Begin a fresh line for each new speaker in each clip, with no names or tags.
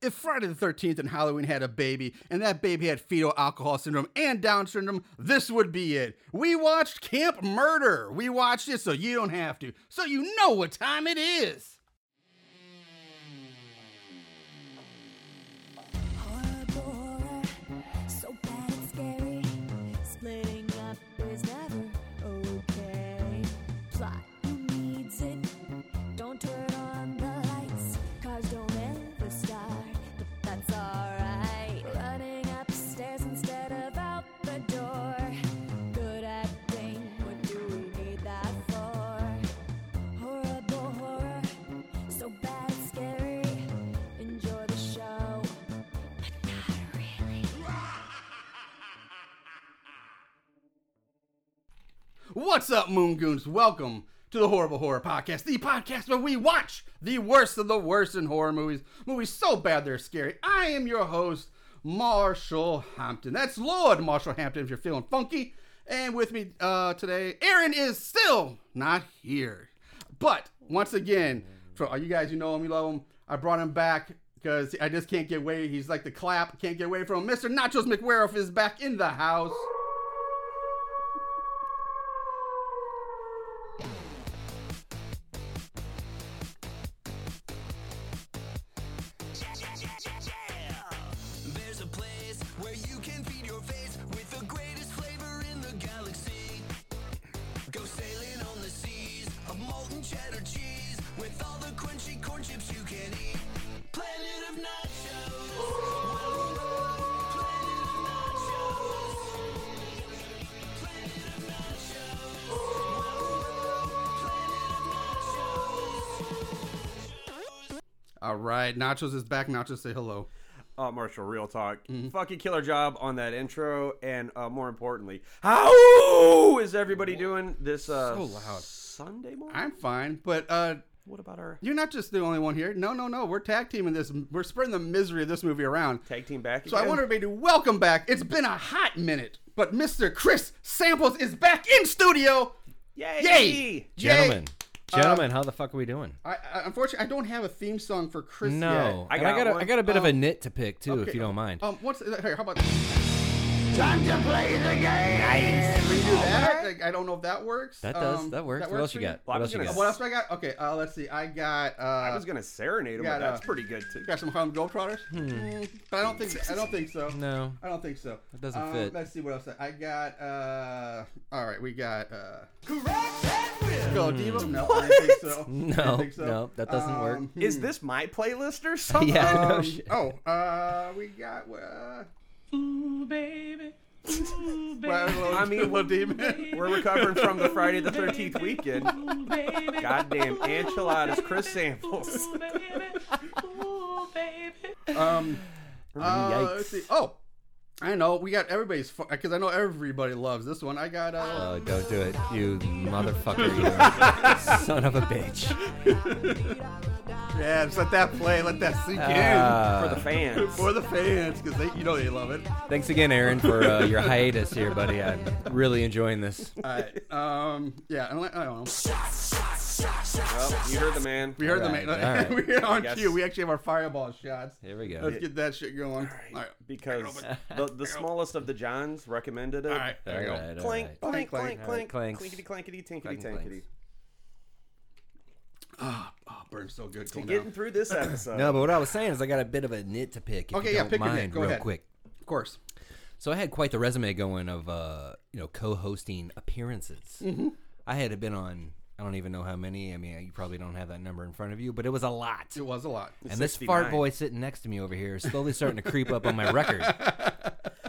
if Friday the 13th and Halloween had a baby, and that baby had fetal alcohol syndrome and Down syndrome, this would be it. We watched Camp Murder. We watched it so you don't have to, so you know what time it is.
Horror, so bad and scary. Splitting up is never okay. Plot who needs it? Don't turn on the lights. Cars don't ever start, but that's alright. Running upstairs instead of out the door. Good acting, what do we need that for? Horrible horror, so bad and scary. Enjoy the show.
What's up, Moon Goons? Welcome to the Horrible Horror Podcast, the podcast where we watch the worst of the worst in horror movies, movies so bad they're scary. I am your host, Marshall Hampton. That's Lord Marshall Hampton if you're feeling funky. And with me uh, today, Aaron is still not here. But once again, for all you guys who know him, you love him, I brought him back because I just can't get away. He's like the clap, can't get away from him. Mr. Nachos McWeroff is back in the house.
There's a place where you can feed your face with the greatest flavor in the galaxy. Go sailing on the seas of molten cheddar cheese with all the crunchy corn chips you can eat. Planet of nachos. Planet of nachos. Planet of nachos. Planet of nachos.
All right, Nachos is back. Nachos, say hello.
Uh, Marshall, real talk.
Mm-hmm.
Fucking killer job on that intro, and uh, more importantly, how is everybody doing this uh,
So loud.
Sunday morning?
I'm fine, but uh,
what about our
you're not just the only one here. No, no, no. We're tag teaming this. We're spreading the misery of this movie around.
tag team back?
So I
again?
want everybody to welcome back. It's been a hot minute, but Mr. Chris Samples is back in studio.
yay,
Yay!
Gentlemen,
Yay!
gentlemen, how the fuck are we doing?
I, I, unfortunately, I don't have a theme song for Chris
No,
yet.
I
And I
got
got, a,
one.
I got a bit of a nit to pick too,
Um, Okay,
if you don't mind.
Um, what's here? How about? Time to play the game. We do that. Like, I don't know if that works.
that does,
Um,
that works. What else
for
you got?
Well, I
What
was
else you
gonna
got?
What else do I got? Okay, uh, let's see. I got. Uh,
I was gonna serenade him,
got,
but that's
uh,
pretty good too.
Got some Harlem Globetrotters, Mm, but I don't think I don't think so.
Hmm. No.
I don't think so. It
doesn't fit.
Let's see what else I, I got. Uh, all right, we got. Uh, Go Devo. No, I don't think so. I don't
Hmm. No,
think so.
no, that doesn't work.
Um,
Is this my playlist or something?
Yeah.
Um,
No shit.
oh, uh, we got. Uh, Ooh, baby.
I mean,
Lil Demon.
We're recovering from the Friday the Thirteenth weekend. Goddamn enchiladas, Chris Samples.
Um, uh,
Yikes.
let's see. Oh, I know. We got everybody's because I know everybody loves this one. I got. Uh,
Oh, don't do it, you motherfucker! You son of a bitch!
Yeah, just let that play, let that sink
Uh,
For the
in
fans.
for the fans, because they, you know, they love it.
thanks again, Aaron, for uh, your hiatus here, buddy. I'm really enjoying this.
All right, um, yeah, I don't, I don't know.
Well, you heard the man.
We heard
All
the
right,
man.
all right.
we are on
Yes.
cue. We actually have our fireball shots.
Here we go.
Let's get that shit going. All right, all right,
because the, the smallest of the Johns recommended it.
there we
All
go.
right, all
Clank, clank,
right.
Clank,
clank, clank,
clank.
clinkety, clankety, tinkety,
Clank, clank.
tankety.
Oh, burns so good. Cool
Getting through this episode.
No, but what I was saying is I got a bit of a nit to pick. If
Okay,
you
yeah,
don't
pick your nit.
mind,
Go
real
ahead.
quick.
Of course.
So I had quite the resume going of uh, you know co-hosting appearances.
Mm-hmm.
I had been on I don't even know how many. I mean, you probably don't have that number in front of you, but it was a lot.
It was a lot.
And this
69.
fart boy sitting next to me over here is slowly starting to creep up on my record.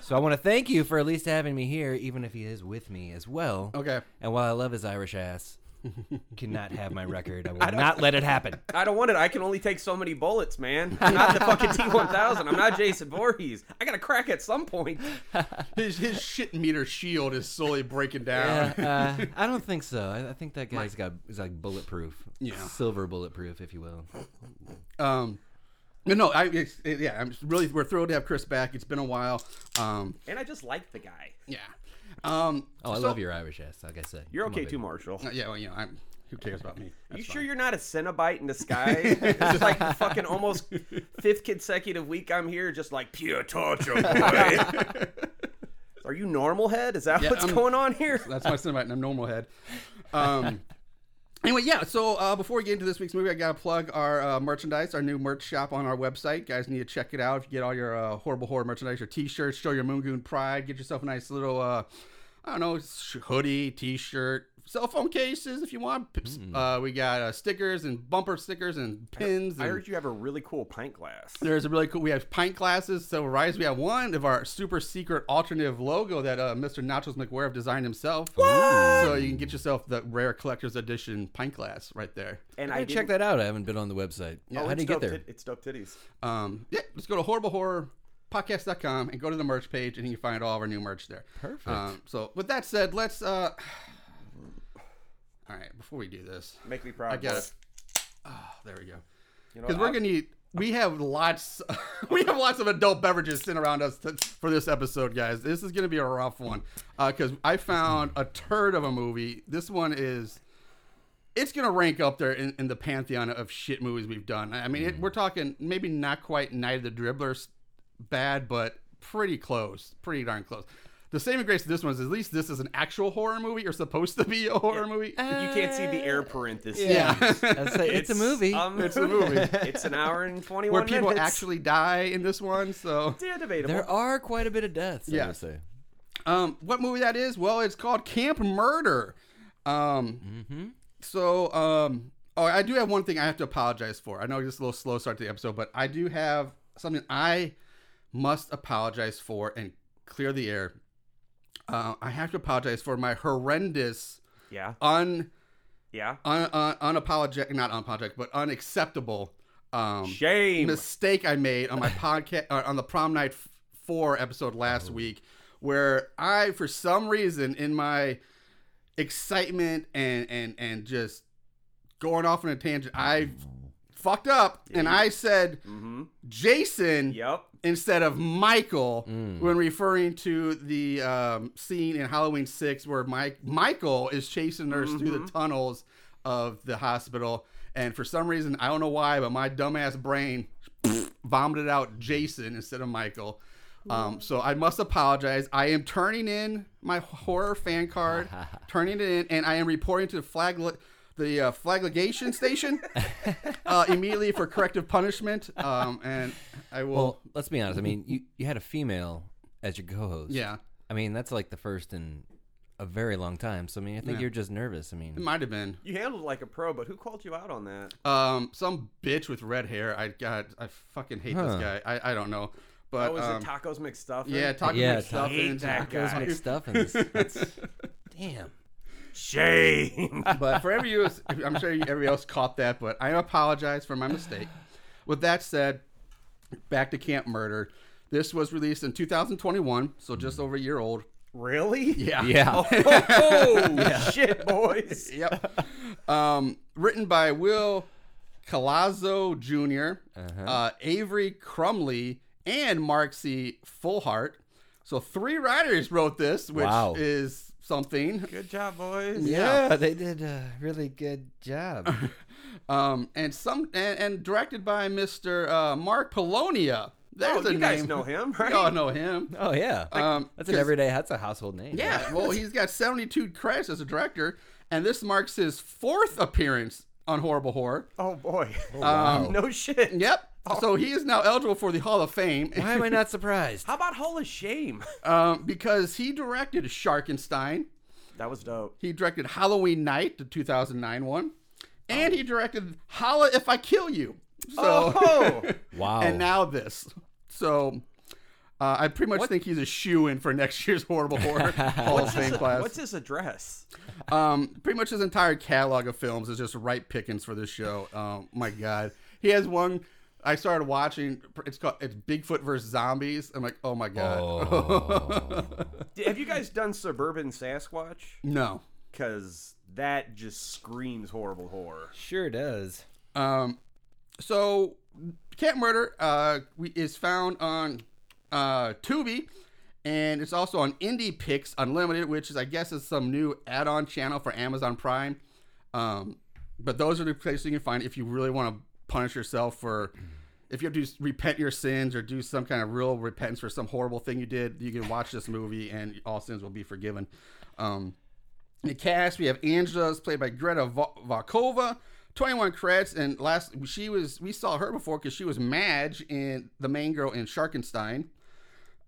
So I want to thank you for at least having me here, even if he is with me as well.
Okay.
And while I love his Irish ass, cannot have my record. I will not let it happen.
I don't want it. I can only take so many bullets, man. I'm not the fucking T1000. I'm not Jason Voorhees. I got to crack at some point.
His, his shit meter shield is slowly breaking down.
Yeah, uh, I don't think so. I, I think that guy's got is like bulletproof,
Yeah.
silver bulletproof, if you will.
Um, but no, I, it's, it, yeah, I'm just really, we're thrilled to have Chris back. It's been a while. Um,
And I just like the guy.
yeah. Um,
Oh, I
so-
love your Irish ass. Like Oh, I said,
You're
Come on,
okay
baby.
too, Marshall.
Yeah, well, you know, I'm Who cares about me?
you
That's
sure you're not a Cenobite in disguise? this is like the fucking almost fifth consecutive week I'm here, just like pure torture. Boy. Are you normal head? Is that
Yeah,
what's
I'm-
going on here?
That's my Cinnabite and I'm normal head. Um, anyway, yeah. So uh, before we get into this week's movie, I gotta plug our uh, merchandise, our new merch shop on our website. Guys, need to check it out. If you get all your uh, horrible horror merchandise, your T-shirts, show your Moongoon pride, get yourself a nice little, uh, I don't know, sh- hoodie, T-shirt, cell phone cases if you want. Pips- Uh, we got uh, stickers and bumper stickers and pins.
I
and-
heard you have a really cool pint glass.
there's a really cool. We have pint glasses. So rise. We have one of our super secret alternative logo that uh, Mr. Nachos McWarev designed himself. So you can get yourself the rare collector's edition pint glass right there.
And I
I
didn't-
check that out. I haven't been on the website.
Oh,
How
it's
do you get
dope
there?
tit- it's dope titties.
Um, yeah, just go to horriblehorrorpodcast.com and go to the merch page, and you can find all of our new merch there.
Perfect.
Um, so with that said, let's. Uh, all right, before we do this,
Make me proud.
I
boy.
guess. Oh, there we go.
You know
Because
what?
we're
I-
gonna eat. We have lots. we have lots of adult beverages sitting around us to, for this episode, guys. This is gonna be a rough one. Because I found a turd of a movie. This one is. It's gonna rank up there in, in the pantheon of shit movies we've done. I mean, it, we're talking maybe not quite Night of the Dribblers bad, but pretty close, pretty darn close. The saving grace of this one is at least this is an actual horror movie or supposed to be a horror movie.
You can't see the air parentheses.
Yeah.
I'd say it's, a movie.
um,
It's a movie.
it's an hour and twenty-one
Where people
minutes.
actually die in this one, so
yeah, debatable.
there are quite a bit of deaths. I
Yeah.
would say.
Um, what movie that is? Well, it's called Camp Murder. Um, so um, oh, I do have one thing I have to apologize for. I know it's a little slow start to the episode, but I do have something I must apologize for and clear the air. Uh, I have to apologize for my horrendous,
yeah,
un,
yeah.
un, un unapologetic, not unapologetic, but unacceptable. Um,
Shame.
mistake I made on my podcast uh, on the prom night f- four episode last week, where I, for some reason, in my excitement and and and just going off on a tangent, I fucked up and I said
mm-hmm.
Jason
Yep.
instead of Michael when referring to the um, scene in Halloween Six where Mike Michael is chasing nurse through the tunnels of the hospital, and for some reason I don't know why, but my dumbass brain vomited out Jason instead of Michael. Um, so I must apologize. I am turning in my horror fan card, turning it in, and I am reporting to the flag the uh, flagligation station uh, immediately for corrective punishment. Um, and I will.
Well, let's be honest. I mean, you, you had a female as your co-host.
Yeah,
I mean, that's like the first in a very long time. So I mean, I think you're just nervous. I mean,
it might have been
You handled it like a pro, but who called you out on that?
um some bitch with red hair. I got I fucking hate
Huh.
this guy. I, I don't know, but
Oh, is
um,
it tacos McStuffin?
yeah, talking
Yeah,
about stuff.
I hate
and-
that
those
guy.
McStuffins. That's damn.
Shame.
But for every else, I'm sure everybody else caught that. But I apologize for my mistake. With that said, back to Camp Murder. This was released in 2021, so just
Hmm.
over a year old.
really?
Yeah.
Yeah.
Oh shit, boys.
yep. Um, written by Will Colazzo junior
Uh-huh.
uh Avery Crumley, and Mark C. Fullhart. So three writers wrote this, which
Wow.
is something.
Good job, boys.
yeah, they did a really good job.
Um, and some and, and directed by Mr. Uh, Mark Polonia. There's
Oh,
a
you guys
name.
know him,
We
right?
all know him.
Oh yeah.
Um,
that's an
'cause-
everyday. That's a household name.
Yeah, well, he's got 72 credits as a director, and this marks his fourth appearance on Horrible Horror.
Oh boy.
wow.
no shit.
Yep.
Oh.
So he is now eligible for the Hall of Fame.
Why am I not surprised?
How about Hall of Shame?
um, because he directed Sharkenstein.
That was dope.
He directed Halloween Night, the 2009 one, and he directed Holla If I Kill You. So,
Oh,
Wow.
and now this. So, uh, I pretty much think he's a shoe in for next year's horrible horror Hall of Fame
what's
class.
his address?
Um, pretty much his entire catalog of films is just ripe pickings for this show. Um, my God, he has one. I started watching. It's called it's Bigfoot versus Zombies. I'm like, oh my God,
D- Have you guys done Suburban Sasquatch?
no.
Because that just screams horrible horror.
sure does.
Um, so Cat Murder uh, we, is found on uh, Tubi, and it's also on Indie Picks Unlimited, which is I guess is some new add-on channel for Amazon Prime. Um, But those are the places you can find if you really want to punish yourself for. If you have to s- repent your sins or do some kind of real repentance for some horrible thing you did, you can watch this movie and all sins will be forgiven. Um, in the cast, we have Angela, is played by Greta Va- Vakova, 21 credits, and last she was we saw her before because she was Madge in the main girl in Sharkenstein.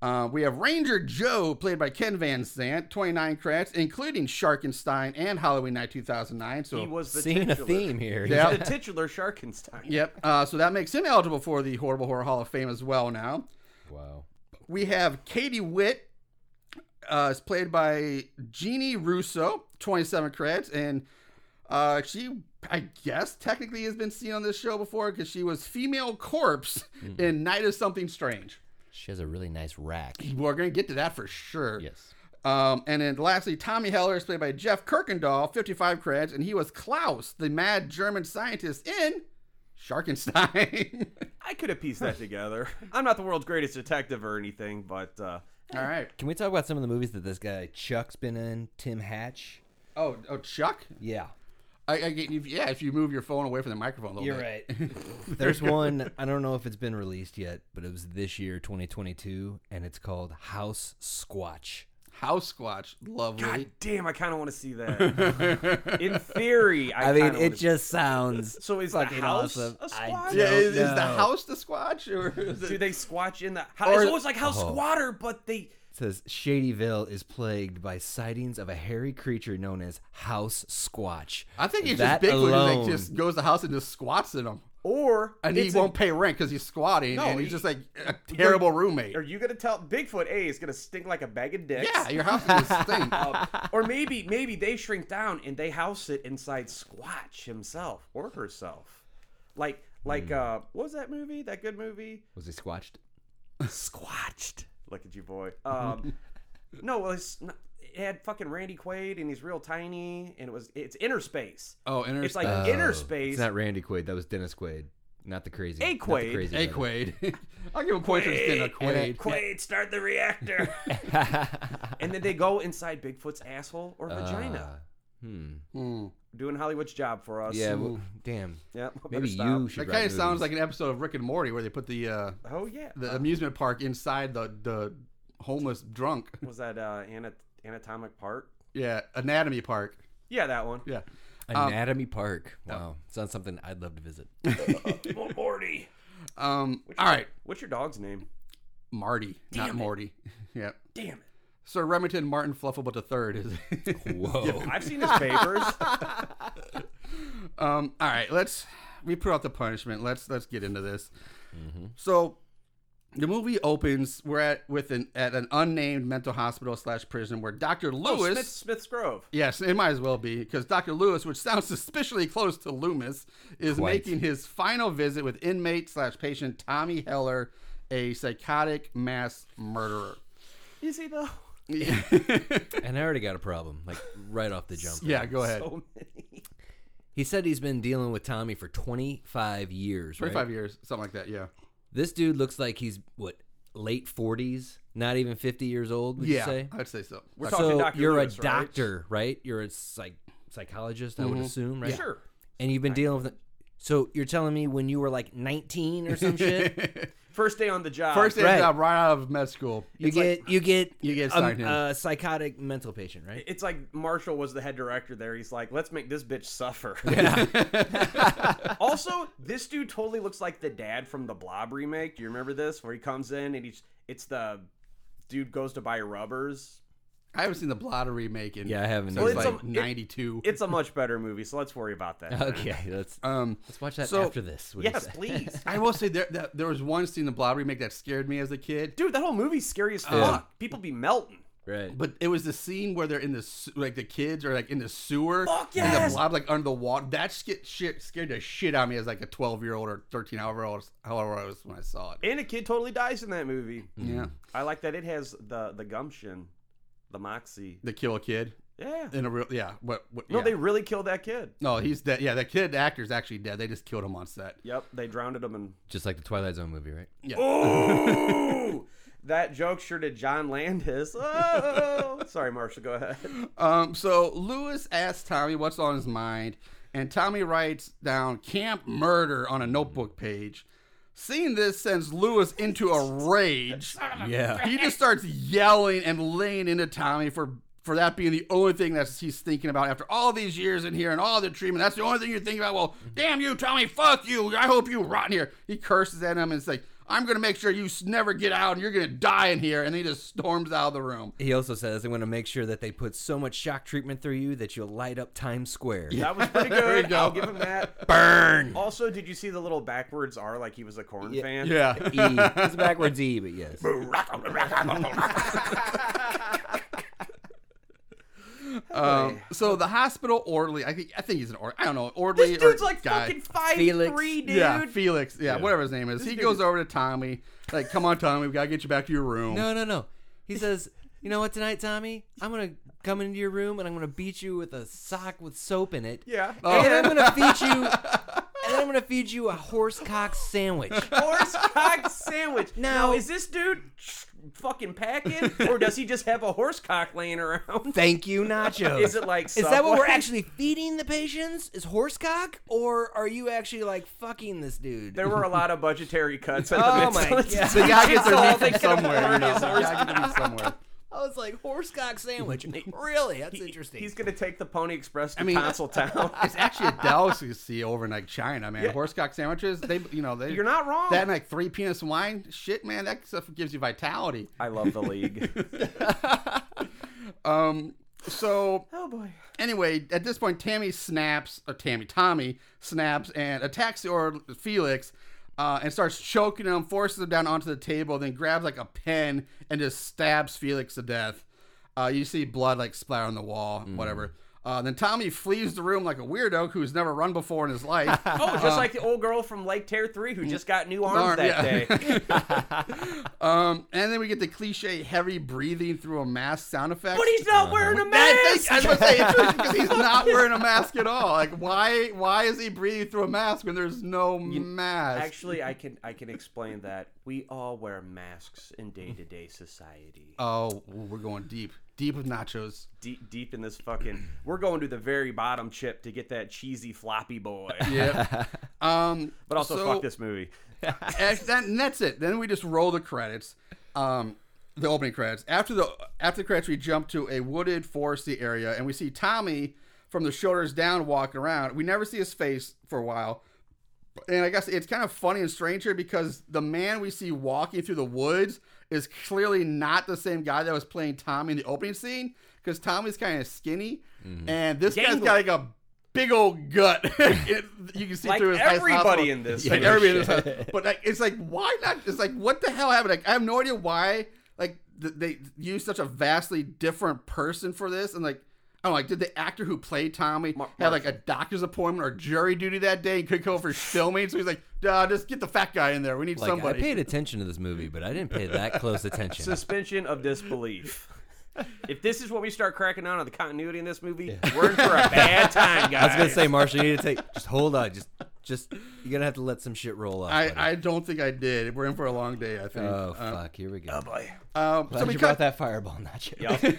Uh, we have Ranger Joe, played by Ken Van Sant, 29 credits, including Sharkenstein and Halloween Night 2009. So
He was the
Seeing a
titular.
theme here.
He's
Yeah.
the titular Sharkenstein.
Yep. Uh, so that makes him eligible for the Horrible Horror Hall of Fame as well. Now
Wow.
we have Katie Witt, uh, is played by Jeannie Russo, 27 credits, and uh, she, I guess, technically has been seen on this show before because she was female corpse
Mm-hmm.
in Night of Something Strange.
She has a really nice rack.
We're gonna get to that for sure.
Yes.
Um, and then lastly, Tommy Heller is played by Jeff Kirkendall, 55 credits, and he was Klaus, the mad German scientist in Sharkenstein.
I could have pieced that together. I'm not the world's greatest detective or anything, but uh,
All right.
Can we talk about some of the movies that this guy Chuck's been in? Tim Hatch.
Oh, oh, Chuck.
Yeah.
I, I get- if- yeah. If you move your phone away from the microphone a little
You're
bit.
right. There's one I don't know if it's been released yet, but it was this year, 2022, and it's called House Squatch.
House Squatch,
God
lovely.
damn, I kind of want to see that. In theory, I,
I mean,
kinda wanna
it just sounds
So is the
fucking
house
awesome.
a
I
squatch?
don't
Yeah,
is, is the
know.
house the Squatch or is
Do
it?
they squatch in the house?
Or-
It's almost like House
Oh.
Squatter, but they.
It says Shadyville is plagued by sightings of a hairy creature known as House Squatch.
I think it's
That
just Bigfoot who
alone-
like, just goes to the house and just squats in them,
Or
and
it's
he
a-
won't pay rent because he's squatting,
No,
and
he-
he's just like a terrible roommate.
Are you gonna tell Bigfoot A is gonna stink like a bag of dicks?
yeah, your house is a stink.
or maybe maybe they shrink down and they house it inside Squatch himself or herself, like
Hmm.
like uh what was that movie? That good movie?
Was he squatched?
Squatched. Look at you, boy. Um, no, well, it's not, it had fucking Randy Quaid and he's real tiny and it was it's inner space.
oh, inner
It's like
Oh,
inner space.
It's not Randy Quaid. That was Dennis Quaid. Not the crazy.
A
not the
Quaid.
crazy
Hey,
brother.
Quaid. I'll give him Quaid for staying a Quaid.
Quaid, start the reactor. and then they go inside Bigfoot's asshole or vagina.
Hmm.
Hmm.
Doing Hollywood's job for us.
Yeah. Well, damn.
Yep. I better
Maybe
stop.
you should.
That
write
kind of sounds
movies.
like an episode of Rick and Morty where they put the uh,
Oh yeah.
the amusement park inside the the homeless drunk.
was that uh, anat- anatomic part?
Yeah, anatomy park.
Yeah, that one.
Yeah. uh,
Anatomy Park. Wow. Sounds something I'd love to visit.
Oh, Morty.
Um. All right,
What's your dog's name?
Marty, not Morty. yeah.
Damn it.
Sir Remington Martin Fluffable the Third is.
Whoa.
I've seen his papers.
um. All right. Let's. We put out the punishment. Let's let's get into this.
Mm-hmm.
So. The movie opens. We're at with an at an unnamed mental hospital slash prison where Doctor
oh,
Lewis
Smith, Smith's Grove.
Yes, it might as well be because Dr. Lewis, which sounds suspiciously close to Loomis, is
Quite.
making his final visit with inmate slash patient Tommy Heller, a psychotic mass murderer.
Is he though?
and I already got a problem, like right off the jump.
Yeah, go ahead.
So many.
He said he's been dealing with Tommy for 25 years. right?
25 years, something like that. Yeah.
This dude looks like he's what late 40s, not even 50 years old. Would
yeah,
you say?
I'd say so.
We're
Like,
talking
Uh, so
Dr.
you're
Lewis,
a
right?
doctor, right? You're a psych psychologist, I would assume, right?
Sure.
And you've been dealing with. So you're telling me when you were like 19 or some shit,
First day on the job.
First day
Uh, Right.
job right out of med school.
you get you get
You get signed in.
a, a psychotic mental patient, right?
It's like Marshall was the head director there. He's like, let's make this bitch suffer. also, this dude totally looks like the dad from the Blob remake. Do you remember this? Where he comes in and he's it's the dude goes to buy rubbers.
I haven't seen the Blotter remake in
Yeah, I haven't.
since
it's
like
a- it-
92.
It's a much better movie, so let's worry about that.
okay, let's
um,
let's watch that
so-
after this. would you
yes,
say?
please.
I will say there, that, there was one scene in the Blotter remake that scared me as a kid.
Dude, that whole movie's scary as fuck. People be melting.
Right.
But it was the scene where they're in the se- like the kids are like in the sewer
Fuck
and
yes!
the blob like under the water. That shit, shit scared the shit out of me as like a twelve year old or thirteen however old however I was when I saw it.
And a kid totally dies in that movie.
Yeah,
I like that it has the the gumption, the moxie.
the kill a kid
Yeah.
in a real yeah. What? what
No,
yeah.
they really killed that kid.
no he's dead. Yeah, that kid actor's actually dead. They just killed him on set.
Yep, they drowned him in
Just like the Twilight Zone movie, right?
Ooh, that joke sure did John Landis. Oh, sorry, Marshall. Go ahead.
Um, so Lewis asks Tommy what's on his mind, and Tommy writes down camp murder on a notebook page. Seeing this sends Lewis into a rage.
Yeah.
He just starts yelling and laying into Tommy for for that being the only thing that he's thinking about after all these years in here and all the treatment. That's the only thing you're thinking about. Well, damn you, Tommy. Fuck you. I hope you rot in here. He curses at him and is like, I'm going to make sure you s- never get out and you're going to die in here. And he just storms out of the room.
He also says they want to make sure that they put so much shock treatment through you that you'll light up Times Square.
That was pretty
There you
good.
go.
I'll give him that.
Burn.
Also, did you see the little backwards R like he was a corn fan?
Yeah.
E. It's backwards E, but yes.
Um, so the hospital orderly, I think I think he's an orderly. I don't know orderly.
This dude's
or
like
guy.
fucking five
Felix.
three, dude.
Yeah, Felix. Yeah, whatever his name is. he
dude
goes
is-
over to Tommy, like, "Come on, Tommy, we gotta get you back to your room."
No, no, no. He says, "You know what? Tonight, Tommy, I'm gonna come into your room and I'm gonna beat you with a sock with soap in it.
Yeah.
Oh.
and I'm gonna feed you, and then I'm gonna feed you a horse cock sandwich.
horse cock sandwich.
Now-
Now, is this dude fucking packing, or does he just have a horse cock laying around?
Thank you, nachos.
Is it like
Is that what we're
Subway?
actually feeding the patients? Is horse cock, or are you actually like fucking this dude?
There were a lot of budgetary cuts. In the
Oh
midst
my
of
God.
this.
They gotta get
That's
their
all
meat from
they could
somewhere. You
afford
know,
is
they
horse
gotta get their meat somewhere.
I was like horse cock sandwich. really? That's interesting.
He's gonna take the Pony Express to
mean-
Tonsil Town.
It's actually a delicacy over in like China, man.
Yeah.
Horse cock sandwiches. They, you know, they.
You're not wrong.
That and like three penis wine, shit, man. That stuff gives you vitality.
I love the league.
So
oh boy.
anyway, at this point, Tammy snaps, or Tammy, Tommy snaps and attacks the or Felix. Uh, and starts choking him, forces him down onto the table, then grabs like a pen and just stabs Felix to death. Uh, you see blood like splatter on the wall, whatever. Uh, then Tommy flees the room like a weirdo who's never run before in his life.
Oh, just like the old girl from Lake Tear Three who just got new arms
Uh-huh. Arm,
that
yeah.
day.
Um, and then we get the cliche heavy breathing through a mask sound effect.
But he's not wearing a
I
mask.
think I was gonna say it's just because he's not wearing a mask at all. Like why why is he breathing through a mask when there's no mask?
Actually, I can I can explain that. We all wear masks in day to day society.
oh, we're going deep, deep with nachos.
Deep deep in this fucking, we're going to the very bottom chip to get that cheesy floppy boy.
Yep. um,
But also,
so-
fuck this movie.
and that, and that's it. Then we just roll the credits, um, the opening credits. After the after the credits, we jump to a wooded, foresty area, and we see Tommy from the shoulders down walking around. We never see his face for a while, and I guess it's kind of funny and strange here because the man we see walking through the woods is clearly not the same guy that was playing Tommy in the opening scene because Tommy's kind of skinny, and this guy's
Gangly.
got like a big old gut. It- you can see
Like
through his eyes.
everybody in this
Like
movie.
everybody in this house. But like, it's like, why not? It's like, what the hell happened? Like, I have no idea why. Like, th- they used such a vastly different person for this, and like, I don't know, like, did the actor who played Tommy have like a doctor's appointment or jury duty that day and could go for filming? So he's like, Duh, just get the fat guy in there. We need
like
somebody.
I paid attention to this movie, but I didn't pay that close attention.
Suspension of disbelief. If this is what we start cracking down on the continuity in this movie, we're in for a bad time, guys. Oh,
I was gonna say, Marshall, you need to take. Just hold on. Just, just you're gonna have to let some shit roll off. buddy.
I, I don't think I did. We're in for a long day, I think.
oh fuck, here we go.
boy.
um,
Glad
so we
you
cut,
brought that fireball nacho.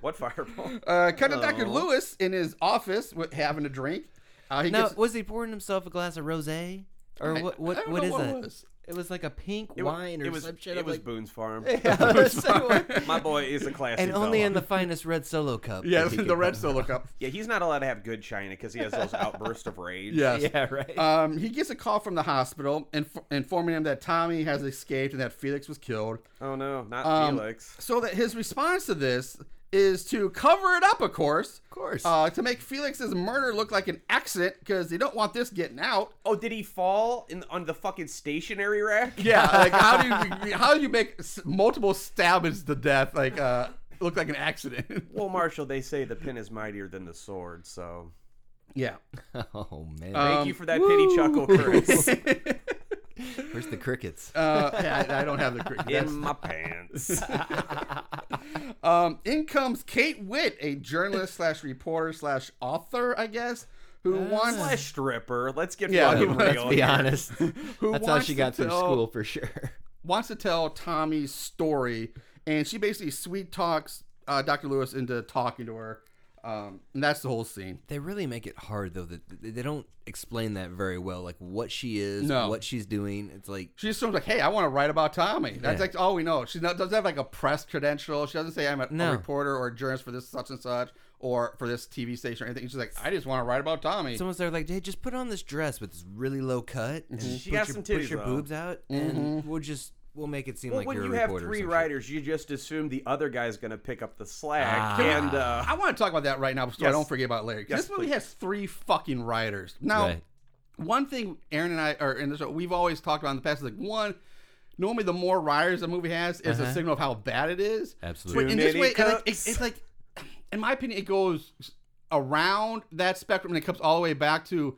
What fireball?
uh, cut to Dr. Lewis in his office with, having a drink. Uh, he
Now,
gets,
was he pouring himself a glass of rosé, or
I-
what?
I
What?
don't
What
know
is
what
that?
it was.
It was like a pink
It wa-
wine or
it was,
some shit.
It
I'm
was
like,
Boone's Farm.
Yeah, so-
My boy is a classic.
and only in the finest red solo cup.
yeah,
that he
the
could
red
find.
solo cup.
Yeah, he's not allowed to have good china because he has those outbursts of rage.
Yes.
Yeah, right.
Um, he gets a call from the hospital inf- informing him that Tommy has escaped and that Felix was killed.
Oh no, not
Um,
Felix.
So that his response to this is to cover it up, of course. Of
course.
Uh, to make Felix's murder look like an accident because they don't want this getting out.
Oh, did he fall in on the fucking stationary rack?
Yeah. Like how do you how do you make s- multiple stabbings to death like uh, look like an accident?
Well, Marshall, they say the pin is mightier than the sword, so
yeah.
oh man,
thank
Um,
you for that pity chuckle, Chris.
where's the crickets?
Uh, yeah, I, I don't have the. cr- That's,
in my pants.
Um, in comes Kate Witt, a journalist slash reporter slash author, I guess, who wants
Slash stripper. Let's get
Yeah,
fucking
let's
real.
Let's be
here.
honest. That's how
wants
she
to
got through
tell-
school for sure.
wants to tell Tommy's story, and she basically sweet talks uh, Dr. Lewis into talking to her. Um, and that's the whole scene.
They really make it hard though. That they don't explain that very well, like what she is,
No.
what she's doing. It's like
She just sounds like, hey, I want to write about Tommy. That's
Yeah.
like all we know. She not, doesn't have like a press credential. She doesn't say I'm a, a
No.
reporter or a journalist for this such and such or for this TV station or anything. She's like, I just want to write about Tommy.
it's almost they're like, hey, just put on this dress with this really low cut. And
Mm-hmm.
She
put
has
your,
some
put
titties,
your
though.
boobs out, and we'll just we'll make it seem
Well,
like
when
you're
you
a
have
reporter. or
three
some shit.
writers, you just assume the other guy's going to pick up the slack.
Ah.
And uh,
I want to talk about that right now so I
Yes.
don't forget about Larry. 'cause
Yes,
this movie
please.
has three fucking writers. Now,
Right.
one thing Aaron and I are in the show we've always talked about in the past is like one. Normally, the more writers a movie has is a signal of how bad it is.
Uh-huh. Absolutely.
But in this
Too
way, it,
many
like, it-
cups.
it's like, in my opinion, it goes around that spectrum and it comes all the way back to,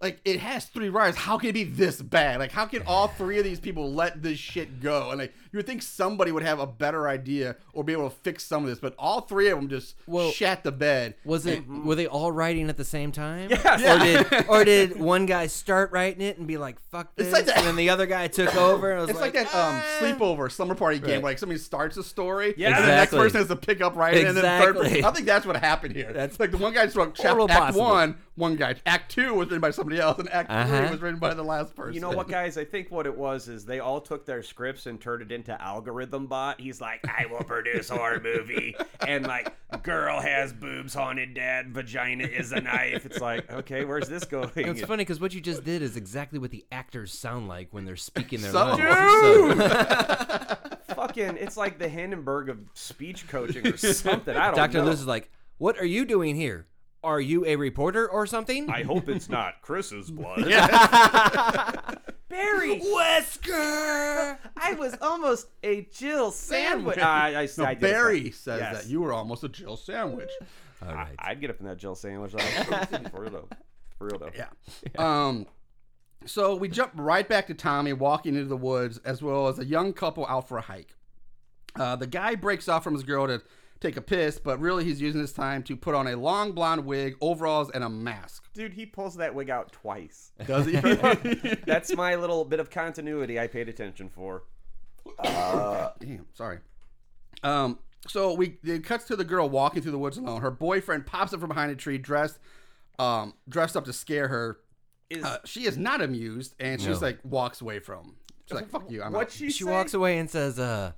like, it has three writers. How can it be this bad? Like, how can all three of these people let this shit go? And like, you would think somebody would have a better idea or be able to fix some of this, but all three of them just
Well-
shat the bed.
Was it? Were they all writing at the same time?
Mm-hmm. Yes.
Or did or did one guy start writing it and be like, "Fuck this,"
It's like that-
and then the other guy took over? And was "Ah."
It's like, that um, sleepover slumber party game, where like somebody starts a story,
Yeah.
and then the next
Exactly.
person has to pick up right, in, and then the third
Exactly.
person. I think that's what happened here. That's
That's
like the one guy just wrote chap,
horrible
Act
possible.
One, one guy. Act Two was written by somebody else, and Act Three
Uh-huh.
was written by the last person.
you know what, guys? I think what it was is they all took their scripts and turned it into Algorithm Bot. He's like, I will produce horror movie. And like, girl has boobs, haunted dad, vagina is a knife. It's like, okay, where's this going?
It's funny because what you just did is exactly what the actors sound like when they're speaking their
Some of them.
lines. So-
Fucking, it's like the Hindenburg of speech coaching or something. I don't
Dr.
know.
Luz is like, "What are you doing here? Are you a reporter or something?"
I hope it's not Chris's blood. Barry,
Wesker.
I was almost a Jill sandwich.
Sandwich.
I, I,
No,
I did it
Barry
fine.
says
Yes.
that you were almost a Jill sandwich.
All right.
I'd get up in that Jill sandwich. Like, for real though. For real though.
Yeah. Um. So we jump right back to Tommy walking into the woods, as well as a young couple out for a hike. Uh, the guy breaks off from his girl to take a piss, but really he's using his time to put on a long blonde wig, overalls, and a mask.
Dude, he pulls that wig out twice.
Does he?
That's my little bit of continuity I paid attention for.
Damn, sorry. Um, so we it cuts to the girl walking through the woods alone. Her boyfriend pops up from behind a tree, dressed, um, dressed up to scare her.
Is
Uh, she is not amused, and she just
No.
like walks away from. him. She's like, "Fuck you!" I'm
what
out."
she,
She walks away and says, "Uh,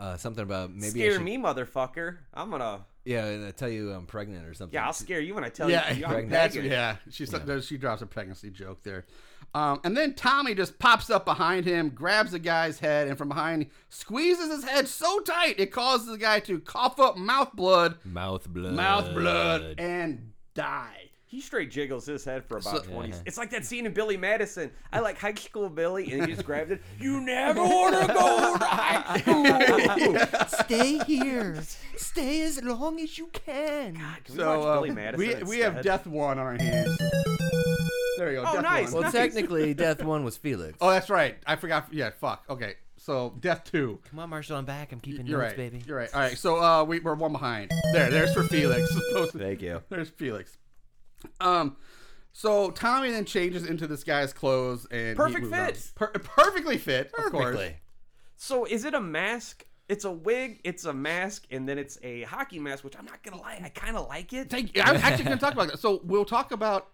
uh, something about maybe I
Scare
should-
me, motherfucker. I'm gonna
Yeah, and I tell you I'm pregnant or something.
Yeah, I'll scare you when I tell
Yeah,
you. I'm
that's
begging.
yeah. She said- she drops a pregnancy joke there, um, and then Tommy just pops up behind him, grabs the guy's head, and from behind squeezes his head so tight it causes the guy to cough up mouth blood,
mouth blood.
mouth blood, and die.
He straight jiggles his head for about
So-
20.
Yeah.
It's like that scene in Billy Madison. I like high school Billy, and he just grabbed it. You never want to go to high school.
Stay here. Stay as long as you can.
Can we
So
watch
uh,
Billy Madison
we, we have
instead?
Death One on our hands. There you go.
Oh,
Death
nice,
One.
Well, technically, Death One was Felix.
Oh, that's right. I forgot. Yeah, fuck. Okay, so Death Two.
Come on, Marshall, I'm back. I'm keeping
You're
notes,
right,
baby.
You're right. All right. So uh, we, we're one behind. There, there's for Felix.
Thank you.
There's Felix. Um, so Tommy then changes into this guy's clothes and he
Perfect
moves on.
fit.
Per- perfectly fit. Of course.
So is it a mask? It's a wig. It's a mask, and then it's a hockey mask, which I'm not gonna lie, I kind of like it.
Thank you. I'm actually going to talk about that. So we'll talk about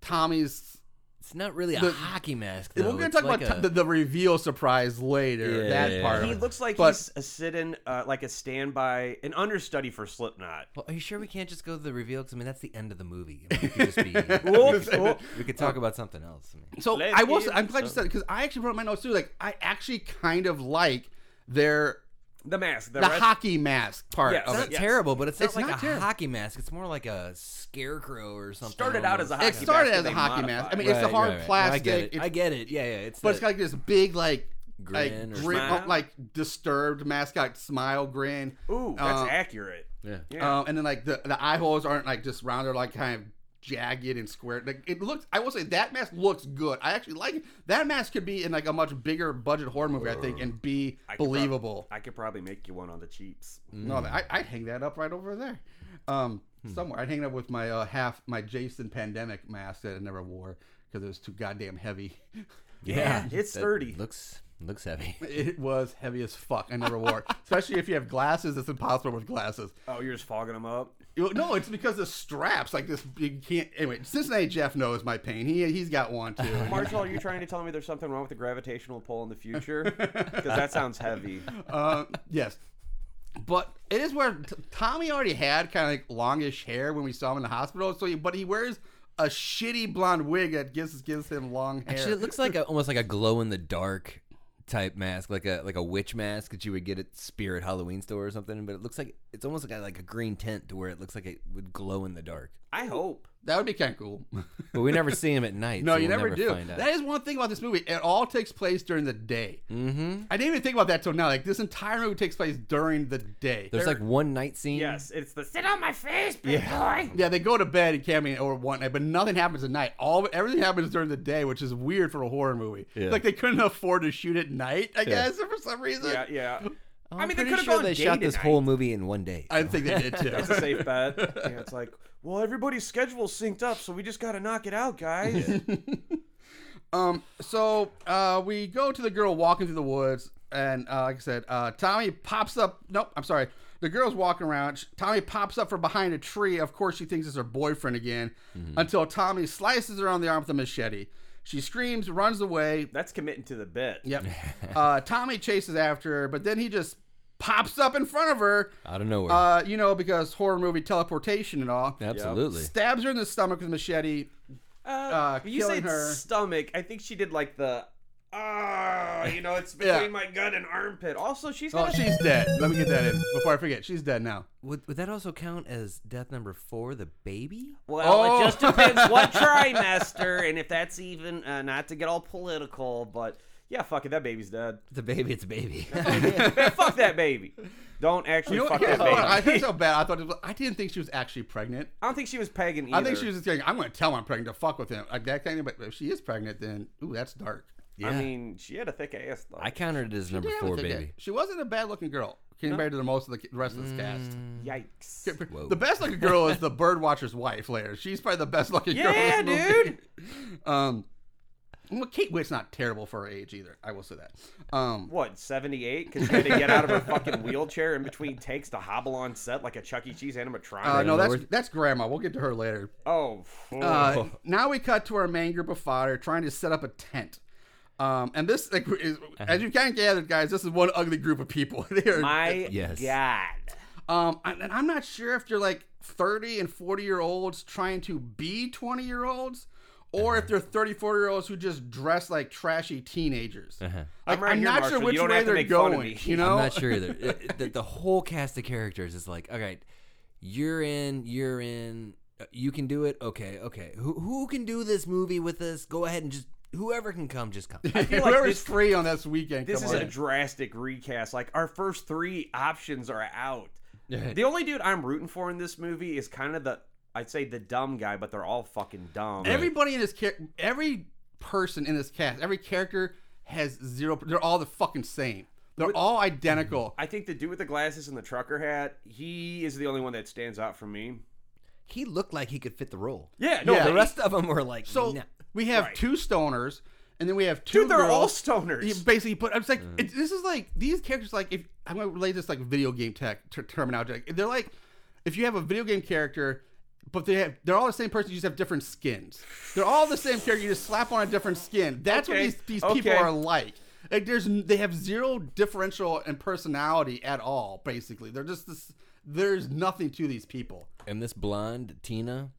Tommy's.
It's not really a
The-
hockey mask, though.
We're going to
It's
talk
like
about
a-
the, the reveal surprise later.
Yeah,
that
yeah,
part.
He looks like
But-
he's a sit-in, uh, like a standby, an understudy for Slipknot.
Well, are you sure we can't just go to the reveal? 'Cause, I mean, that's the end of the movie. I mean, it could just be-
Whoops,
Well,
whoop.
we could talk about something else. I mean,
So
Let
I was.
it
I'm glad you said it because I actually wrote my notes too. Like I actually kind of like their
The mask. The,
the
rest-
hockey mask part.
Yes.
Of
it's
it.
not
yes.
terrible, but it's not
It's
like
not
a
terrible.
hockey mask. It's more like a scarecrow or something.
Started out as a
almost.
It
Hockey
started
mask
as a
they
hockey mask.
modified.
I mean, it's a hard
No,
plastic.
I get it.
it's-
I get it. Yeah, yeah. It's
but it's
that
got like this big like.
grin
Like,
or
grin,
smile.
like disturbed mascot smile grin.
Ooh, that's
Um,
accurate.
something. Yeah.
Yeah.
Um, and then like the, the eye holes aren't like just round; they're like kind of jagged and squared. Like it looks. I will say that mask looks good. I actually like it. That mask could be in like a much bigger budget horror movie, I think, and be
I could prob-
believable. Mm.
I could probably make you one on the cheaps.
No, I, I'd hang that up right over there, um,
Hmm.
somewhere. I'd hang it up with my uh, half my Jason pandemic mask that I never wore because it was too goddamn heavy.
Yeah, it's
that
sturdy.
Looks looks heavy.
It was heavy as fuck. I never wore it, especially if you have glasses. It's impossible with glasses.
Oh, you're just fogging them up.
You- No, it's because the straps like this. You can't. Anyway, Cincinnati Jeff knows my pain. He he's got one too.
Marshall, are you trying to tell me there's something wrong with the gravitational pull in the future? Because that sounds heavy.
Uh, yes. But it is where t- Tommy already had kind of like longish hair when we saw him in the hospital. So, he, but he wears a shitty blonde wig that gives gives him long hair.
Actually, it looks like a, almost like a glow in the dark type mask, like a like a witch mask that you would get at Spirit Halloween store or something. But it looks like it's almost got like a green tint to where it looks like it would glow in the dark.
I hope.
that would be kind of cool.
But we never see him at night.
no,
so
you
we'll
never, do.
Find out.
That is one thing about this movie. It all takes place during the day.
mm-hmm.
I didn't even think about that till now. Like this entire movie takes place during the day.
There's like one night scene.
Yes, it's the sit on my face, big boy.
yeah, they go to bed and camping or one night, but nothing happens at night. All everything happens during the day, which is weird for a horror movie.
Yeah.
Like they couldn't afford to shoot at night, I guess, for some reason.
Yeah, yeah.
Oh,
I mean, they
pretty
could've
sure
gone
they
day
shot
to
this
night.
whole movie in one day.
I think they did too.
That's a safe bet. Yeah, it's like, well, everybody's schedule's synced up, so we just gotta knock it out, guys.
Um, so uh, we go to the girl walking through the woods, and uh, like I said, uh, Tommy pops up. Nope, I'm sorry. The girl's walking around. Sh- Tommy pops up from behind a tree. Of course, she thinks it's her boyfriend again. Until Tommy slices her on the arm with a machete. She screams, runs away.
That's committing to the bit.
Yep. uh, Tommy chases after her, but then he just pops up in front of her.
Out of nowhere.
Uh, you know, because horror movie teleportation and all.
Absolutely.
Stabs her in the stomach with a machete.
Uh,
Uh,
but you say
killing her.
stomach. I think she did like the, ah, you know, it's between
Yeah.
my gut and armpit. Also, she's
Oh,
got
she's dead. Let me get that in before I forget. She's dead now.
Would, would that also count as death number four, the baby?
Well,
Oh.
it just depends what trimester, and if that's even uh, not to get all political, but yeah, fuck it, that baby's dead.
The baby, it's a baby.
Man, fuck that baby. Don't actually
You know,
fuck
here's
that
the one.
baby.
I
I,
think so bad. I thought it was, I didn't think she was actually pregnant.
don't think she was pagan either.
I think she was just saying, "I'm going to tell him I'm pregnant to fuck with him." Like that kind of. But if she is pregnant, then ooh, that's dark.
Yeah.
I mean, she had a thick ass though.
I counted it as number
Yeah, I
four,
think that-
baby.
She wasn't a bad looking girl compared to the most of the the rest of this cast.
Mm, Yikes.
Whoa.
The best looking girl is the birdwatcher's wife, Lair. She's probably the best looking girl.
Yeah,
in this movie.
dude.
Um, well, Kate Witt's not terrible for her age either. I will say that. Um,
What, 78? Because she had to get out of her fucking wheelchair in between takes to hobble on set like a Chuck E. Cheese animatronic.
uh, no, that's
we're-
that's Grandma. We'll get to her later.
oh,
Uh,
oh.
now we cut to our main group of fodder trying to set up a tent. Um, and this, like, is, as you kind of gathered, guys, this is one ugly group of people. they are,
Uh-huh. my
Yes.
God.
um, and and I'm not sure if they're like 30 and 40 year olds trying to be 20 year olds, or
Uh-huh.
if they're 34 year olds who just dress like trashy teenagers. Like,
Uh-huh. I'm right here,
not sure
Marshall.
which
You don't
way
have to
they're
make fun of
going.
me.
You know,
I'm not sure either. It- it- the, the whole cast of characters is like, all right, you're in, you're in, uh, you can do it. Okay, okay. Who who can do this movie with us? Go ahead and just whoever can come, just come.
feel like
Whoever's
this-
free on this weekend,
This
come
is
on
a
in.
drastic recast. Like our first three options are out. the only dude I'm rooting for in this movie is kind of the I'd say the dumb guy, but they're all fucking dumb.
Everybody in this char- every person in this cast, every character has zero. They're all the fucking same. They're all identical.
I think the dude with the glasses and the trucker hat, he is the only one that stands out for me.
He looked like he could fit the role.
Yeah, no,
Yeah,
The
they-
rest of them were like,
So
nah.
we have
Mm-hmm. Right.
two stoners, and then we have two.
dude, they're all
girls.
stoners.
Yeah, Basically, but it's like
Mm.
it, this is like these characters. Like, if I'm gonna relate this like video game tech ter- terminology, like, they're like if you have a video game character, but they have they're all the same person. You just have different skins. They're all the same character. You just slap on a different skin. That's what
Okay,
these these people
okay.
are like. Like, there's n- they have zero differential in personality at all. Basically, they're just this. There's nothing to these people.
and this blonde Tina,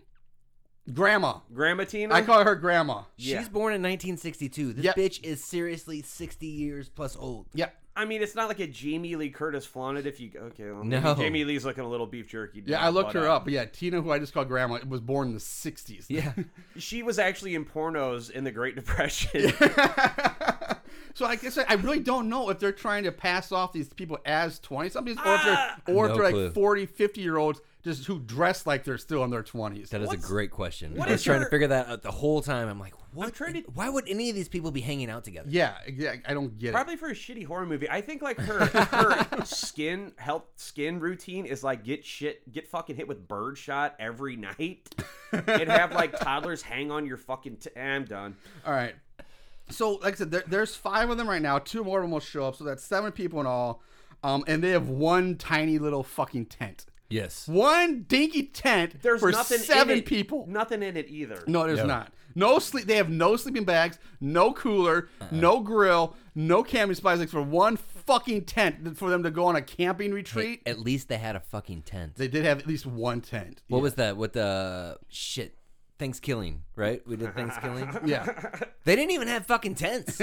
Grandma,
Grandma Tina.
I call her grandma.
Yeah.
she's born in 1962. This
Yep.
bitch is seriously 60 years plus old.
Yep.
I mean, it's not like a Jamie Lee Curtis flaunted. If you okay, well,
No.
maybe Jamie Lee's looking a little beef jerky.
Yeah,
now,
I looked
but,
her
uh,
up. Yeah, Tina, who I just called grandma, was born in the '60s.
Yeah.
She was actually in pornos in the Great Depression.
so I guess I, I really don't know if they're trying to pass off these people as 20 somethings or if
Ah!
they're, or if
No
they're
clue.
like 40, 50 year olds just who dress like they're still in their 20s.
That is
What's-
a great question.
what
I was
is
trying
your-
to figure that out the whole time. I'm like, what?
trying to-
Why would any of these people be hanging out together?
yeah, yeah, I don't get it.
Probably for a shitty horror movie. I think like her her skin health skin routine is like get shit get fucking hit with birdshot every night and have like toddlers hang on your fucking t- eh, I'm done.
All right. So, like I said, there, there's five of them right now. Two more of them will show up. So that's seven people in all. Um, and they have one tiny little fucking tent.
Yes.
One dinky tent
There's
for
nothing
seven
in it.
people.
Nothing in it either.
No, there's not. No sleep. They have no sleeping bags, no cooler,
Uh-uh.
no grill, no camping supplies like for one fucking tent for them to go on a camping retreat.
At least they had a fucking tent.
they did have at least one tent.
What was that? What the shit? Thanksgiving, right? We did Thanksgiving.
Yeah.
they didn't even have fucking tents.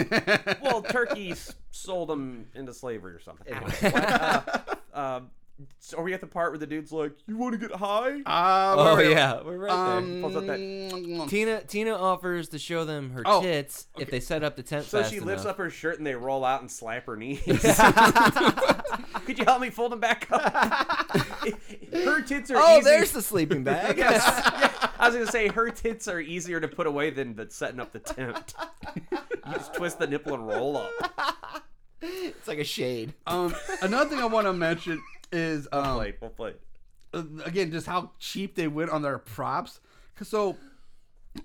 well, turkeys sold them into slavery or something. I don't know. What, uh, uh, so are we at the part where the dude's like, "You want to get high?"
Uh,
oh
wait, wait,
yeah, we're right
Um,
Pulls up that-
Tina Tina offers to show them her
Oh,
tits if they set up the tent.
so
fast
she lifts
enough.
up her shirt and they roll out and slap her knees. Could you help me fold them back up? her tits are
Oh,
easy.
there's the sleeping bag. yes.
I was gonna say her tits are easier to put away than the setting up the tent. You just twist the nipple and roll up.
It's like a shade.
Um, another thing I want to mention is um,
Play, we'll play.
uh, again, just how cheap they went on their props. 'Cause So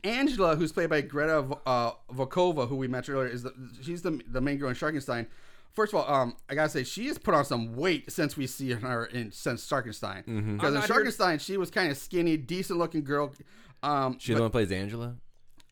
Angela, who's played by Greta uh, Vokova, who we mentioned earlier, is the she's the the main girl in Sharkenstein. First of all, um, I gotta say she has put on some weight since we see her in since Sharkenstein. Because in
not here-
Sharkenstein, she was kind of skinny, decent looking girl. Um,
She the one who plays Angela.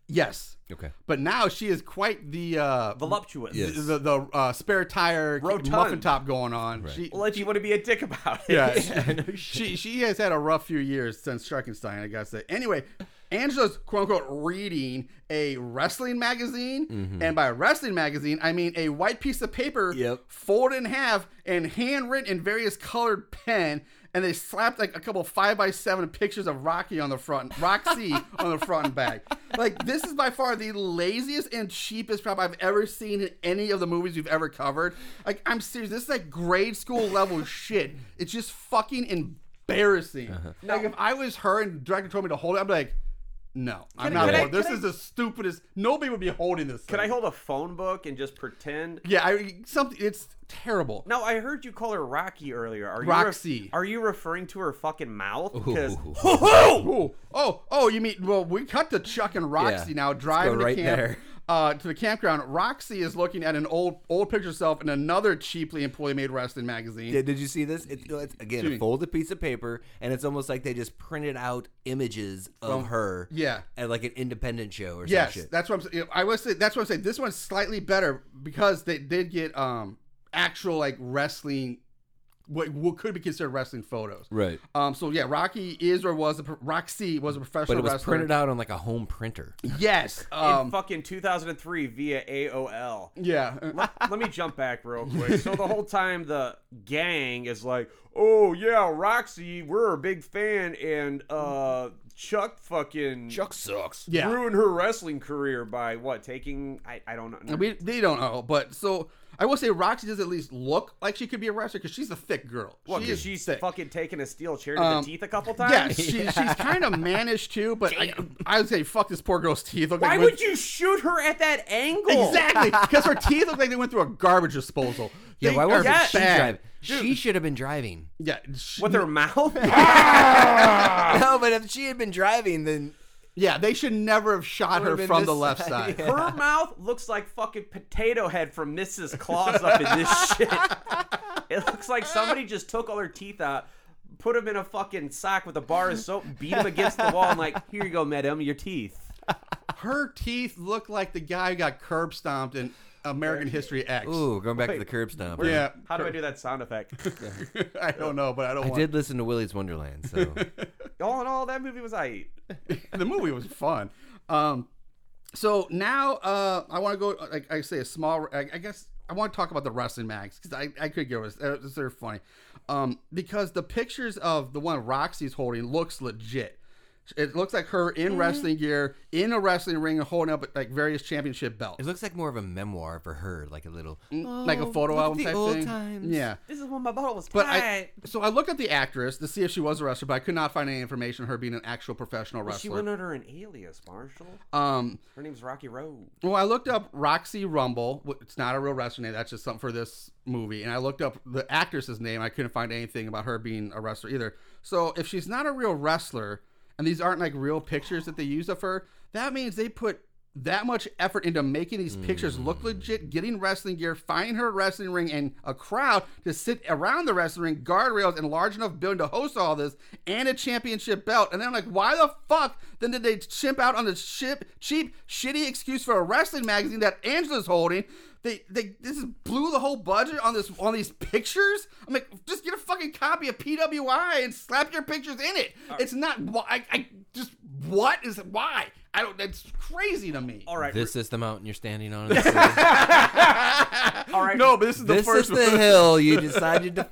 yes,
Okay.
but now she is quite the uh,
Voluptuous.
Yes.
the, the uh, spare tire
Rotund.
muffin top going on. She,
Well, if you want to be a dick about it.
yeah, she, she she has had a rough few years since Sharkenstein, I gotta say. Anyway, Angela's quote unquote reading a wrestling magazine, and by wrestling magazine I mean a white piece of paper
Yep.
folded in half and handwritten in various colored pen, and they slapped like a couple five by seven pictures of Rocky on the front, Roxy on the front and back. Like this is by far the laziest and cheapest prop I've ever seen in any of the movies we've ever covered. Like I'm serious, this is like grade school level shit. It's just fucking embarrassing.
Uh-huh.
Like if I was her and the director told me to hold it, I'd be like, no, I'm
Can-
not
can I-
holding. This
can I-
is the stupidest. Nobody would be holding this.
Could I
thing.
hold a phone book and just pretend?
Yeah, I something. It's terrible.
No, I heard you call her Rocky earlier. Are you
Roxy.
are you referring to her fucking mouth? Because
Ooh. Oh, oh, you mean well? We cut to Chuck and Roxy
Yeah.
now
Let's
driving
go
to
right
camp.
there.
Uh, to the campground, Roxy is looking at an old old picture of herself in another cheaply employee-made wrestling magazine.
Did, did you see this? It, it's again
Excuse me.
a folded piece of paper, and it's almost like they just printed out images of her.
yeah.
At like an independent show or
yes,
some shit.
that's what I'm saying. I was say, that's what I'm saying. This one's slightly better because they did get um actual like wrestling, what, what could be considered wrestling photos.
right.
Um. So yeah, Rocky is or was a pro- Roxy was a professional
But it was
wrestler.
printed out on like a home printer.
Yes.
in
Um.
fucking 2003 via AOL.
yeah.
Let, let me jump back real quick. So the whole time the gang is like, "Oh yeah, Roxy, we're a big fan," and uh, Chuck fucking
Chuck sucks.
Yeah.
ruined her wrestling career by what taking? I, I don't know.
And we they don't know, but so I will say Roxy does at least look like she could be a wrestler because she's a thick girl.
What,
she
'cause
is
she's
thick.
fucking taking a steel chair to
Um,
the teeth a couple
yeah,
times.
she, she's kind of mannish too, but I, I would say fuck this poor girl's teeth. Look
Why
like
would you shoot her at that angle?
exactly? Because her teeth look like they went through a garbage disposal.
Yeah.
They
why
are
wasn't
yes.
she
bad.
driving? She should have been driving.
Yeah, she-
With her mouth?
Ah.
no, but if she had been driving, then
yeah, they should never have shot her
Would've been
from the
this
left side.
side, yeah.
Her mouth looks like fucking potato head from Mrs. Claus up in this shit. It looks like somebody just took all her teeth out, put them in a fucking sock with a bar of soap, beat them against the wall, and like, here you go, madam, your teeth.
Her teeth look like the guy who got curb stomped in American History X.
ooh, going back to the curb stomp. huh?
Yeah,
How do I do that sound effect?
I don't know, but I don't.
I
want...
did listen to Willy's Wonderland, so
all in all, that movie was I.
the movie was fun. Um, so now uh, I want to go. Like I say, a small. I, I guess I want to talk about the wrestling mags because I, I could go. It's uh, it's- they're funny, um, because the pictures of the one Roxy's holding looks legit. It looks like her
Mm-hmm.
in wrestling gear, in a wrestling ring, and holding up like various championship belts,
it looks like more of a memoir for her, like a little
like a
"Oh,
photo
look at
album
the
type
old
thing.
Times.
Yeah.
This is when my bottle was
But
tight.
I so I looked at the actress to see if she was a wrestler, but I could not find any information on her being an actual professional wrestler.
She went under an alias, Marshall.
um,
Her name's Rocky Road.
Well, I looked up Roxy Rumble. wh- It's not a real wrestler name. That's just something for this movie. And I looked up the actress's name. I couldn't find anything about her being a wrestler either. So if she's not a real wrestler, and these aren't like real pictures that they use of her, that means they put that much effort into making these pictures look legit, getting wrestling gear, finding her wrestling ring and a crowd to sit around the wrestling ring, guardrails and large enough building to host all this, and a championship belt. And then I'm like, why the fuck then did they chimp out on this ship, cheap, shitty excuse for a wrestling magazine that Angela's holding? They, they this is blew the whole budget on this on these pictures. I'm like, just get a fucking copy of PWI and slap your pictures in it. It's not why I, I just what is why I don't. That's crazy to me.
All right,
This is the mountain you're standing on. this
all right.
No, but this is the
is
first
the
one.
hill you decided to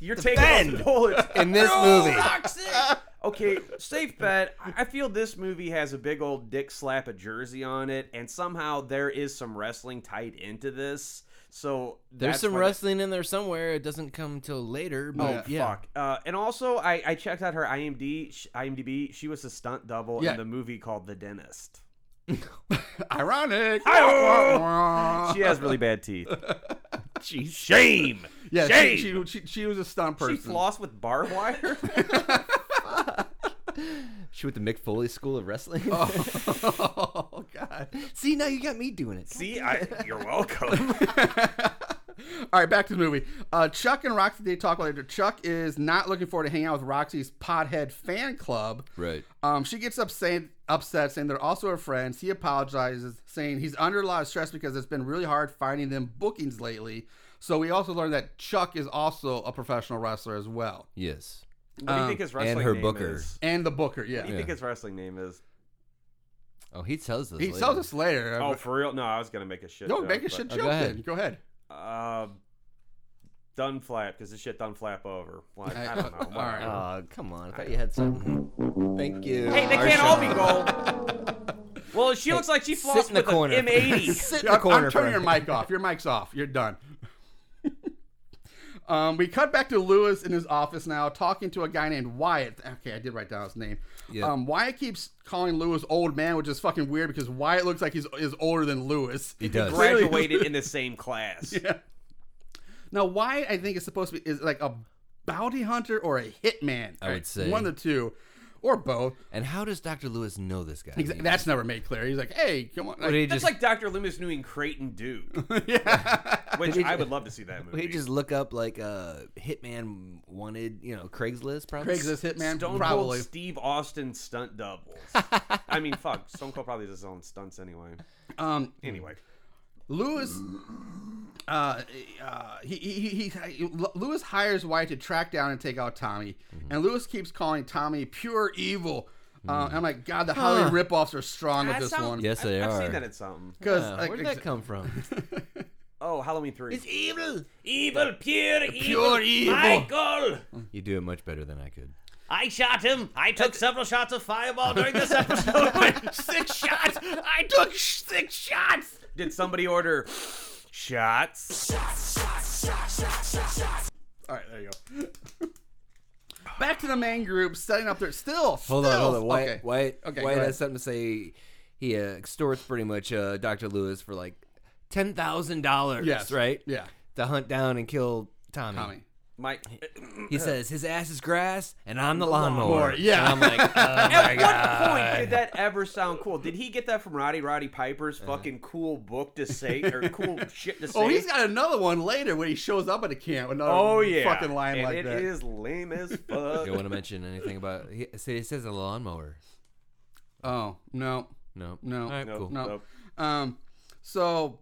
you're taking those bullets.
in this movie.
Okay, safe bet. I I feel this movie has a big old dick slap a jersey on it, and somehow there is some wrestling tied into this. So
There's
that's
some
why-
wrestling in there somewhere. It doesn't come till later, but yeah.
Fuck. Uh, and also, I, I checked out her IMD, sh- IMDb. She was a stunt double
Yeah.
in the movie called The Dentist.
Ironic.
She has really bad teeth.
Shame.
yeah, she,
Shame.
she, she, she was a stunt
She
person.
flossed with barbed wire.
She went to Mick Foley School of Wrestling.
oh god.
See, now you got me doing it.
See, I, you're welcome.
All right, back to the movie. Uh, Chuck and Roxy they talk later. Chuck is not looking forward to hanging out with Roxy's pothead fan club.
Right.
Um, she gets upset, upset, saying they're also her friends. He apologizes, saying he's under a lot of stress because it's been really hard finding them bookings lately. So we also learned that Chuck is also a professional wrestler as well,
Yes.
What do you think his wrestling
Um, her
name
booker.
is?
and the booker. Yeah,
What do you think his wrestling name is?
Oh, he tells us.
he
later.
tells us later.
Oh, for real? No, I was gonna make a shit.
Uh, No,
joke,
make a
but-
shit
Oh,
joke.
go ahead.
then. Go ahead.
Uh, done flap because this shit done flap over. Like, I
All
don't know.
right.
Oh, come on. I thought you had something. Thank you.
Hey, they can't all be gold. Well, she looks like she flossed
sit in the
with
corner.
an M80.
Sit in
Yeah,
the
I'm-
corner.
I'm turning
for
your mic off. Your mic's off. You're done. um, we cut back to Lewis in his office now, talking to a guy named Wyatt. Okay, I did write down his name.
Yeah.
Um, Wyatt keeps calling Lewis old man, which is fucking weird because Wyatt looks like he's is older than Lewis.
He does.
Graduated in the same class.
Now Wyatt, I think is supposed to be is like a bounty hunter or a hitman.
I would say.
one of the two, or both.
And how does Dr. Lewis know this guy?
Exa- That's never made clear. He's like, hey, come on.
Did he
That's
just,
like Dr. Loomis knew in Creighton Duke. Which I would love to see that
did
movie.
he just look up like uh, hitman wanted, you know, Craigslist probably.
Craigslist hitman,
Stone
probably.
Cold Steve Austin stunt doubles. I mean, fuck. Stone Cold probably does his own stunts anyway.
Um,
Anyway.
Lewis, uh, uh, he, he, he, he, Lewis hires White to track down and take out Tommy,
Mm-hmm.
and Lewis keeps calling Tommy pure evil. Uh,
Mm-hmm.
and I'm like, God, the Halloween ripoffs are strong with
That
this
sound-
one.
Yes, they
I've
are.
seen that in something.
Because
Yeah,
like,
where did
ex-
that come from?
Oh, Halloween 3.
evil.
evil, pure,
Pure evil.
Michael.
You do it much better than I could.
I shot him. I took several shots of fireball during this episode. six shots. I took six shots.
Did somebody order shots?
all right, there you go. Back to the main group, setting up their still.
Hold on, hold on. White,
okay.
White,
Okay,
White
go
has something to say. He uh, extorts pretty much uh, Dr. Lewis for like ten thousand dollars.
Yes.
right.
Yeah.
To hunt down and kill Tommy.
Tommy.
Mike.
He says his ass is grass and I'm the lawnmower.
Lawnmower, yeah.
And I'm like, oh
At
my
what
god.
Uh,
point did that ever sound cool? Did he get that from Roddy Roddy Piper's fucking cool book to say or cool shit to say?
Uh-huh. Oh, he's got another one later when he shows up at a camp. Another
Oh yeah,
fucking line
and
like
it
that.
is lame as fuck.
You want to mention anything about? He, say he says a lawnmower.
Oh no,
No.
No.
All right,
No,
cool.
no.
Nope.
Um, so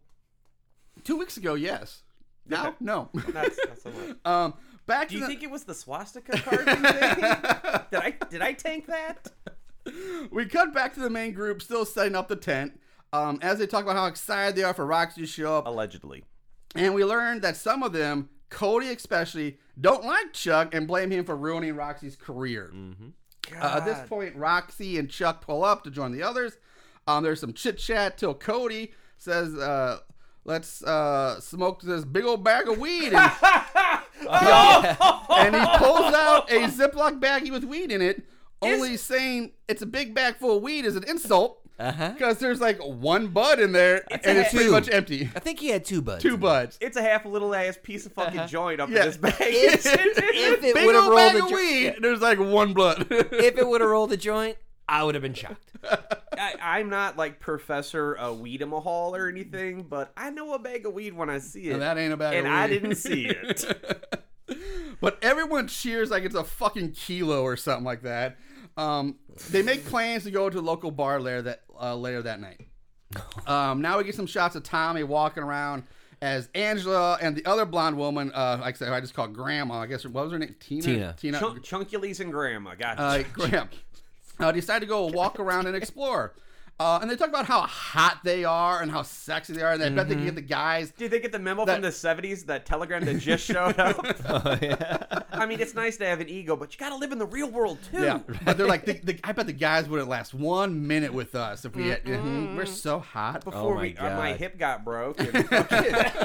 two weeks ago, yes. Now, no.
That's, that's a lot.
um, back to
Do you
the,
think it was the swastika card thing? did I did I tank that?
we cut back to the main group, still setting up the tent. Um, as they talk about how excited they are for Roxy to show up,
Allegedly.
and we learned that some of them, Cody especially, don't like Chuck and blame him for ruining Roxy's career.
Mm-hmm.
Uh, at this point, Roxy and Chuck pull up to join the others. Um, there's some chit chat till Cody says, uh, "Let's uh, smoke this big old bag of weed." And, and he pulls out a Ziploc baggie with weed in it. Only saying it's a big bag full of weed is an insult
Uh-huh.
because there's like one bud in there and it's pretty
two.
much empty.
I think he had two buds.
Two buds.
It's a half a little ass piece of
Uh-huh.
fucking joint up
Yeah.
in this bag.
If- if it
Big
would've
old
rolled
bag
a
of
jo-
weed. There's like one blood.
If it would have rolled the joint, I would have been shocked.
I, I, I'm not like Professor a Weedamahal or anything, but I know a bag of weed when I see it.
And that ain't a bag of
And I
weed.
didn't see it.
But everyone cheers like it's a fucking kilo or something like that. Um, they make plans to go to a local bar later that uh, later that night. Um, now we get some shots of Tommy walking around as Angela and the other blonde woman. Uh, like I said, I just called Grandma. I guess what was her name? Tina.
Tina.
Tina.
Chunk, Chunkulies and Grandma. Gotcha.
uh, Graham, uh, decide to go walk around and explore. Uh, and they talk about how hot they are and how sexy they are, and I bet they can get the guys.
Did they get the memo
That-
from the 70s, that telegram that just showed up?
Oh,
I mean, it's nice to have an ego, but you got to live in the real world, too.
Yeah, but they're like, the, the, I bet the guys wouldn't last one minute with us if we had. mhm, We're so hot.
Before
my
we, uh, my
God.
hip got broke, and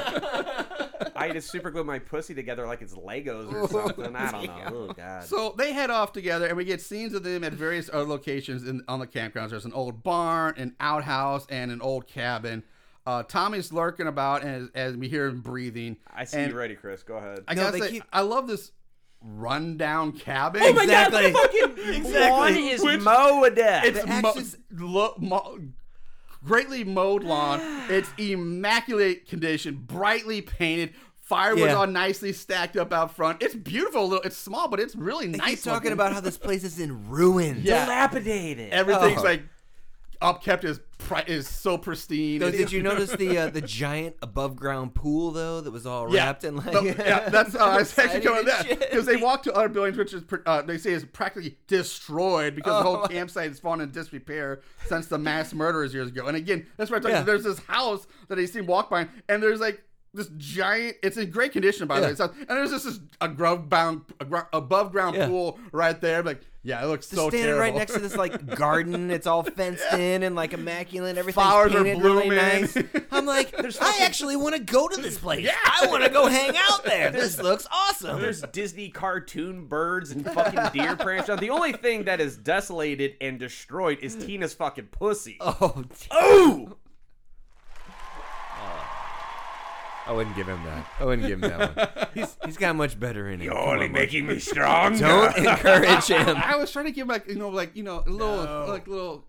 fucking- I just super glued my pussy together like it's Legos or something. I don't know. Oh, God.
So they head off together, and we get scenes of them at various other locations in, on the campgrounds. There's an old barn, an outhouse, and an old cabin. Uh, Tommy's lurking about, and as, as we hear him breathing,
I see
and
you ready, Chris. Go ahead.
I
No,
gotta
they
say,
keep-
I love this rundown cabin.
Oh exactly.
One
exactly.
is Mo Adep.
It's
The
mo-
axes-
lo- mo- greatly mowed lawn. It's immaculate condition, brightly painted. Firewood's
Yeah.
all nicely stacked up out front. It's beautiful. Little, it's small, but it's really
They
nice.
keep talking
looking.
about how this place is in ruins.
Yeah.
dilapidated.
everything's
Oh.
like upkept is pri- is so pristine.
Though,
It's-
did you notice the uh, the giant above ground pool though that was all
Yeah.
wrapped in like?
So, yeah, that's uh, I was actually
siding
going
and
that
shit?
because they walk to other buildings, which is pr- uh, they say is practically destroyed because the
Oh.
whole campsite has fallen in disrepair since the mass murderers years ago. And again, that's why I'm talking.
Yeah.
There's this house that they seem walk by, and there's like this giant. It's in great condition by the
Yeah.
way. So- And there's just this a grove bound a gro- above ground
Yeah.
pool right there. Like yeah, it looks
Just
so
standing
terrible.
right next to this like garden. It's all fenced in and like immaculate. Everything's
Flowers are
painted
blooming.
really nice. I'm like, I actually want to go to this place. Yeah. I want to go hang out there. This looks awesome.
There's Disney cartoon birds and fucking deer branch. The only thing that is desolated and destroyed is Tina's fucking pussy.
Oh,
Ooh!
I wouldn't give him that. I wouldn't give him that one. He's he's got much better in him. Come on, Mark.
me strong.
Don't encourage him.
I was trying to give like you know like you know a little like little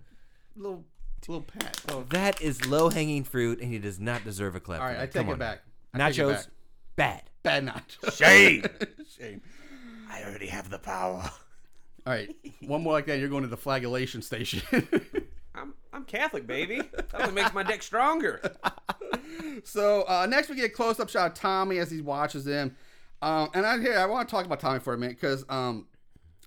little little pat. Little-
That is low hanging fruit, and he does not deserve a clap.
All
for
right,
that.
I take
Come
it
on.
back. I take it
Nachos,
back.
bad.
Bad nachos.
Shame.
Shame.
I already have the power.
All right, one more like that, you're going to the flagellation station.
I'm, I'm Catholic, baby. That only makes my dick stronger.
so uh, next we get a close-up shot of Tommy as he watches them, um, and I here I want to talk about Tommy for a minute because, um,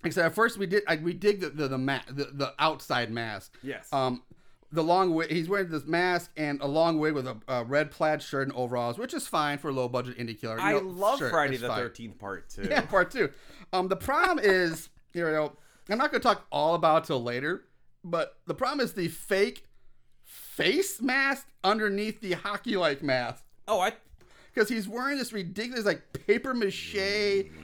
like I said, at first we did I, we dig the the the, ma- the the outside mask.
Yes.
Um, the long wig. He's wearing this mask and a long wig with a, a red plaid shirt and overalls, which is fine for a low-budget indie killer. You
I
know,
love
sure,
Friday
it's
the
fine.
13th part 2.
Yeah, part two. Um, the problem is, you know, I'm not going to talk all about it till later, but the problem is the fake face mask underneath the hockey like mask.
Oh, I
Because he's wearing this ridiculous, like, paper mache,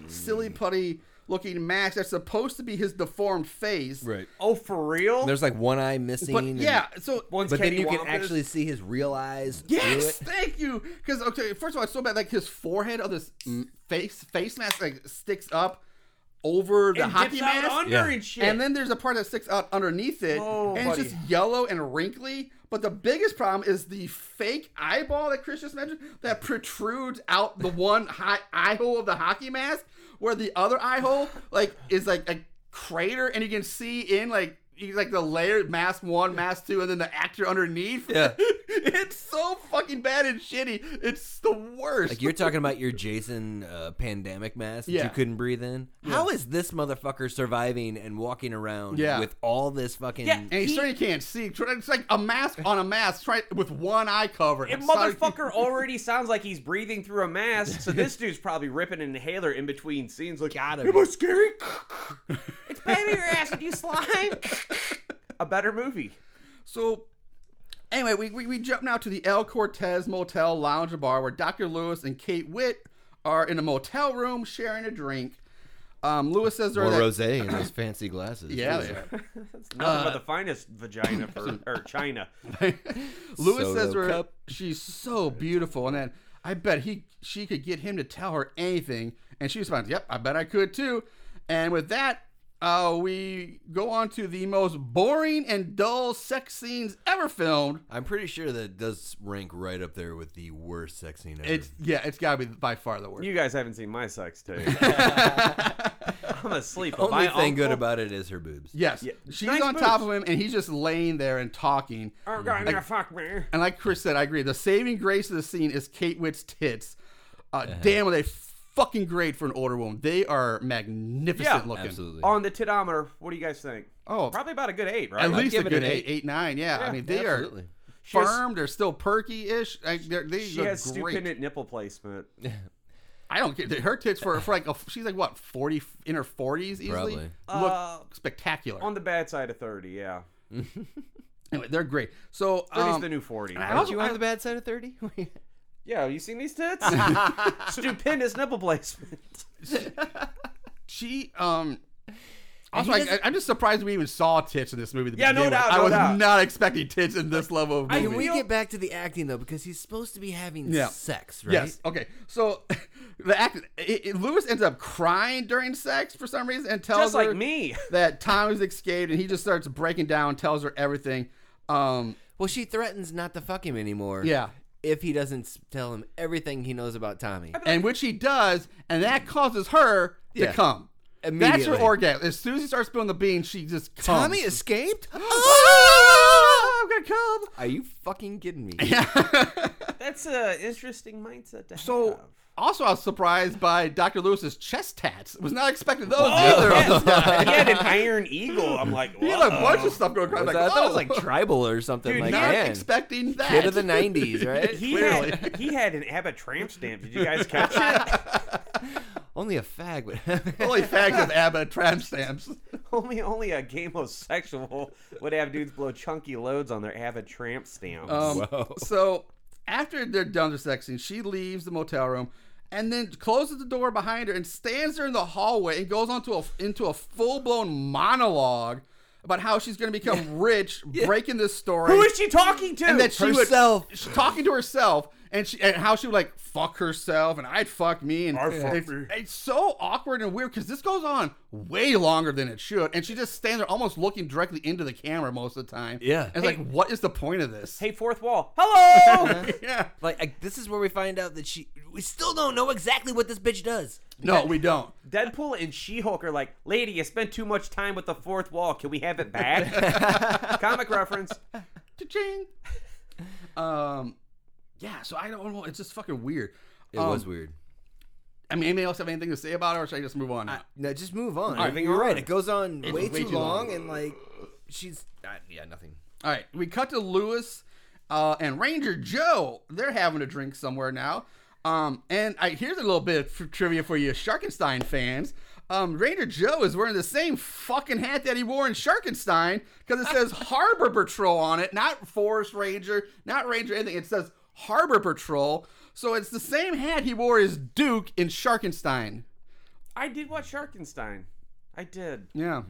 silly putty looking mask that's supposed to be his deformed face.
Oh, for real?
There's like one eye missing.
But
and-
yeah, so
One's
But then
Kenny
you can
Wampus.
actually see his real eyes. through
Yes,
it.
thank you. Because okay, first of all, it's so bad. Like his forehead of this mm, face face mask like sticks up over the
And
hockey
dips out
mask,
under
Yeah.
and shit.
and then there's a part that sticks out underneath it,
Whoa,
and
buddy.
it's just yellow and wrinkly. But the biggest problem is the fake eyeball that Chris just mentioned that protrudes out the one high eye hole of the hockey mask, where the other eye hole like is like a crater, and you can see in like. you- Like the layered mask one, mask two, and then the actor underneath.
Yeah.
it's so fucking bad and shitty. It's the worst.
Like you're talking about your Jason uh, pandemic mask that
Yeah.
you couldn't breathe in. How is this motherfucker surviving and walking around
Yeah.
with all this fucking?
Yeah.
and he, certainly can't see. It's like a mask on a mask, try with one eye covered.
And
It's not-
motherfucker already sounds like he's breathing through a mask, so this dude's probably ripping an inhaler in between scenes. Like,
Gotta
am
be.
I scary? it's baby your ass with you slime. a better movie.
So, anyway, we, we, we jump now to the El Cortez Motel Lounge and Bar where Dr. Lewis and Kate Witt are in a motel room sharing a drink. Um, Lewis says they're
Or
that-
rose in those fancy glasses.
Yeah,
Ooh.
they are.
It's nothing but the finest vagina for or China.
Lewis
Solo
says her,
cup.
she's so beautiful, and then I bet he she could get him to tell her anything, and she responds, "Yep, I bet I could too." And with that, uh, we go on to the most boring and dull sex scenes ever filmed.
I'm pretty sure that does rank right up there with the worst sex scene ever.
It's yeah, it's gotta be by far the worst.
You guys haven't seen my sex tape. I'm asleep. but
Only
my
thing good
uncle-
about it is her boobs.
yes,
Yeah.
she's
Nice
on top of him,
boobs.
and he's just laying there and talking.
Oh, God, now fuck me.
And like Chris said, I agree. The saving grace of the scene is Kate Witt's tits. Uh,
Uh-huh.
Damn, are they fucking great for an older woman? They are magnificent
Yeah,
looking.
Absolutely.
On the titometer, what do you guys think?
Oh,
Probably about a good eight, right?
at
Like,
least a
give it
good
an
eight,
eight.
eight, nine. Yeah, I mean they
Absolutely.
are
has-
firm. They're still perky-ish. Like, they're, they
She
look
has
great.
stupendous nipple placement.
I don't get her tits for, for like a, she's like what forty in her forties easily.
Probably.
Look
Uh,
spectacular.
On the bad side of 30, yeah.
anyway, they're great. So
30's
um,
the new 40.
I
right?
also-
you on the bad side of 30?
Yeah, you seen these tits? Stupendous nipple placement.
she um. Also,
he
I,
doesn't-
I'm just surprised we even saw tits in this movie. To
Yeah, no
begin with.
doubt,
I
no
was
doubt.
not expecting tits in this level of movie.
Can we
feel-
get back to the acting though? Because he's supposed to be having
Yeah.
sex, right?
Yes. Okay. So the act, it, it- Lewis ends up crying during sex for some reason and tells
Just
her
like me.
that Tommy's escaped, and he just starts breaking down, tells her everything. Um,
Well, she threatens not to fuck him anymore.
Yeah.
If he doesn't s- tell him everything he knows about Tommy.
and which he does, and that causes her
Yeah.
to come. That's her
Immediately.
orgasm. As soon as he starts spilling the beans, she just comes.
Tommy escaped?
Oh, I'm gonna come.
Are you fucking kidding me?
That's an interesting mindset to
So.
have.
Also, I was surprised by Dr. Lewis's chest tats. Was not expecting those
Oh,
either.
yes. he had an iron eagle. I'm like,
He had a
"Whoa."
bunch of stuff going on.
Was
Like,
that- I thought it was
oh.
like tribal or something
Dude,
like
not
that.
expecting that.
Kid of the 90s, right?
He had, he had an Abba tramp stamp. Did you guys catch it?
Only a fag would
Holy fags of ABBA tram stamps.
only only a gamosexual would have dudes blow chunky loads on their Abba tramp stamps.
Um, so after they're done their sex scene, she leaves the motel room and then closes the door behind her and stands there in the hallway and goes onto a into a full blown monologue about how she's going to become rich, breaking this story.
Who is she talking to?
and that she
Herself.
would she's talking to herself and she and how she would like fuck herself and I'd fuck me and
I'd fuck
it's,
me.
it's so awkward and weird because this goes on way longer than it should and she just stands there almost looking directly into the camera most of the time
Yeah.
and it's like what is the point of this
hey, fourth wall. Hello.
yeah
Like, I, this is where we find out that she. We still don't know exactly what this bitch does.
no we don't
Deadpool and She-Hulk are like, lady, you spent too much time with the fourth wall. Can we have it back? Comic reference.
Cha-ching. um yeah so I don't know it's just fucking weird
It
Um,
was weird.
I mean anybody else have anything to say about it or should I just move on now?
No, just move on.
right,
You're right.
on.
It goes on way,
way
too,
too
long,
long.
and like, she's uh, yeah, nothing.
All right, we cut to Lewis uh, and Ranger Joe. They're having a drink somewhere now. Um, and I, here's a little bit of trivia for you Sharkenstein fans. Um, Ranger Joe is wearing the same fucking hat that he wore in Sharkenstein because it says Harbor Patrol on it, not Forest Ranger, not Ranger anything. It says Harbor Patrol. So it's the same hat he wore as Duke in Sharkenstein.
I did watch Sharkenstein. I did.
Yeah.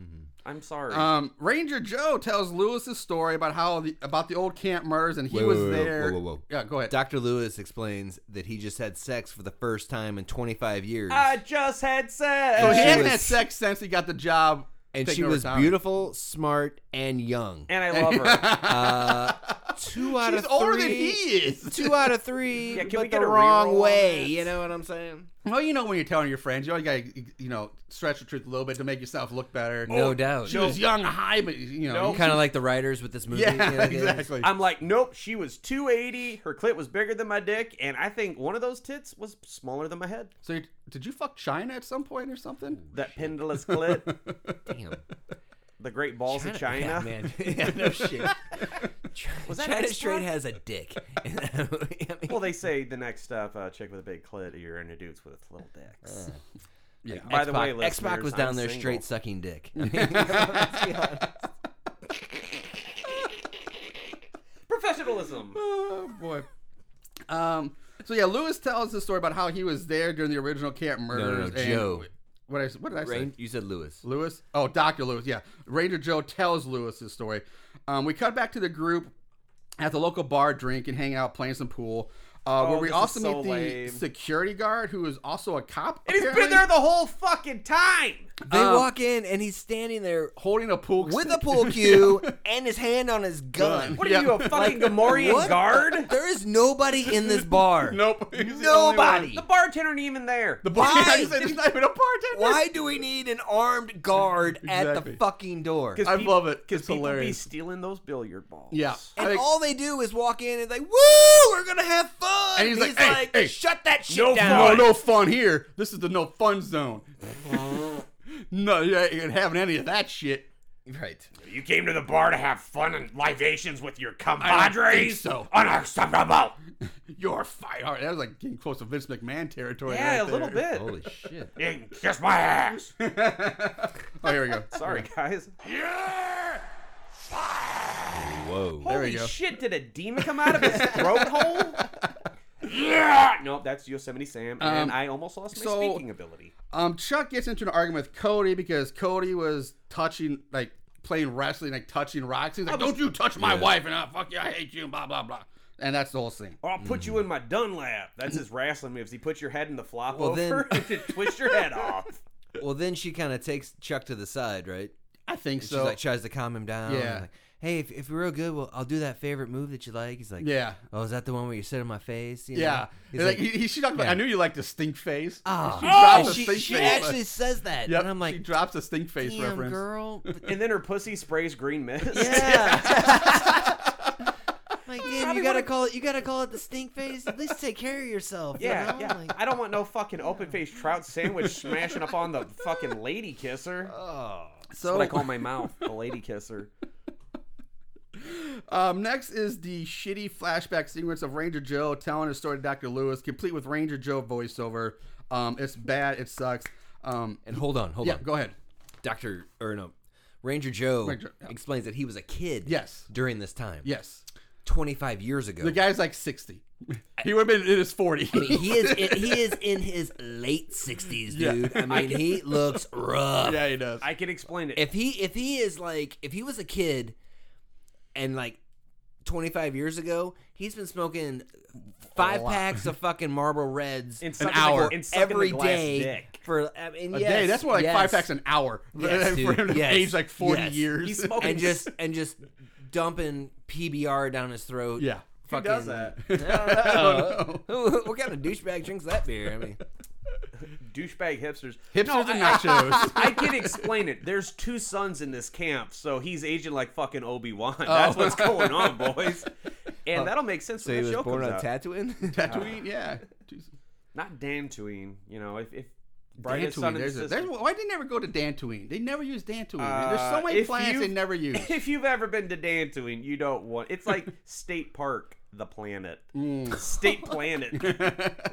I'm sorry.
Um, Ranger Joe tells Lewis's story about how the about the old camp murders and he was there. Yeah, go ahead.
Dr. Lewis explains that he just had sex for the first time in 25 years.
I just had sex.
So Oh, he
she
hadn't
was-
had sex since he got the job,
and
taking
she
over
was
town.
beautiful, smart, and young.
and I love her.
two out
She's
of
older
three,
than he is.
Two out of three,
Yeah, can we
but
get
the
a reroll
wrong
on
way.
this?
You know what I'm saying?
Well, you know when you're telling your friends, you always gotta, you know, stretch the truth a little bit to make yourself look better.
No
Oh,
doubt.
She was young, high, but you know,
Nope.
Kind of like the writers with this movie.
yeah,
you know, it is.
exactly.
I'm like, nope, she was 280. Her clit was bigger than my dick. And I think one of those tits was smaller than my head.
So, you, did you fuck China at some point or something?
That pendulous clit.
Damn.
The great balls of China.
Yeah, man. yeah, no shit.
Was that
China
extra?
Straight has a dick. I mean,
Well, they say the next step, uh, chick with a big clit, you're into dudes with little dicks.
Yeah.
By the way,
X-Pac- X-Pac
listeners,
was down
I'm
there
single.
straight sucking dick. I mean, let's be honest.
Professionalism.
Oh boy. Um. So yeah, Lewis tells the story about how he was there during the original camp murders.
no,
and-
Joe.
What I what did I say?
Rain, you said Lewis.
Lewis? Oh, Dr. Lewis. Yeah. Ranger Joe tells Lewis his story. Um, we cut back to the group at the local bar, drink and hang out, playing some pool. Uh,
Oh,
where we
this is
also
so
meet the
lame.
security guard who is also a cop.
And he's
apparently.
been there the whole fucking time.
They walk in and he's standing there
Holding a pool
with a
stick.
pool cue and his hand on his gun.
What are
Yeah.
you, a fucking Gamorrean
What the-
guard?
There is nobody in this bar.
Nope. He's the only
Nobody.
one.
The bartender ain't even there.
The bar. I
Why?
just said he's not even a bartender.
Why do we need an armed guard at the
Exactly.
fucking door?
I love it.
Because
It's
people be
hilarious.
stealing those billiard balls.
Yeah. I
And
think-
all they do is walk in and like, woo, we're gonna have fun.
And he's like, "Hey, hey,
shut that shit
no
down.
no, no fun here. This is the no fun zone. no, you ain't having any of that shit.
Right.
You came to the bar to have fun and libations with your
I don't think
compadres?
so.
Unacceptable!
You're fired. That was like getting close to Vince McMahon territory.
Yeah,
right
a little
there.
bit.
Holy shit.
You can kiss my ass!
Oh, here we go.
Sorry, guys.
Whoa.
There we
Holy
go.
shit, did a demon come out of his throat hole?
Yeah!
No, that's Yosemite Sam,
Um,
and I almost lost my
so-
speaking ability.
Um, Chuck gets into an argument with Cody because Cody was touching, like playing wrestling, like touching Roxy. He's like, "Don't you touch my wife!" And I fuck you, I hate you, and blah blah blah. And that's the whole scene.
Or Oh, I'll put you
Mm.
in my Dunlap. That's his wrestling moves. He puts your head in the flop
Well, then-
over and then twist your head off.
Well, then she kind of takes Chuck to the side, right?
I think
And
so.
she's like, tries to calm him down.
Yeah.
and Like, hey, if, if we're real good, well, I'll do that favorite move that you like. He's like,
yeah,
Oh, is that the one where you sit on my face? You know?
yeah.
He's
Like,
like,
he, he, she talked about.
yeah.
I knew you liked the stink face.
"Oh."
She drops
And
a
she,
stink
she
face.
actually says that,
Yep,
and I'm
she
like,
drops a stink face
damn
reference.
girl. But-
And then her pussy sprays green mist.
yeah. Like, damn,
Probably
you gotta
would've-
call it. You gotta call it the stink face. At least take care of yourself. you
Yeah,
Oh
know?
yeah.
Like-
I don't want no fucking open faced trout sandwich smashing up on the fucking lady kisser.
Oh.
That's
So
what I call my mouth, the lady kisser.
Um, next is the shitty flashback sequence of Ranger Joe telling his story to Dr. Lewis, complete with Ranger Joe voiceover. Um, it's bad. It sucks. Um,
And hold on, hold
yeah,
on.
go ahead.
Doctor or no, Ranger Joe
Ranger, yeah.
explains that he was a kid.
Yes.
During this time.
Yes,
25 years ago.
the guy's like sixty. He would have been in his forty.
he is in, he is in his late 60s,
Yeah.
dude. I mean, he looks rough.
yeah, he does.
I can explain it.
If he if he is like if he was a kid and like 25 years ago, he's been smoking five
lot.
packs of fucking Marlboro Reds
And
an
sucking the gla-
hour
and sucking the
every
glass
day
dick.
for I mean,
a
yes,
day. That's more like five
yes.
packs an hour
Yes,
for him
dude.
to
Yes.
age like forty
Yes.
years.
He's smoking
and just and just dumping PBR down his throat.
yeah, Uh,
Fucking,
does that?
I don't know. Who- what kind of douchebag drinks that beer? I mean,
douchebag hipsters.
hipsters and nachos.
I can explain it. There's two sons in this camp, so he's aging like fucking Obi Wan.
Oh.
That's what's going on, boys. And that'll make sense
So
when
he was
the show
born
comes
on
out.
Tatooine?
Tatooine, yeah. Jeez.
Not Dantooine, you know. If, if brightest
Dantooine.
sun in the
There's a,
system.
there's, why they never go to Dantooine? They never use Dantooine. there's
Uh,
so many
if
planets they
you-
never use.
if you've ever been to Dantooine, you don't want. It's like State Park, the planet.
Mm.
State Planet.
what?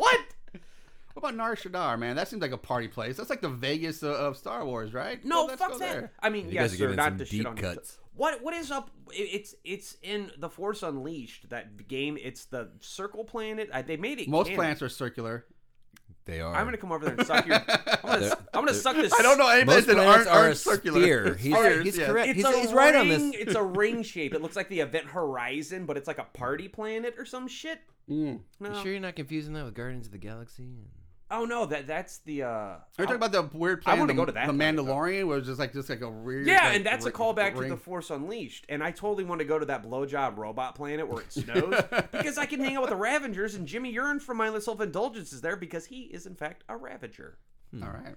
What about Nar Shaddaa, man? That seems like a party place. That's like the Vegas of, of Star Wars, right?
No,
Well, let's
fuck
go
that.
there.
I mean,
You
yes,
guys are
sir.
giving
Not
some
to shit
deep
on
cuts.
What what is up? it- It's it's in the Force Unleashed that game. It's the Circle Planet. I, they made it.
Most
canon.
planets are circular.
they are.
I'm gonna come over there and suck your. I'm gonna, I'm gonna suck this.
I don't know any planets
most
that
planets
aren't,
are
aren't
a
circular.
sphere. He's,
Spheres,
he's
yeah.
correct.
It's
He's,
a
he's
ring,
right on this.
It's a ring shape. It looks like the Event Horizon, but it's like a party planet or some shit.
Mm.
No.
You sure you're not confusing that with Guardians of the Galaxy?
Oh no, that that's the. uh
Are you talking about the weird
I
planet?
wanna
the,
go to that
The
planet, though.
Mandalorian was just like just like a weird.
Yeah,
like,
and that's a
ri-
callback to
ring.
the Force Unleashed. And I totally want to go to that blowjob robot planet where it snows because I can hang out with the Ravengers and Jimmy Urine from my self indulgence is there because he is in fact a Ravager.
All right.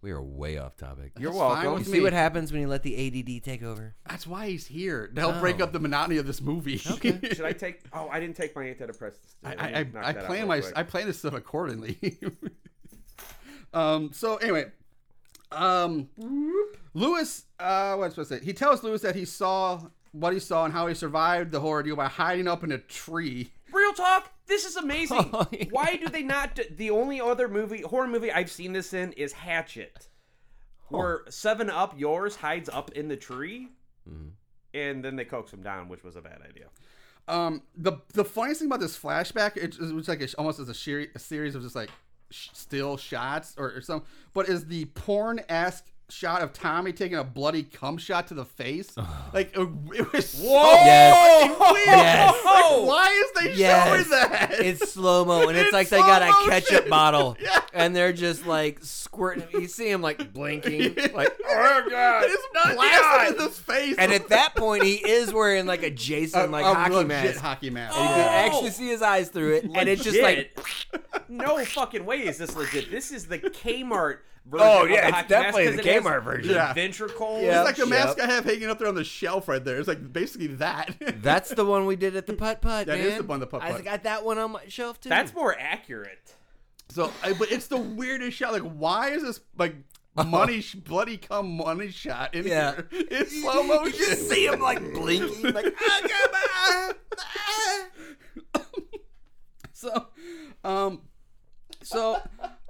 We are way off topic.
You're
That's fine with
welcome.
You
me.
Hmm. see what happens when you let the ADD take over?
That's why he's here to help break
Oh.
up the monotony of this movie.
Should I take? Oh, I didn't take my antidepressants.
I,
today. Let
I,
me knock
I, I
that out
plan
real
my
quick.
I plan this stuff accordingly. um. So anyway, um, Lewis. Uh, what was I supposed to say? He tells Lewis that he saw what he saw and how he survived the horror deal by hiding up in a tree.
Real talk, this is amazing.
Oh, yeah.
Why do they not? Do, the only other movie, horror movie I've seen this in is Hatchet, where Seven Up yours hides up in the tree,
Mm-hmm.
and then they coax him down, which was a bad idea.
Um. The the funniest thing about this flashback, it, it was like a, almost as a, seri- a series of just like sh- still shots or, or some, but is the porn esque shot of Tommy taking a bloody cum shot to the face. like it, it was so
Yes.
fucking weird.
Yes.
Like, why is they
Yes.
showing that?
It's slow mo, and it's,
It's
like they got
slow
a ketchup
motion.
bottle,
Yeah.
and they're just like squirting. You see him like blinking, like
oh god, it's not blasted in his face.
And at that point, he is wearing like a Jason like hockey
legit
mask. Oh.
hockey mask.
And you can actually see his eyes through it, and it's just like
Legit. no fucking way is this legit. This is the Kmart version.
Oh,
of
yeah,
the
it's
hockey
definitely
mask
the
'cause it has
Kmart version.
Yeah.
Ventricles.
Yeah.
It's like the
Yep.
mask I have hanging up there on the shelf right there. It's like basically that.
that's the one we did at the putt putt.
That
That is
is the one, the putt
I
putt.
got that one on my shelf too.
That's more accurate.
so, I- but it's the weirdest shot. Like, why is this like money sh- bloody cum money shot in
Yeah.
here? It's slow motion.
You just see him like blinking, like ah, come on. ah."
So, um, so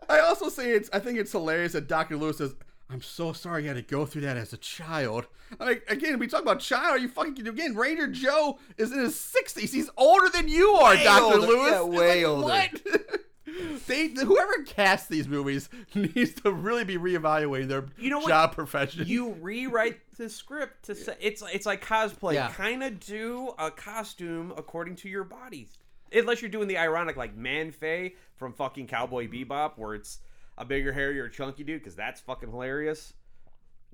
I also say it's. I think it's hilarious that Doctor Lewis says, "I'm so sorry you had to go through that as a child." I mean, again, we talk about child. Are you fucking again? Ranger Joe is in his sixties. He's older than you are,
Way
Doctor
older.
Lewis.
Yeah, way older.
What? They, whoever casts these movies needs to really be reevaluating their
You know what?
job profession.
You rewrite the script to say it's it's like cosplay.
Yeah.
Kind of do a costume according to your body, unless you're doing the ironic like Man Fay from fucking Cowboy Bebop, where it's a bigger, hairier, chunky dude, because that's fucking hilarious.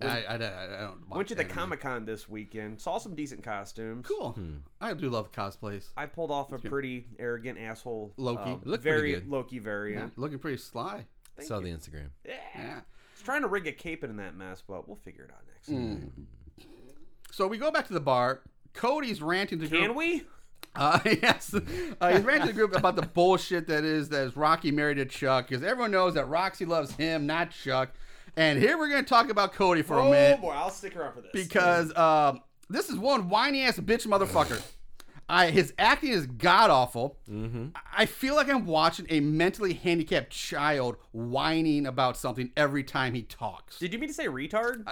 I, I, I don't.
Went to
watch
the
anime. Hmm.
Comic Con this weekend, saw some decent costumes.
Cool. I do love cosplays.
I pulled off a pretty arrogant asshole
Loki.
um,
Looked pretty
very
good.
Loki variant.
Looking pretty sly.
Saw the Instagram.
Yeah.
It's trying to rig a cape in that mess, but we'll figure it out next. time.
So we go back to the bar. Cody's ranting to
Can
group.
we?
Uh, yes, uh, he's ranting to the group about the bullshit that is that is Rocky married to Chuck because everyone knows that Roxy loves him, not Chuck. And here we're gonna talk about Cody for a
Oh
minute
boy, I'll stick around for this.
because um, this is one whiny ass bitch motherfucker. I his acting is god awful. Mm-hmm. I feel like I'm watching a mentally handicapped child whining about something every time he talks.
Did you mean to say retard?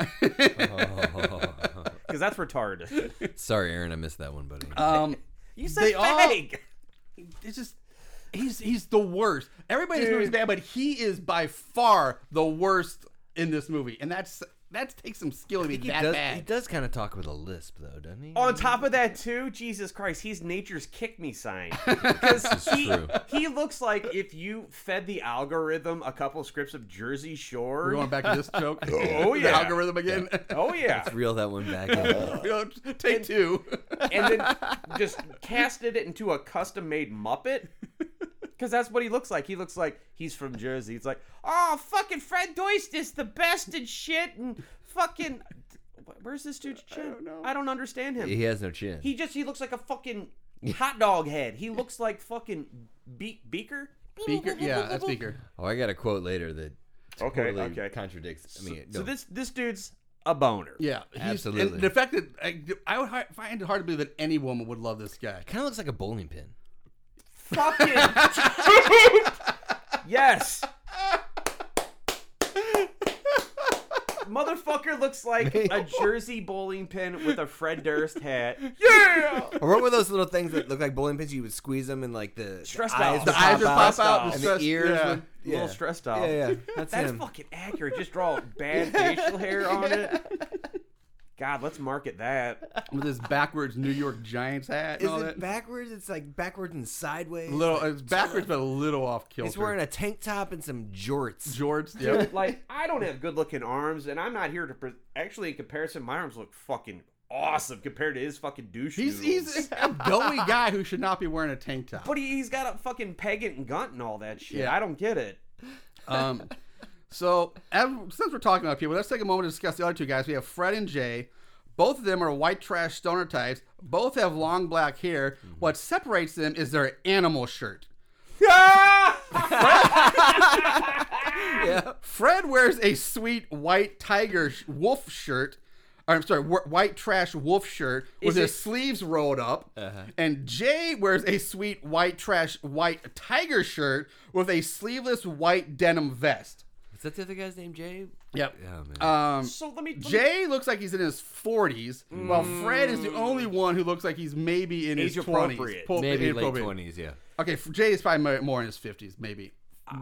Because that's retarded.
Sorry, Aaron, I missed that one, buddy.
Um,
You said
They all-
fag.
it's just he's he's the worst. Everybody in this movie is bad, but he is by far the worst in this movie, and that's that takes some skill to be
he,
that
does,
bad.
he does kind of talk with a lisp, though, doesn't he?
On top of that, too, Jesus Christ, he's nature's kick me sign. Because he,
true.
he looks like if you fed the algorithm a couple scripts of Jersey Shore.
We're going back to this joke.
Oh,
the
yeah.
algorithm again.
Oh, yeah.
Reel that one back. in.
Take two.
and then just casted it into a custom made Muppet. Because that's what he looks like. He looks like he's from Jersey. It's like, oh, fucking Fred Doist is the best and shit. And fucking. Where's this dude's chin? I don't, understand him.
He has no chin.
He just, he looks like a fucking hot dog head. He looks like fucking be- Beaker.
Beaker, yeah, that's Beaker.
oh, I got a quote later that
Okay,
totally
okay.
contradicts. I mean,
So
no.
this this dude's a boner.
Yeah, he's,
Absolutely.
And the fact that I, I would hi- find it hard to believe that any woman would love this guy.
kind of looks like a bowling pin.
Fucking. yes. Motherfucker looks like a Jersey bowling pin with a Fred Durst hat. Yeah.
Or what were those little things that look like bowling pins? You would squeeze them and like the,
Stressed
eyes
out.
would
The
eyes would pop out,
and
the
the
stress-
ears
yeah.
would.
A
Yeah.
little stressed out.
Yeah, yeah. That's,
That's
him.
fucking accurate. Just draw bad facial hair on it. God, let's market that.
With his backwards New York Giants hat and
Is
all
it
that.
backwards? It's like backwards and sideways.
little, it's backwards, but a little off kilter.
He's wearing a tank top and some jorts.
George. Yeah.
Like, I don't have good looking arms, and I'm not here to. Pre- Actually, in comparison, my arms look fucking awesome compared to his fucking douche.
He's,
noodles.
he's a doughy guy who should not be wearing a tank top.
But he, he's got a fucking Pagan and Gunt and all that shit.
Yeah.
I don't get it.
Um, so, as, since we're talking about people, let's take a moment to discuss the other two guys. We have Fred and Jay. Both of them are white trash stoner types. Both have long black hair.
Mm-hmm.
What separates them is their animal shirt. Fred wears a sweet white tiger sh- wolf shirt. or, I'm sorry, wh- white trash wolf shirt with his
Is it- Uh-huh.
sleeves rolled up. And Jay wears a sweet white trash white tiger shirt with a sleeveless white denim vest.
Is that the other guy's name, Jay?
Yep.
Oh man.
Um,
So let me. Let me-
Jay looks like he's in his 40s, while Fred is the only one who looks like he's maybe in
Age
his 20s.
appropriate.
Po-
Maybe late
appropriate.
twenties. Yeah.
Okay, Jay is probably mo- more in his 50s, maybe.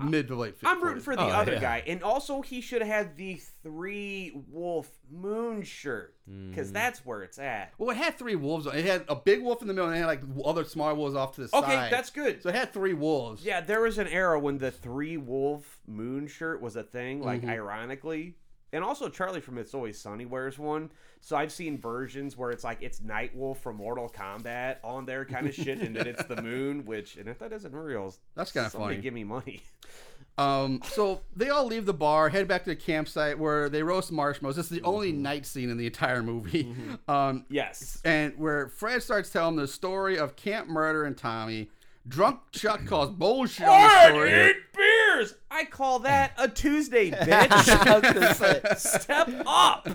mid to late.
Uh, I'm rooting for the
Oh,
other
yeah.
guy, and also he should have had the three wolf moon shirt
Hmm.
because that's where it's at.
Well, it had three wolves. on It had a big wolf in the middle, and it had like other small wolves off to the
Okay,
side.
that's good.
So it had three wolves.
Yeah, there was an era when the three wolf moon shirt was a thing, like
Mm-hmm.
ironically. And also Charlie from It's Always Sunny wears one. So I've seen versions where it's like it's Night Wolf from Mortal Kombat on there kind of shit and then it's the moon, which and if that isn't real,
That's kinda
somebody
funny.
Give me money.
Um, so they all leave the bar, head back to the campsite where they roast marshmallows. This is
Mm-hmm.
the only night scene in the entire movie.
Mm-hmm.
Um,
Yes.
and where Fred starts telling the story of Camp Murder and Tommy. Drunk Chuck calls bullshit on the story.
beers. I call that a Tuesday, bitch. Step up.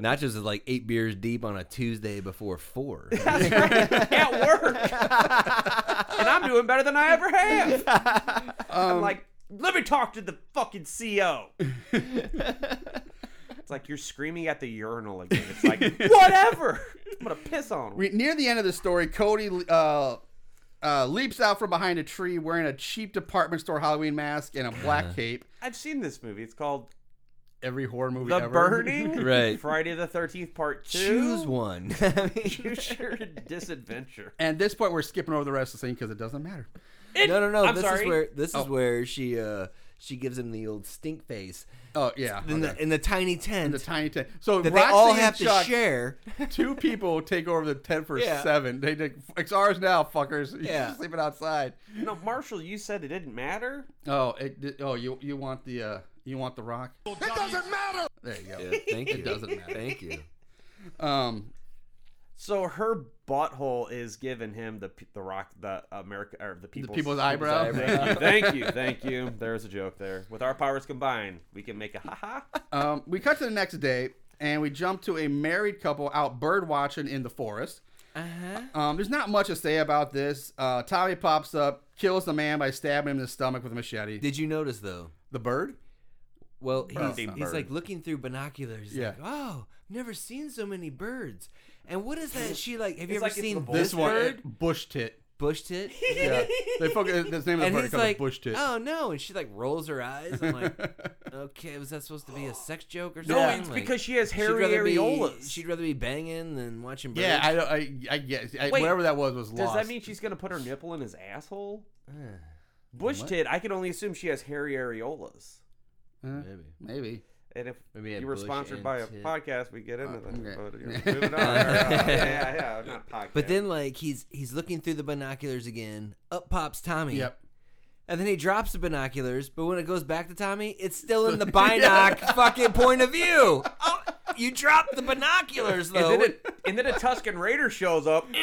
Nachos is like eight beers deep on a Tuesday before four.
That's right. At work. and I'm doing better than I ever have.
Um,
I'm like, let me talk to the fucking CO. it's like you're screaming at the urinal again. It's like, whatever. I'm going to piss on him.
We- Near the end of the story, Cody uh, uh, leaps out from behind a tree wearing a cheap department store Halloween mask and a
Uh-huh.
black cape.
I've seen this movie. It's called
Every horror movie
The
ever.
Burning.
Right.
Friday the 13th, part two.
Choose one. I mean,
Future disadventure.
And at this point, we're skipping over the rest of the scene because it doesn't matter.
no, no, no.
I'm
this
sorry. Oh.
is where this is where she uh she gives him the old stink face
Oh yeah,
in
okay.
the in the tiny tent
the tiny tent. So
that they
Roxy
all
and
have
Chuck,
to share.
Two people take over the tent for
Yeah.
seven. They take, it's ours now, fuckers. You're
Yeah.
sleeping outside.
No, Marshall, you said it didn't matter.
Oh, it, oh, you you want the uh, you want the rock? It doesn't matter. There you go.
Thank you. It
doesn't matter.
Thank you.
Um,
So her butthole is giving him the p- the rock the America or the people's,
people's eyebrow.
Thank you, thank you, thank you. There's a joke there. With our powers combined, we can make a haha.
Um, we cut to the next day, and we jump to a married couple out bird watching in the forest. Uh-huh. Um, there's not much to say about this. Uh, Tommy pops up, kills the man by stabbing him in the stomach with a machete.
Did you notice though?
the bird?
Well, he's,
Bird.
he's like looking through binoculars. He's
Yeah.
Like, oh, never seen so many birds. And what is that? She like, have you
It's
ever
like it's the
seen
bull-
this
This one,
bird?
bush tit.
Bush tit.
Yeah, they fucking. That's the name of the
and
bird.
he's
called a
like,
bush tit.
oh no. And she like rolls her eyes. I'm like, okay, was that supposed to be a sex joke or something?
No, it's
Like,
because she has
she'd
hairy
rather be-
areolas.
She'd rather be banging than watching birds.
yeah, I, don't- I, I guess I,
Wait,
whatever that was was
Does
lost.
that mean she's gonna put her nipple in his asshole?
Eh.
Bush tit. I can only assume she has hairy areolas.
Maybe.
Uh, Maybe.
And if
Maybe a
you were
bush
sponsored
and
by a
tit.
podcast, we get into that.
okay.
But, you know, moving on. yeah, yeah, yeah, not podcast.
But then like he's he's looking through the binoculars again. Up pops Tommy.
Yep.
And then he drops the binoculars, but when it goes back to Tommy, it's still in the binoc fucking point of view. Oh, you dropped the binoculars though.
And then, a, and then a Tuscan Raider shows up. and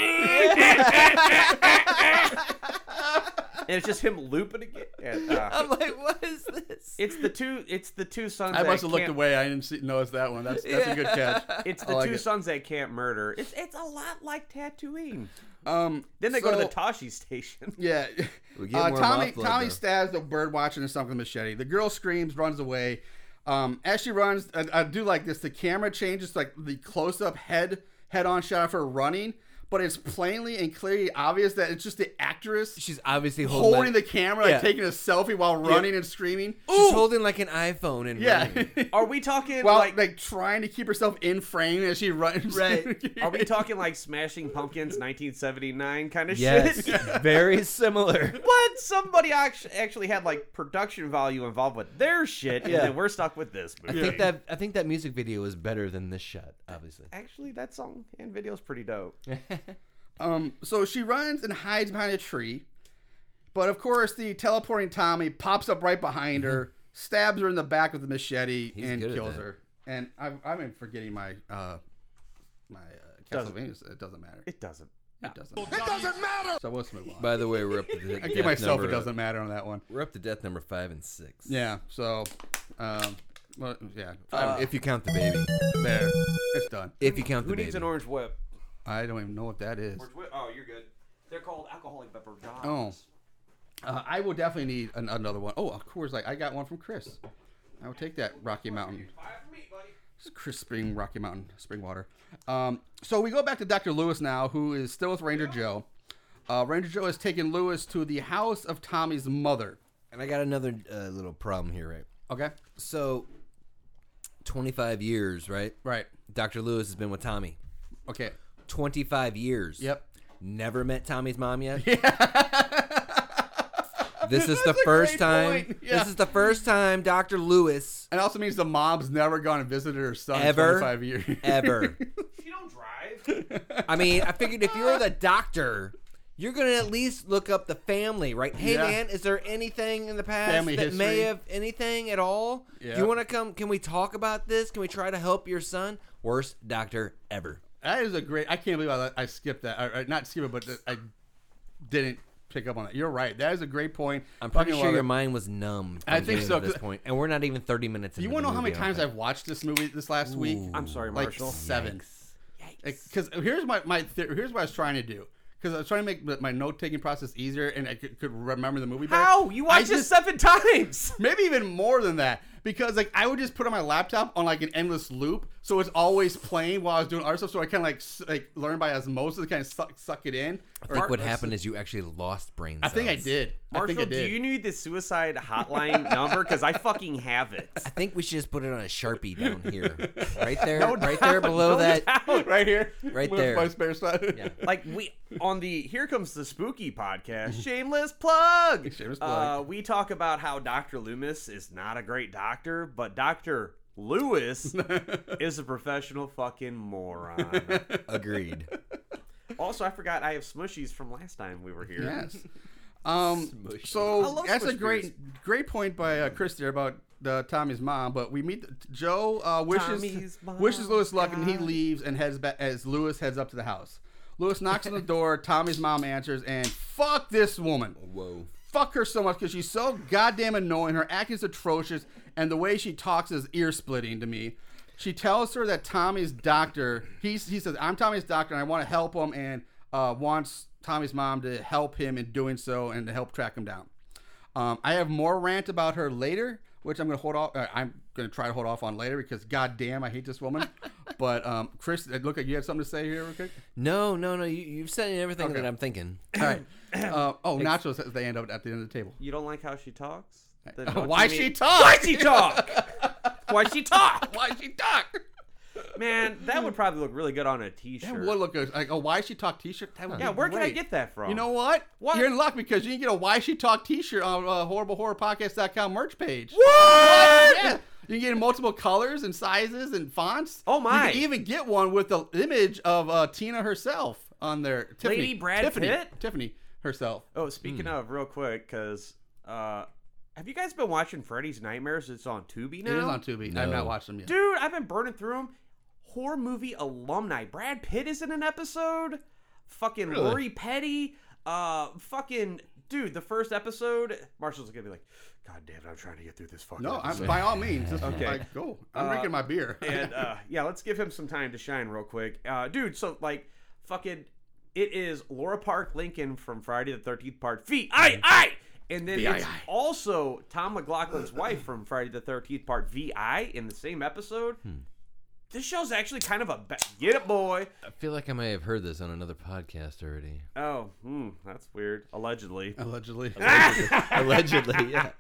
it's just him looping again. And, uh,
I'm like, what is this?
it's the two. It's the two sons.
I
at
must have looked
Camp-
away. I didn't see, notice that one. That's that's a good catch.
It's
I
the
like
two
it.
sons at Camp Murder. It's it's a lot like Tatooine.
Um,
Then they go to
so-
the Tashi station.
Yeah.
We get
Uh,
more
Tommy
mouth blood,
Tommy
though.
stabs the bird watching or something with a machete. The girl screams, runs away. Um, as she runs, I, I do like this. The camera changes to, like the close up head head on shot of her running, but it's plainly and clearly obvious that it's just the actress
She's obviously holding,
holding the
like-
camera, like
Yeah.
taking a selfie while running and screaming.
She's holding like an iPhone and
Yeah.
running.
Are we talking
While
like?
like, trying to keep herself in frame as she runs.
Right.
are we talking like Smashing Pumpkins 1979 kind of
Yes,
shit?
very similar.
But somebody act- actually had like production value involved with their shit, and
Yeah.
then we're stuck with this
I
movie.
think that I think that music video is better than this shot, obviously.
actually that song and video is pretty dope.
Um, so she runs and hides behind a tree, but of course the teleporting Tommy pops up right behind her, stabs her in the back with a machete, and
Mm-hmm. good at
kills
that.
her. And I've, I've been forgetting my uh, my uh,
Doesn't-
Castlevania. so It doesn't matter. It
It doesn't.
doesn't. It doesn't matter. So let's move on.
By the way, we're up to the
I give myself it doesn't matter on that one.
We're up to death number five and six.
Yeah. So, um, well, yeah.
Uh,
Five,
if you count the baby.
there, it's done.
If you count
Who
the
needs
baby.
an orange whip?
I don't even know what that is.
Orange whip? Oh, you're good. They're called alcoholic beverage.
Oh. Uh, I will definitely need an, another one. Oh, of course. Like I got one from Chris. I will take that Rocky Mountain. Chris Spring, Rocky Mountain, spring water. Um, so we go back to Dr. Lewis now, who is still with Ranger Joe. Uh, Ranger Joe has taken Lewis to the house of Tommy's mother.
And I got another uh, little problem here, right?
Okay.
So, 25 years, right?
Right.
Dr. Lewis has been with Tommy.
Okay.
25 years.
Yep.
Never met Tommy's mom yet. This is the first
great
time.
point. Yeah.
This is the first time Dr. Lewis
And also means the mom's never gone and visited her son
Ever.
in 25 years.
ever.
You don't drive.
I mean, I figured if you're the doctor, you're gonna at least look up the family, right? Hey,
Yeah.
man, is there anything in the past
Family
that may
history.
have anything at all?
Yeah.
You want to come? Can we talk about this? Can we try to help your son? Worst doctor ever.
That is a great. I can't believe I, I skipped that. Or, or not skip it, but that I didn't pick up on that. You're right. That is a great point.
I'm pretty
Fucking
sure
love
your
it.
mind was numb.
I
from
think
getting
so,
to this
'cause-
point, and we're not even 30 minutes.
You
into
want to
the
know how many
movie, I don't
times I've watched this movie this last week?
I'm sorry,
like
Marshall.
seven. Because here's my my theor- here's what I was trying to do. Because I was trying to make my- my note taking process easier, and I could, could remember the movie. better.
How? You
I
watched this seven times.
maybe even more than that because like I would just put on my laptop on like an endless loop, so it's always playing while I was doing other stuff. So I kind of like s- like learn by osmosis, kind of suck suck it in.
think. I think what happened is you actually lost brain.
I think I
cells.
did. I think I
Marshall,
did.
do you need the suicide hotline number? Because I fucking have it.
I think we should just put it on a sharpie down here, right there, right there
doubt,
below
no
that.
doubt.
Oh, right here,
Right
Where's
there.
My spare side. Yeah.
Like we on the here comes the spooky podcast. Shameless plug.
Shameless plug.
Uh, we talk about how Doctor Loomis is not a great doctor, but Doctor Lewis is a professional fucking moron.
Agreed.
also, I forgot I have smushies from last time we were here.
Yes. Um,
I
so
love
that's a
smush
great, great point by uh, Chris there about uh, Tommy's mom. But we meet Joe uh, wishes
Tommy's mom,
wishes Lewis luck, and he leaves and heads back as Lewis heads up to the house. Lewis knocks on the door. Tommy's mom answers, and fuck this woman.
Whoa.
Fuck her so much because she's so goddamn annoying. Her acting's atrocious, and the way she talks is ear splitting to me. She tells her that Tommy's doctor. He's, he says, "I'm Tommy's doctor, and I want to help him," and uh, wants Tommy's mom to help him in doing so and to help track him down. Um, I have more rant about her later, which I'm gonna hold off. Uh, I'm gonna try to hold off on later because goddamn, I hate this woman. but um, Chris, it looked like you had something to say here, real quick.
No, no, no. You, you've said everything
Okay.
that I'm thinking.
All right. Uh, oh, Nacho says they end up at the end of the table.
You don't like how she talks? Then don't
Why
you
Uh, she
mean-
talk?
Why she talk? Why she talk?
Why she talk?
Man, that would probably look really good on a T-shirt.
That would look good. Like a why she talk T-shirt. That would
yeah,
be
where can I
great.
get that from?
You know what?
What?
You're in luck because you can get a why she talk T-shirt on uh, horriblehorrorpodcast.com merch page.
What?
Yeah. You can get in multiple colors and sizes and fonts.
Oh, my.
You can even get one with the image of uh, Tina herself on there. Tiffany.
Lady Brad
Tiffany.
Pitt?
Tiffany herself.
Oh,
Hmm.
speaking of, real quick, because uh, have you guys been watching Freddy's Nightmares? It's on Tubi now.
It is on Tubi. I've not watched them yet.
Dude, I've been burning through them. Horror movie alumni. Brad Pitt is in an episode. Fucking Lori Petty. Uh, fucking dude. The first episode. Marshall's gonna be like, God damn it! I'm trying to get through this fucking.
No, I'm,
episode."
by all means. This
Okay.
okay. Like, go. I'm drinking my beer.
and uh, yeah, let's give him some time to shine real quick, uh, dude. So like, fucking, it is Laura Park Lincoln from Friday the Thirteenth Part V I I, and then it's also Tom McLaughlin's wife from Friday the Thirteenth Part V I in the same episode. This show's actually kind of a ba- get it, boy.
I feel like I may have heard this on another podcast already.
Oh, hmm, that's weird. Allegedly,
Allegedly.
Allegedly, yeah.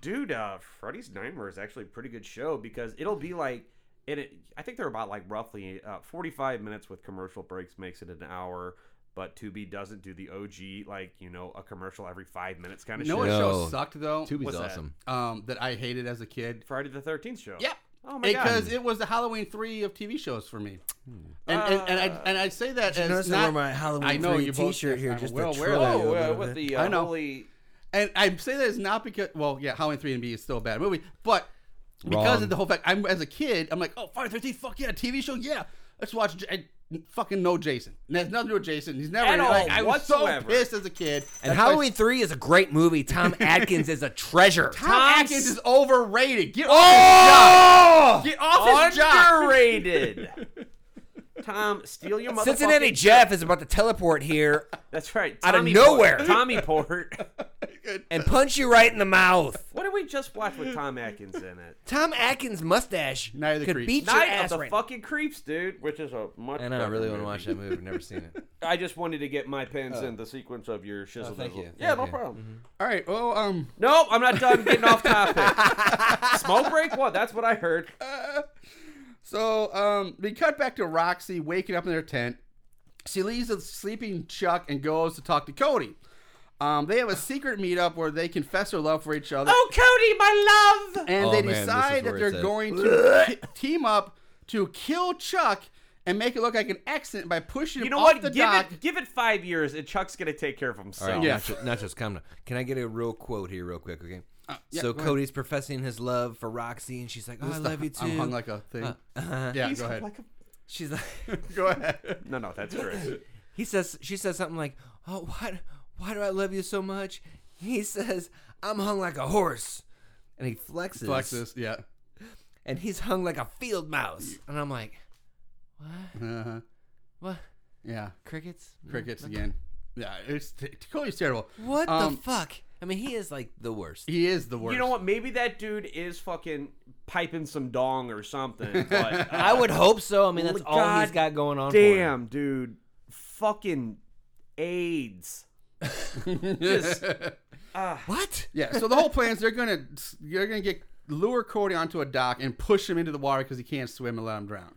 dude, uh, Freddy's Nightmare is actually a pretty good show because it'll be like, and it, I think they're about like roughly uh, 45 minutes with commercial breaks makes it an hour. But Tubi doesn't do the OG like you know a commercial every five minutes kind of
You know what
shit.
show
No.
sucked though?
Tubi's
What's that?
awesome.
Um, that I hated as a kid.
Friday the Thirteenth show.
Yep.
Oh my god. Hmm.
Because it was the Halloween three of TV shows for me, and and, and
Uh,
I and I say that
You
as
notice
not,
I'm wearing my Halloween
I know
three
you both-
T-shirt here,
I'm
just
well
to
aware of
troll
that.
you a
oh, uh,
little
with
bit.
the uh,
I know.
holy.
and I say that is not because well yeah Halloween three and B is still a bad movie, but because
Wrong.
of the whole fact I'm as a kid I'm like oh Friday Thirteenth fuck yeah TV show yeah let's watch J- I fucking know Jason and there's nothing to do with Jason he's never
At all,
like, I was so
whatsoever.
pissed as a kid That's
And
why
Halloween three is a great movie. Tom Atkins is a treasure.
Tom Atkins is overrated get off his job get off his job
Underrated. Tom, steal your motherfucking.
Cincinnati Jeff is about to teleport here.
That's right.
Out of
Tommy
nowhere.
Port. Tommy Port.
good.
and punch you right in the mouth.
What did we just watch with Tom Atkins in it?
Tom Atkins' mustache
Night of the
could
Creeps.
beat your
Night of
ass
the
right.
fucking creeps, dude. Which is a much.
And I don't
better
really want
movie.
to watch that movie. I've never seen it.
I just wanted to get my pins in the sequence of your shizzle.
Oh, thank
dizzle.
you.
Yeah,
Thank
no
you. Mm-hmm.
problem.
All right. Well, um,
Nope, I'm not done getting off topic. Smoke break? What? That's what I heard.
so um, we cut back to Roxy waking up in their tent. She leaves the sleeping Chuck and goes to talk to Cody. Um, they have a secret meetup where they confess their love for each other.
Oh, Cody, my love.
and
Oh,
they
man, this is
decide that
where
they're
it's at.
going to ki- team up to kill Chuck and make it look like an accident by pushing
You
him
know
off
what?
the
Give
dock.
it, give it five years, and Chuck's gonna take care of
All
Oh,
right,
himself.
Yeah.
yeah.
Nacho, Nacho's coming. Can I get a real quote here, real quick? Okay.
yeah,
so
go ahead.
Cody's professing his love for Roxy, and she's like, "Oh, I love you too." uh-huh.
I'm hung like a thing. yeah,
He's
go ahead.
like a-
she's like,
go ahead.
no, no, that's Chris.
he says, she says something like, "Oh, why, why do I love you so much?" He says, "I'm hung like a horse," and he flexes,
Plexus, yeah.
and he's hung like a field mouse, and I'm like, "What?
Uh-huh.
What?
Yeah,
Crickets?
crickets again. Yeah, it's t- Cody's terrible.
What
Um,
the fuck?" I mean, he is like the worst.
He is the worst.
You know what? Maybe that dude is fucking piping some dong or something. But
I would hope so. I mean, that's all he's
God
got going on. for him.
Damn, dude. Fucking AIDS. Just,
What?
Yeah. So the whole plan is they're gonna they're gonna get lure Cody onto a dock and push him into the water because he can't swim and let him drown.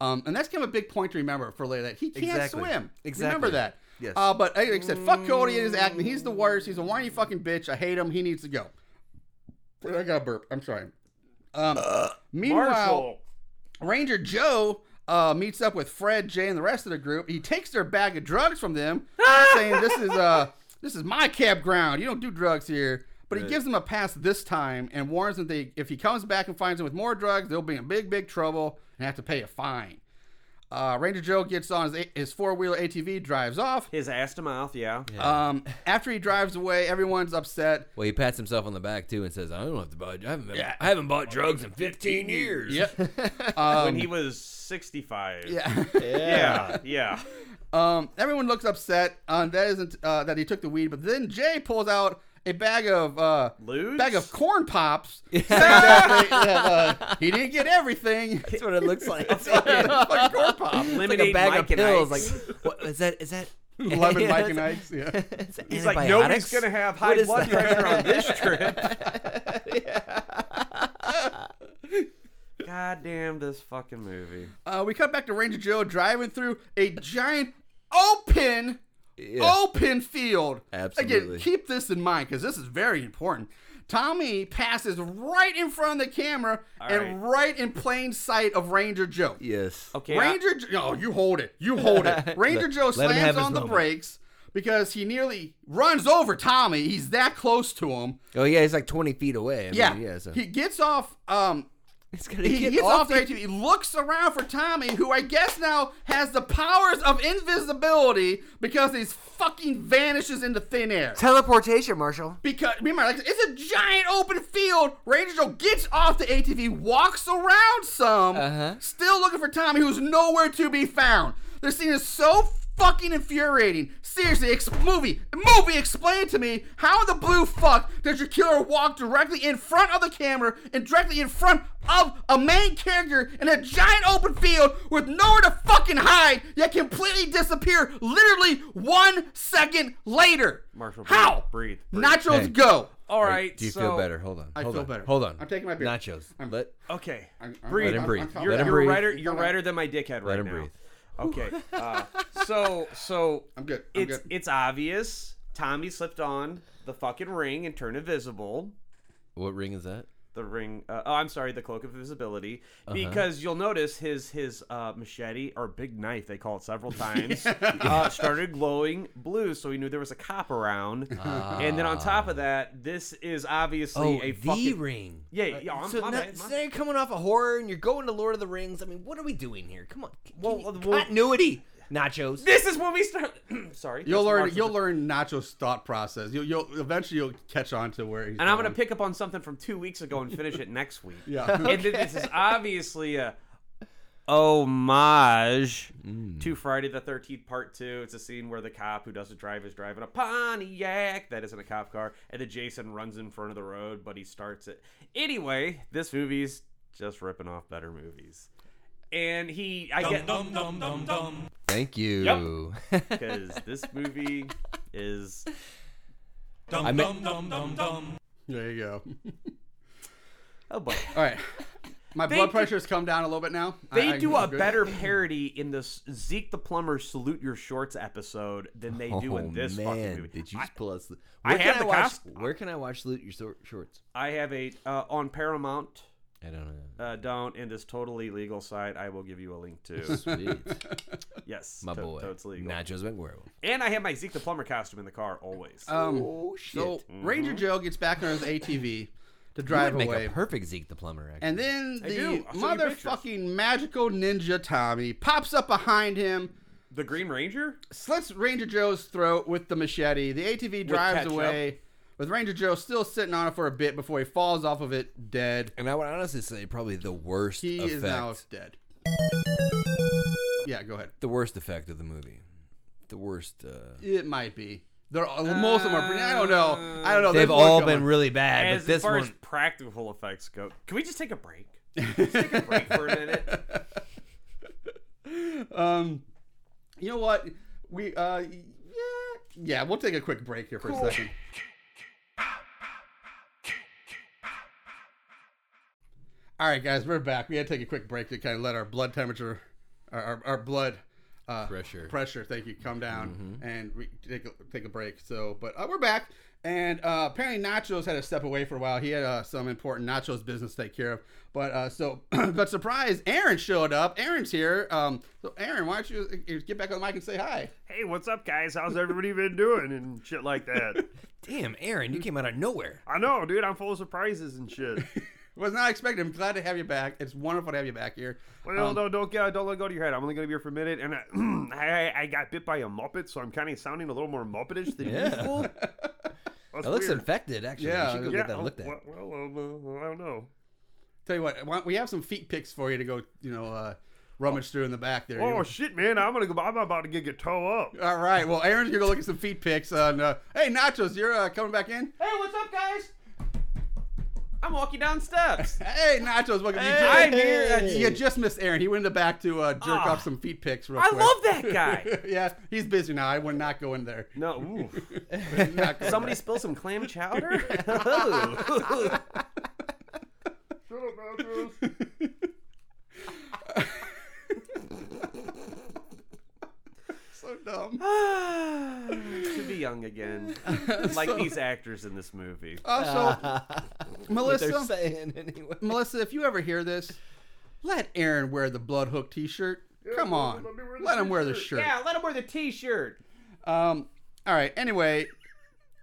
Um, and that's kind of a big point to remember for later that he can't
Exactly.
swim.
Exactly.
Remember that.
Yes.
Uh, but like I said, fuck Cody and his acting. He's the worst. He's a whiny fucking bitch. I hate him. He needs to go. I got a burp. I'm sorry. Um, meanwhile,
Marshall.
Ranger Joe uh, meets up with Fred, Jay, and the rest of the group. He takes their bag of drugs from them, saying, "This is uh, this is my campground. You don't do drugs here." But he gives them a pass this time and warns them they, if he comes back and finds them with more drugs, they'll be in big, big trouble and have to pay a fine. Uh, Ranger Joe gets on his, his four wheeler ATV, drives off.
His ass to mouth, yeah.
Um, after he drives away, everyone's upset.
Well, he pats himself on the back too and says, "I don't have to buy. I haven't. Been,
Yeah.
I haven't bought drugs in 15 years." Um,
when he was 65.
Um, Yeah.
Yeah, yeah.
Um, everyone looks upset um, that isn't uh, that he took the weed, but then Jay pulls out a bag of uh,
Lose?
bag of corn pops. saying that they- that, uh, he didn't get everything.
That's what it looks like. It's
Fucking corn pop.
It's
Lemonade
like a bag
Mike
of
and
pills.
Ike's.
Like, what is that? Is that
Lemon Mike and Ike's. Yeah.
He's like, nobody's going to have high
is
blood
that?
pressure on this trip. God damn this fucking movie.
Uh, we cut back to Ranger Joe driving through a giant open,
Oh!
open field. Again,
Absolutely.
keep this in mind because this is very important. Tommy passes right in front of the camera and right in plain sight of Ranger Joe.
Yes.
Okay. I-
Ranger Joe, oh, you hold it. You hold it. Ranger Joe
let him have his
slams on the
moment.
brakes because he nearly runs over Tommy. He's that close to him.
Oh yeah, he's like 20 feet away. I mean,
Yeah.
yeah. So.
He gets off um
He's gonna
he
get
gets
off
off the ATV. He looks around for Tommy, who I guess now has the powers of invisibility because he fucking vanishes into thin air.
teleportation, Marshall.
Because remember, like it's a giant open field. Ranger Joe gets off the ATV, walks around some,
Uh-huh.
still looking for Tommy, who's nowhere to be found. This scene is so fucking infuriating. Seriously, ex- movie, movie, explain to me how in the blue fuck does your killer walk directly in front of the camera and directly in front of a main character in a giant open field with nowhere to fucking hide, yet completely disappear literally one second later.
Marshall, breathe,
how?
breathe, breathe.
Nachos
Hey.
go.
All
Wait,
right.
Do you
so,
feel better? Hold on.
I
hold
feel
on.
better.
Hold on.
I'm taking my beer.
Nachos.
I'm-
let
Okay.
I'm- I'm-
breathe.
I'm-
him breathe.
I'm calm.
You're,
Let him
you're
breathe.
Redder, you're redder than my dickhead right
him
now.
breathe.
Okay. Uh, so so
I'm good. I'm
it's
good.
it's obvious. Tommy slipped on the fucking ring and turned invisible.
What ring is that?
The ring. Uh, oh, I'm sorry. The cloak of invisibility.
Uh-huh.
Because you'll notice his his uh, machete or big knife, they call it several times, uh, started glowing blue, so he knew there was a cop around. And then on top of that, this is obviously
Ah. Oh,
a
the
fucking
ring. Uh,
Yeah, yeah, I'm-
so
my
now,
bad, my-
so now you're coming off a horror and you're going to Lord of the Rings. I mean, what are we doing here? Come on, Can
Well,
you-
well-
continuity, nachos.
This is when we start. sorry.
You'll
That's
learn.
Marshall's-
You'll learn Nacho's thought process. You'll, you'll eventually you'll catch on to where he's.
And I'm
going.
going to pick up on something from two weeks ago and finish it next week.
Yeah.
And then this is obviously a. homage to Friday the 13th Part 2. It's a scene where the cop who doesn't drive is driving a Pontiac that isn't a cop car, and then Jason runs in front of the road, but he starts it. Anyway, this movie's just ripping off better movies. And he, I get,
Thank you.
because this movie is
I ma-
There you go.
oh boy.
All right. My
They
blood
do-
pressure's come down a little bit now. I-
They
I-
do
I'm
a
good.
better parody in this Zeke the Plumber salute your shorts episode than they do
Oh,
in this fucking movie.
Oh, Did you
I,
just pull us? Where
I
can
have the
watch,
cost-
Where can I watch Salute Your Sor- Shorts?
I have a uh, on Paramount.
I don't know.
Uh, don't in this totally legal site. I will give you a link to.
Sweet.
yes,
My
to-
boy.
Totes legal.
Nachos McWerewolf.
And I have my Zeke the Plumber costume in the car always.
Uh,
Um,
Oh, shit.
So Ranger Joe gets back on his ATV to
I
drive
would make
away.
a perfect Zeke the Plumber. Actually.
And then
I
the
do. I'll show you pictures.
motherfucking magical ninja Tommy pops up behind him,
the Green Ranger.
slits Ranger Joe's throat with the machete. The ATV drives
ketchup.
away, with Ranger Joe still sitting on it for a bit before he falls off of it dead.
And I would honestly say probably the worst
He
effect.
is now dead. Yeah, go ahead.
the worst effect of the movie. The worst. Uh,
It might be. They're all, most of them are. pretty- I don't know. I don't know.
They've
There's more
all
going.
been really bad,
As
but this
far
one.
as practical effects go, can we just take a break? Let's take a break for a minute.
Um, you know what? We uh, yeah, yeah. We'll take a quick break here for a second. All right, guys, we're back. We had to take a quick break to kind of let our blood temperature, our our, our blood uh,
Pressure.
pressure. Thank you. Come down and we take a, take a break. So, but uh, we're back. And uh, apparently, Nachos had to step away for a while. He had uh, some important Nachos business to take care of. But uh, so, but surprise, Aaron showed up. Aaron's here. Um, so, Aaron, why don't you uh, get back on the mic and say hi?
hey, what's up, guys? How's everybody been doing and shit like that?
Damn, Aaron, you came out of nowhere.
I know, dude. I'm full of surprises and shit.
Was not expecting. I'm glad to have you back. It's wonderful to have you back here.
Well,
Um,
no, don't go, don't let go to your head. I'm only gonna be here for a minute, and uh, I, I, I got bit by a muppet, so I'm kind of sounding a little more muppetish than usual. That's
it looks
weird.
infected, actually.
Yeah,
Yeah, should go
yeah,
get that
oh,
looked at.
Well, well, um, uh, I don't know.
Tell you what, why don't we have some feet picks for you to go, you know, uh, rummage through in the back there.
Oh
You-
shit, man! I'm gonna go. I'm about to get, get toe up.
All right. Well, Aaron's gonna go look at some feet pics. On uh, hey, Nachos, you're uh, coming back in.
Hey, what's up, guys? I'm walking down steps.
Hey, Nachos, welcome. you, just,
I'm here. That's-
you just missed Aaron. He went in the back to uh, jerk
Ah.
off some feet pics. Real
I
quick.
love that guy.
yeah, he's busy now. I would not go in there.
No, ooh.
Not going
somebody spill some clam chowder. Ooh.
Shut up, Matthews.
so dumb.
Oh.
to be young again, like
So-
these actors in this movie.
Also,
They're
Uh, Melissa,
saying anyway.
Melissa, if you ever hear this, let Aaron wear the blood hook T-shirt. Come on,
let me wear the
let him wear the
t-shirt.
shirt.
let him wear the T-shirt.
Um. All right. Anyway,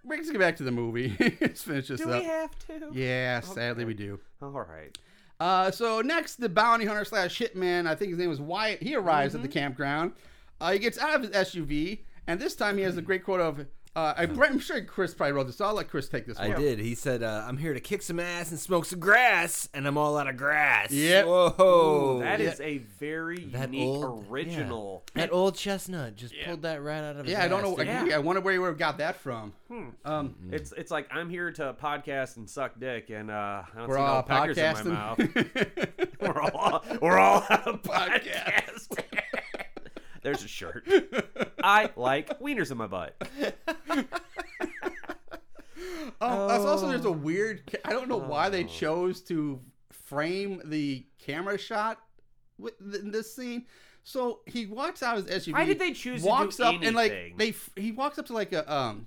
we can just get back to the movie. Let's finish this
Do
up.
we have to?
yeah, sadly we do.
All right.
Uh, so next, the bounty hunter slash hitman, I think his name was Wyatt. He arrives at the campground. Uh, he gets out of his SUV, and this time he has the great quote of, uh, I- "I'm sure Chris probably wrote this. So I'll let Chris take this
I
one."
did. He said, uh, "I'm here to kick some ass and smoke some grass, and I'm all out of grass."
Yep.
Whoa.
Oh, That is a very
That
unique,
old-
original.
that old chestnut just pulled that right out of. His
Yeah, I don't
ass,
know. I,
dude.
agree. I wonder where he would have got that from. Um,
It's it's like I'm here to podcast and suck dick, and uh, I don't
we're
see
all
no peckers in my mouth.
podcasting.
We're all we're all out of podcast. There's a shirt. I like wieners in my butt.
Oh, that's also there's a weird. ca- I don't know why
Oh.
they chose to frame the camera shot with th- in this scene. So he walks out of his SUV.
Why did they choose to do
Walks up and like
anything?
they f- he walks up to like a um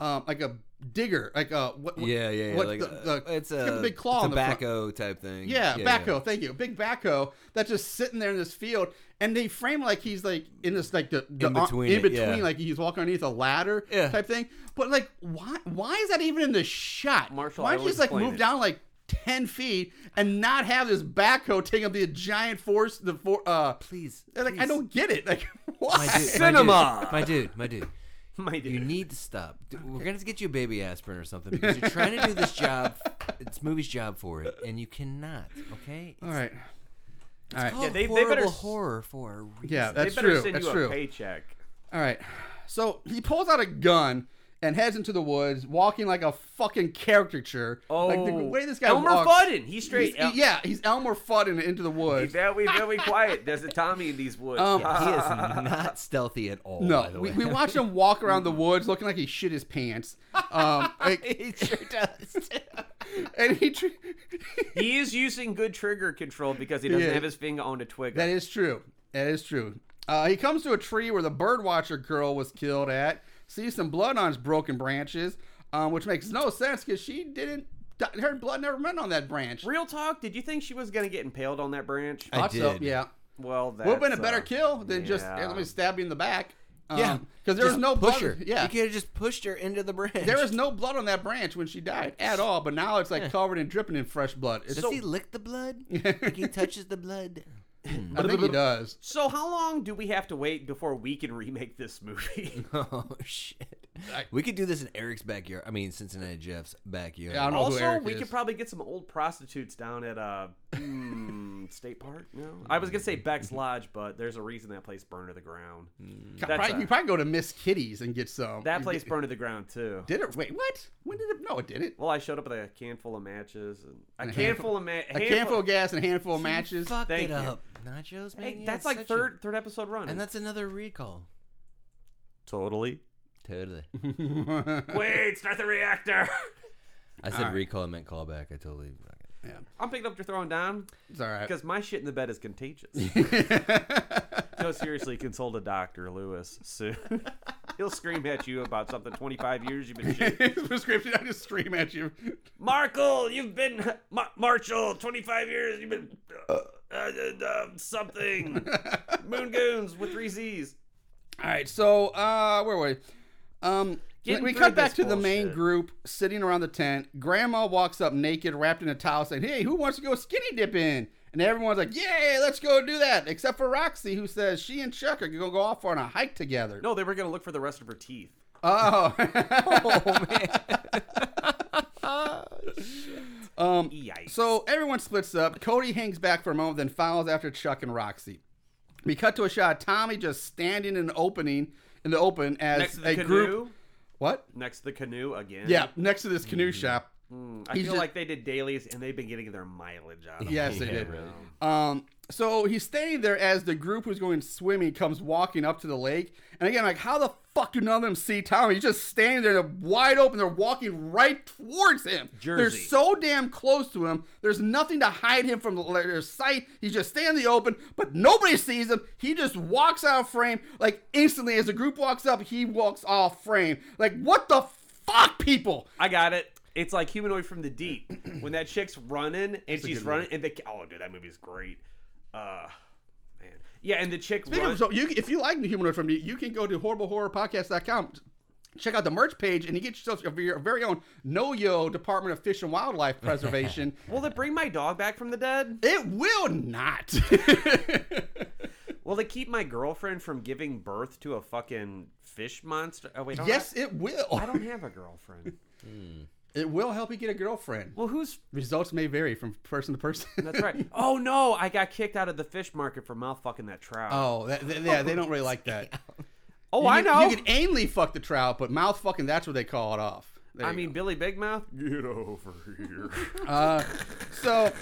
um like a digger like a what, what
Yeah, yeah, yeah.
what
like,
the,
uh,
the-
it's
got
a
the big claw on the front.
tobacco type thing.
yeah, backhoe. Thank you, big backhoe. That's just sitting there in this field, and they frame like he's like in this like the, the
In between
in
it,
between,
yeah.
like he's walking underneath a ladder
Yeah.
type thing. But like, why why is that even in the shot?
Marshall,
why
I
don't you
will
just like
explain
move
it.
down like ten feet and not have this backhoe take up the giant force? The for uh,
Please,
they're like I
please.
don't get it. Like why?
My dude,
Cinema.
My dude, my dude, my dude.
My dude.
You need to stop. Dude, We're gonna get you a baby aspirin or something because you're trying to do this job. It's movie's job for it, and you cannot. Okay.
All right. All right.
called
Yeah, they- they
horrible
better s-
horror for a reason.
Yeah, that's
they better
true.
send
That's
you
true.
a paycheck.
All right. So he pulls out a gun and heads into the woods, walking like a fucking caricature.
Oh,
like the way this guy
Elmer
walks.
Fudd. He's straight.
He's- yeah, he's Elmer Fudding into the woods.
Very, very quiet. There's a Tommy in these woods.
Um,
Yeah.
he is not stealthy at all. by
No,
the
we,
way.
we watched him walk around the woods looking like he shit his pants. Um, like,
he sure does.
and he, tr-
He is using good trigger control because he doesn't
Yeah.
have his finger on the twig.
that is true. That is true. Uh, he comes to a tree where the birdwatcher girl was killed at. Sees some blood on its broken branches, um, which makes no sense because she didn't. Her blood never went on that branch.
Real talk. Did you think she was gonna get impaled on that branch?
I
Thought so,
did.
yeah.
well, that
Would have been a better kill than just
uh, yeah.
hey, let me stab you in the back. Um,
Yeah.
because there was no
push
blood.
her.
Yeah,
You could have just pushed her into the branch.
there was no blood on that branch when she died at all. But now it's like covered and dripping in fresh blood. It's
Does
so,
he lick the blood? like he touches the blood.
I think he does.
So how long do we have to wait before we can remake this movie?
Oh shit. we could do this in Eric's backyard. I mean Cincinnati Jeff's backyard.
Yeah, I don't know. who
also,
Eric
we
is.
could probably get some old prostitutes down at uh hmm, State Park. No, I was gonna say Beck's Lodge, but there's a reason that place burned to the ground.
Ca- probably-
a-
you probably go to Miss Kitty's and get some.
That place burned to the ground too.
did it. Wait, what? When did it? No, it didn't.
Well, I showed up with a can full of matches. And a
And a
can
handful-
full of ma-
A handful of gas and a handful of matches.
Fucked
Thank
it
you.
up. Nachos, man.
Hey,
you
that's
had
like
such
third third episode
A,
run.
and that's another recall.
totally.
Totally.
Wait, start the reactor.
I said recall, I meant callback. I totally.
I'm picking up your throwing down
It's all right.
because my shit in the bed is contagious. no, seriously, consult a doctor, Lewis, soon. He'll scream at you about something 25 years you've been shit.
prescription. I just scream at you.
Markle, you've been Mar- Marshall 25 years. You've been uh, uh, uh, something. Moongoons with three Z's.
All right, so uh, where were we? Um,
Getting
we
through
cut back
this
to the main
bullshit.
group sitting around the tent. Grandma walks up naked, wrapped in a towel, saying, "Hey, who wants to go skinny dipping?" And everyone's like, "Yay, let's go do that!" Except for Roxy, who says she and Chuck are gonna go off on a hike together.
No, they were gonna look for the rest of her teeth.
Oh, man. um,
Yikes.
so everyone splits up. Cody hangs back for a moment, then follows after Chuck and Roxy. We cut to a shot of Tommy just standing in an opening in the open as
next to the
a
canoe.
group. What?
Next to the canoe again. Mm,
Yeah, next to this canoe shop.
I
He's
feel
just-
like they did dailies and they've been getting their mileage out of
Yes,
it.
they did. Um, so he's standing there as the group who's going swimming comes walking up to the lake. And again, like, how the fuck do none of them see Tommy? He's just standing there, they're wide open. They're walking right towards him. They're
Jersey.
so damn close to him. There's nothing to hide him from their sight. He's just standing in the open, but nobody sees him. He just walks out of frame like instantly. As the group walks up, he walks off frame. Like, what the fuck, people?
I got it. It's like humanoid from the deep. when that chick's running and she's
good one.
running and the oh dude, that movie's great. Uh man. Yeah, and the chick
Speaking of-
runs.
so you, if you like the humanoid from me, you can go to horriblehorrorpodcast.com. Check out the merch page and you get yourself your, your very own NoYo Department of Fish and Wildlife Preservation.
Will it bring my dog back from the dead?
it will not.
Will it keep my girlfriend from giving birth to a fucking fish monster? Oh wait, I don't
yes,
have-
it will.
I don't have a girlfriend.
It will help you get a girlfriend.
Well, who's
Results may vary from person to person.
that's right. Oh no, I got kicked out of the fish market for mouth fucking that trout.
Oh, that, th- yeah, they don't really like that.
oh,
You
I
can-
know.
You can aimly fuck the trout, but mouth fucking, that's what they call it off. There
I
you
mean,
go.
Billy Big Mouth.
Get over here.
so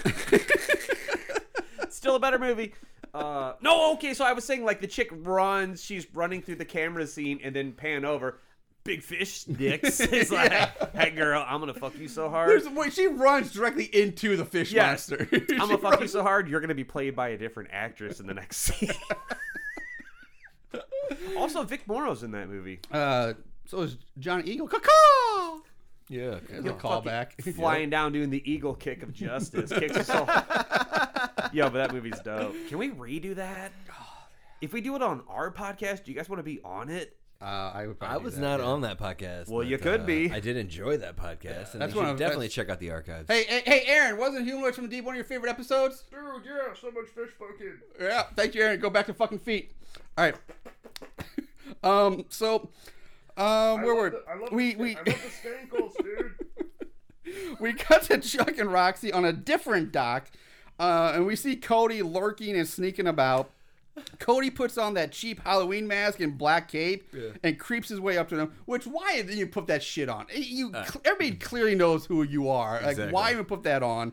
Still a better movie. Uh, no, okay. So I was saying, like the chick runs, she's running through the camera scene, and then pan over. Big fish sticks. It's like, hey girl, I'm gonna fuck you so hard.
there's wait, she runs directly into the fish
Yes.
monster.
I'm
She
gonna fuck you
runs-
so hard, you're gonna be played by a different actress in the next scene. also, Vic Morrow's in that movie.
Uh, so is Johnny Eagle. Caw-caw!
Yeah.
There's a callback.
Flying down doing the eagle kick of justice. Kicks us all. Yo, but that movie's dope. Can we redo that? If we do it on our podcast, do you guys want to be on it?
Uh, I, would
I
probably do
was
that,
not
yeah.
on that podcast.
Well,
but,
you could
uh,
be.
I did enjoy that podcast, and
That's
you
one
should
of-
definitely
that's-
check out the archives.
Hey, hey, hey, Aaron! Wasn't Humanoids from the Deep one of your favorite episodes? Dude, yeah, so much fish fucking. Yeah, thank you, Aaron. Go back to fucking feet. All right. um. So, um, where were we? we
stankles, dude.
we cut to Chuck and Roxy on a different dock. Uh, and we see Cody lurking and sneaking about. Cody puts on that cheap Halloween mask and black cape and creeps his way up to them. Which why did you put that shit on? You everybody clearly knows who you are. Like
Exactly.
why even put that on?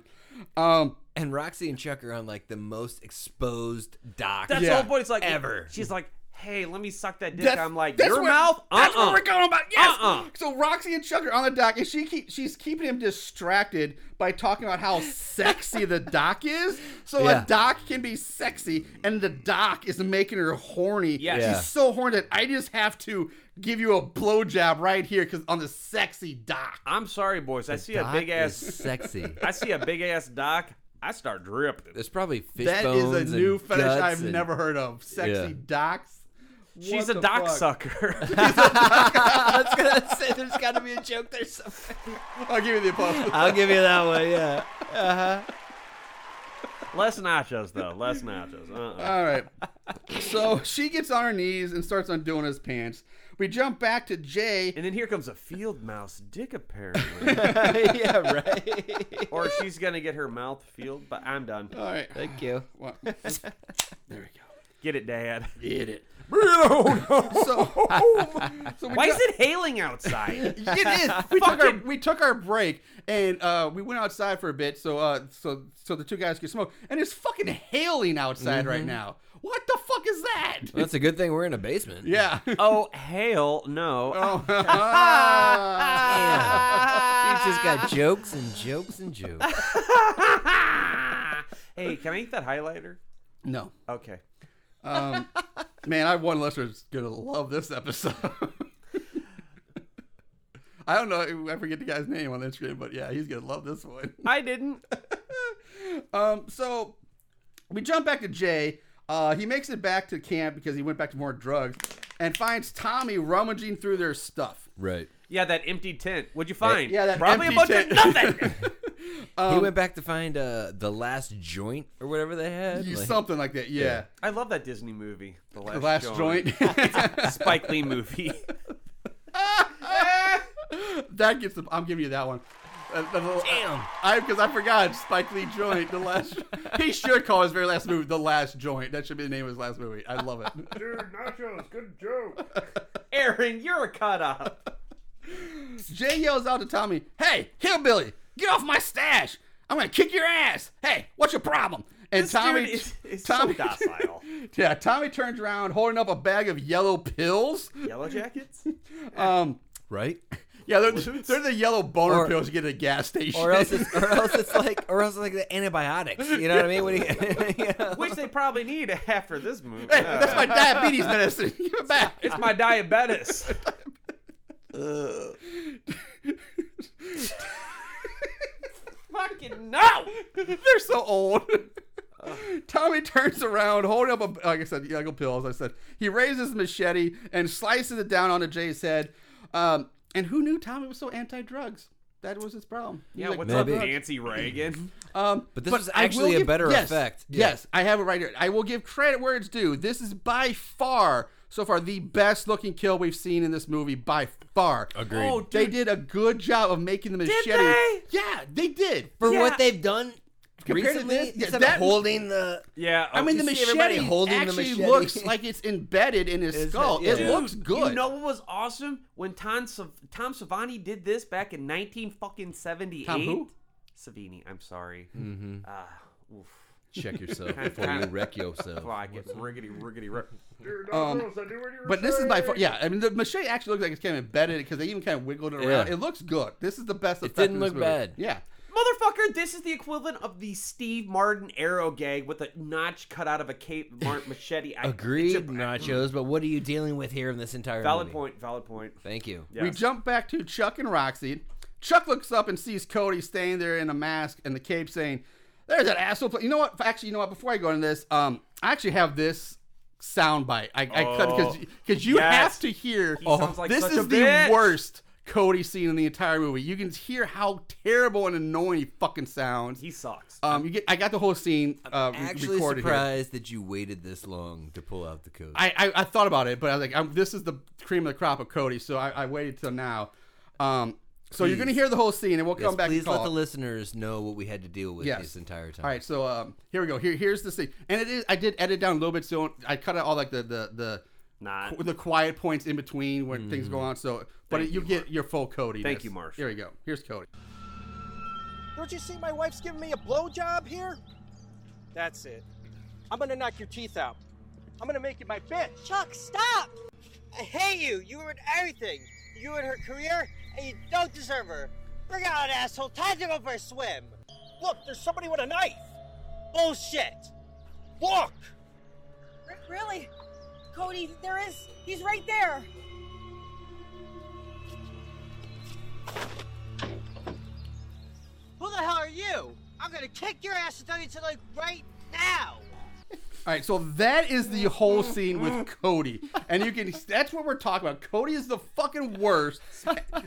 Um,
And Roxy and Chuck are on like the most exposed dock.
That's
Yeah.
the whole point. It's like
Ever.
She's like, "Hey, let me suck that dick."
That's-
I'm like,
that's
"Your
what-
mouth?
That's
Uh-uh.
what we're going about. Yes.
Uh-uh.
So Roxy and Chuck are on the dock, and she keep, she's keeping him distracted by talking about how sexy the dock is. So
Yeah.
a dock can be sexy, and the dock is making her horny.
Yes.
Yeah.
She's so horny that I just have to give you a blowjob right here because on the sexy dock.
I'm sorry, boys. I see a
Doc
big
is
ass.
sexy.
I see a big ass doc. I start dripping.
There's probably fish
That is
bones
a new
and
fetish
guts
I've
and-
never heard of. Sexy
Yeah.
docks.
She's
What
a
the
doc
fuck?
sucker.
I was gonna say there's got to be a joke there somewhere.
I'll give you the applause.
I'll give you that one. Yeah.
Less nachos though. Less nachos. Uh-uh.
All right. So she gets on her knees and starts undoing his pants. We jump back to Jay.
And then here comes a field mouse dick, apparently.
yeah. Right.
or she's gonna get her mouth filled. But I'm done.
All right.
Thank you.
What? There
Get it, Dad.
we go. Get it.
Bring it on.
So, so we
Why
ju-
is it hailing outside?
It is. We took our we took our break and uh, we went outside for a bit. So uh, so so the two guys could smoke. And it's fucking hailing outside
Mm-hmm.
right now. What the fuck is that?
That's a good thing we're in a basement.
yeah.
oh, hail! No. Oh.
He just got jokes and jokes and jokes.
Oh.
Hey, can I eat that highlighter?
no.
Okay.
Um, man, I have one listener's gonna love this episode. I don't know. I forget the guy's name on Instagram, but yeah, he's gonna love this one.
I didn't.
Um, so we jump back to Jay. Uh, he makes it back to camp because he went back to more drugs, and finds Tommy rummaging through their stuff.
Right.
Yeah, that empty tent. What'd you find?
yeah, that
probably
empty
a bunch
tent.
of nothing.
Um,
he went back to find uh, the last joint or whatever they had.
You-
Like,
Something like that, yeah.
I love that Disney movie, The Last,
The last joint.
Spike Lee movie.
that gets. The, I'm giving you that one. Uh, Damn. I because I forgot Spike Lee joint. The last. he should call his very last movie the last joint. That should be the name of his last movie. I love it.
Dude, nachos, good joke.
Aaron, you're a cut up.
Jay yells out to Tommy, "Hey, hillbilly, get off my stash! I'm gonna kick your ass! Hey, what's your problem?" And
This
Tommy,
dude is, is
Tommy,
so docile.
yeah, Tommy turns around holding up a bag of yellow pills.
Yellow jackets?
Um,
Right.
yeah, they're, they're the yellow boner
Or-
pills you get at a gas station.
or else, it's, or else it's like, or else it's like the antibiotics. You know what I mean? What do you, you know?
Which they probably need after this movie. Uh,
Hey, that's my diabetes medicine. Give it back.
it's my diabetes. Fucking no!
They're so old. Tommy turns around, holding up a like I said, yellow pills. I said he raises his machete and slices it down onto Jay's head. Um, and who knew Tommy was so anti-drugs? That was his problem. He's
Yeah,
like,
what's
"Fuck
up,
maybe.
drugs."
Nancy Reagan?
Um,
But this was
I will
actually a
give-
better
yes,
effect. Yeah.
Yes, I have it right here. I will give credit where it's due. This is by far, so far, the best-looking kill we've seen in this movie by far.
Agreed. Oh,
they did a good job of making the machete.
they?
Yeah, they did.
for
Yeah.
what they've done
Compared to
recently,
this, yeah,
instead of
that-
holding the
Yeah. oh,
I mean,
okay.
the
see everybody
machete
holding the
actually
machete.
looks like it's embedded in his
Is it?
skull. It,
Yeah.
looks
Dude,
good.
You know what was awesome when Tom Sav- Tom Savini did this back in nineteen fucking seventy eight.
Tom who? Mm-hmm.
Savini. I'm sorry. Ah, oof.
Check yourself before you wreck yourself.
Oh, I get riggedy riggedy rip.
Dude,
Um,
nachos, I do what you were
but this is by far,
saying.
yeah. I mean, the machete actually looks like it's kind of embedded because they even kind of wiggled it around.
Yeah.
It looks good. This is the best. It
didn't look bad.
Yeah,
Motherfucker, this is the equivalent of the Steve Martin arrow gag with a notch cut out of a cape mart machete. I,
agreed
it's a-
nachos. But what are you dealing with here in this entire
Valid
movie?
point. Valid point.
Thank you.
we
Yes.
jump back to Chuck and Roxy. Chuck looks up and sees Cody standing there in a mask and the cape, saying, "There's that asshole." pla-" You know what? Actually, you know what? Before I go into this, um, I actually have this soundbite. I, I cut because because you
Oh. Yes.
have to hear.
He sounds like
this
such
is
a
the
bitch.
worst Cody scene in the entire movie. You can hear how terrible and annoying he fucking sounds.
He sucks.
Um, you get. I got the whole scene uh, re-
Actually,
recorded here.
surprised that you waited this long to pull out the code.
I, I, I thought about it, but I was like, I'm, this is the cream of the crop of Cody, so I, I waited till now. Um, So you're going to hear the whole scene, and we'll
Yes,
come back.
please
and call
let the
it.
listeners know what we had to deal with
Yes.
this entire time.
All right, so um, here we go. Here, here's the scene, and it is. I did edit down a little bit, so I cut out all like the the the
Nah.
qu- the quiet points in between when things
Mm.
go on. So, but
Thank
you,
you,
get
Mark.
your full Cody.
Thank you, Marsh.
Here we go. Here's Cody.
Don't you see my wife's giving me a blowjob here? That's it. I'm gonna knock your teeth out. I'm gonna make you my bitch.
Chuck, stop! I hate you. You ruined everything. You ruined her career, and you don't deserve her. Bring out an asshole. Time to go for a swim.
Look, there's somebody with a knife.
Bullshit.
Look.
really? Cody, there is. He's right there.
Who the hell are you? I'm gonna kick your ass and throw you to like right now.
All right, so that is the whole scene with Cody, and you can. That's what we're talking about. Cody is the fucking worst,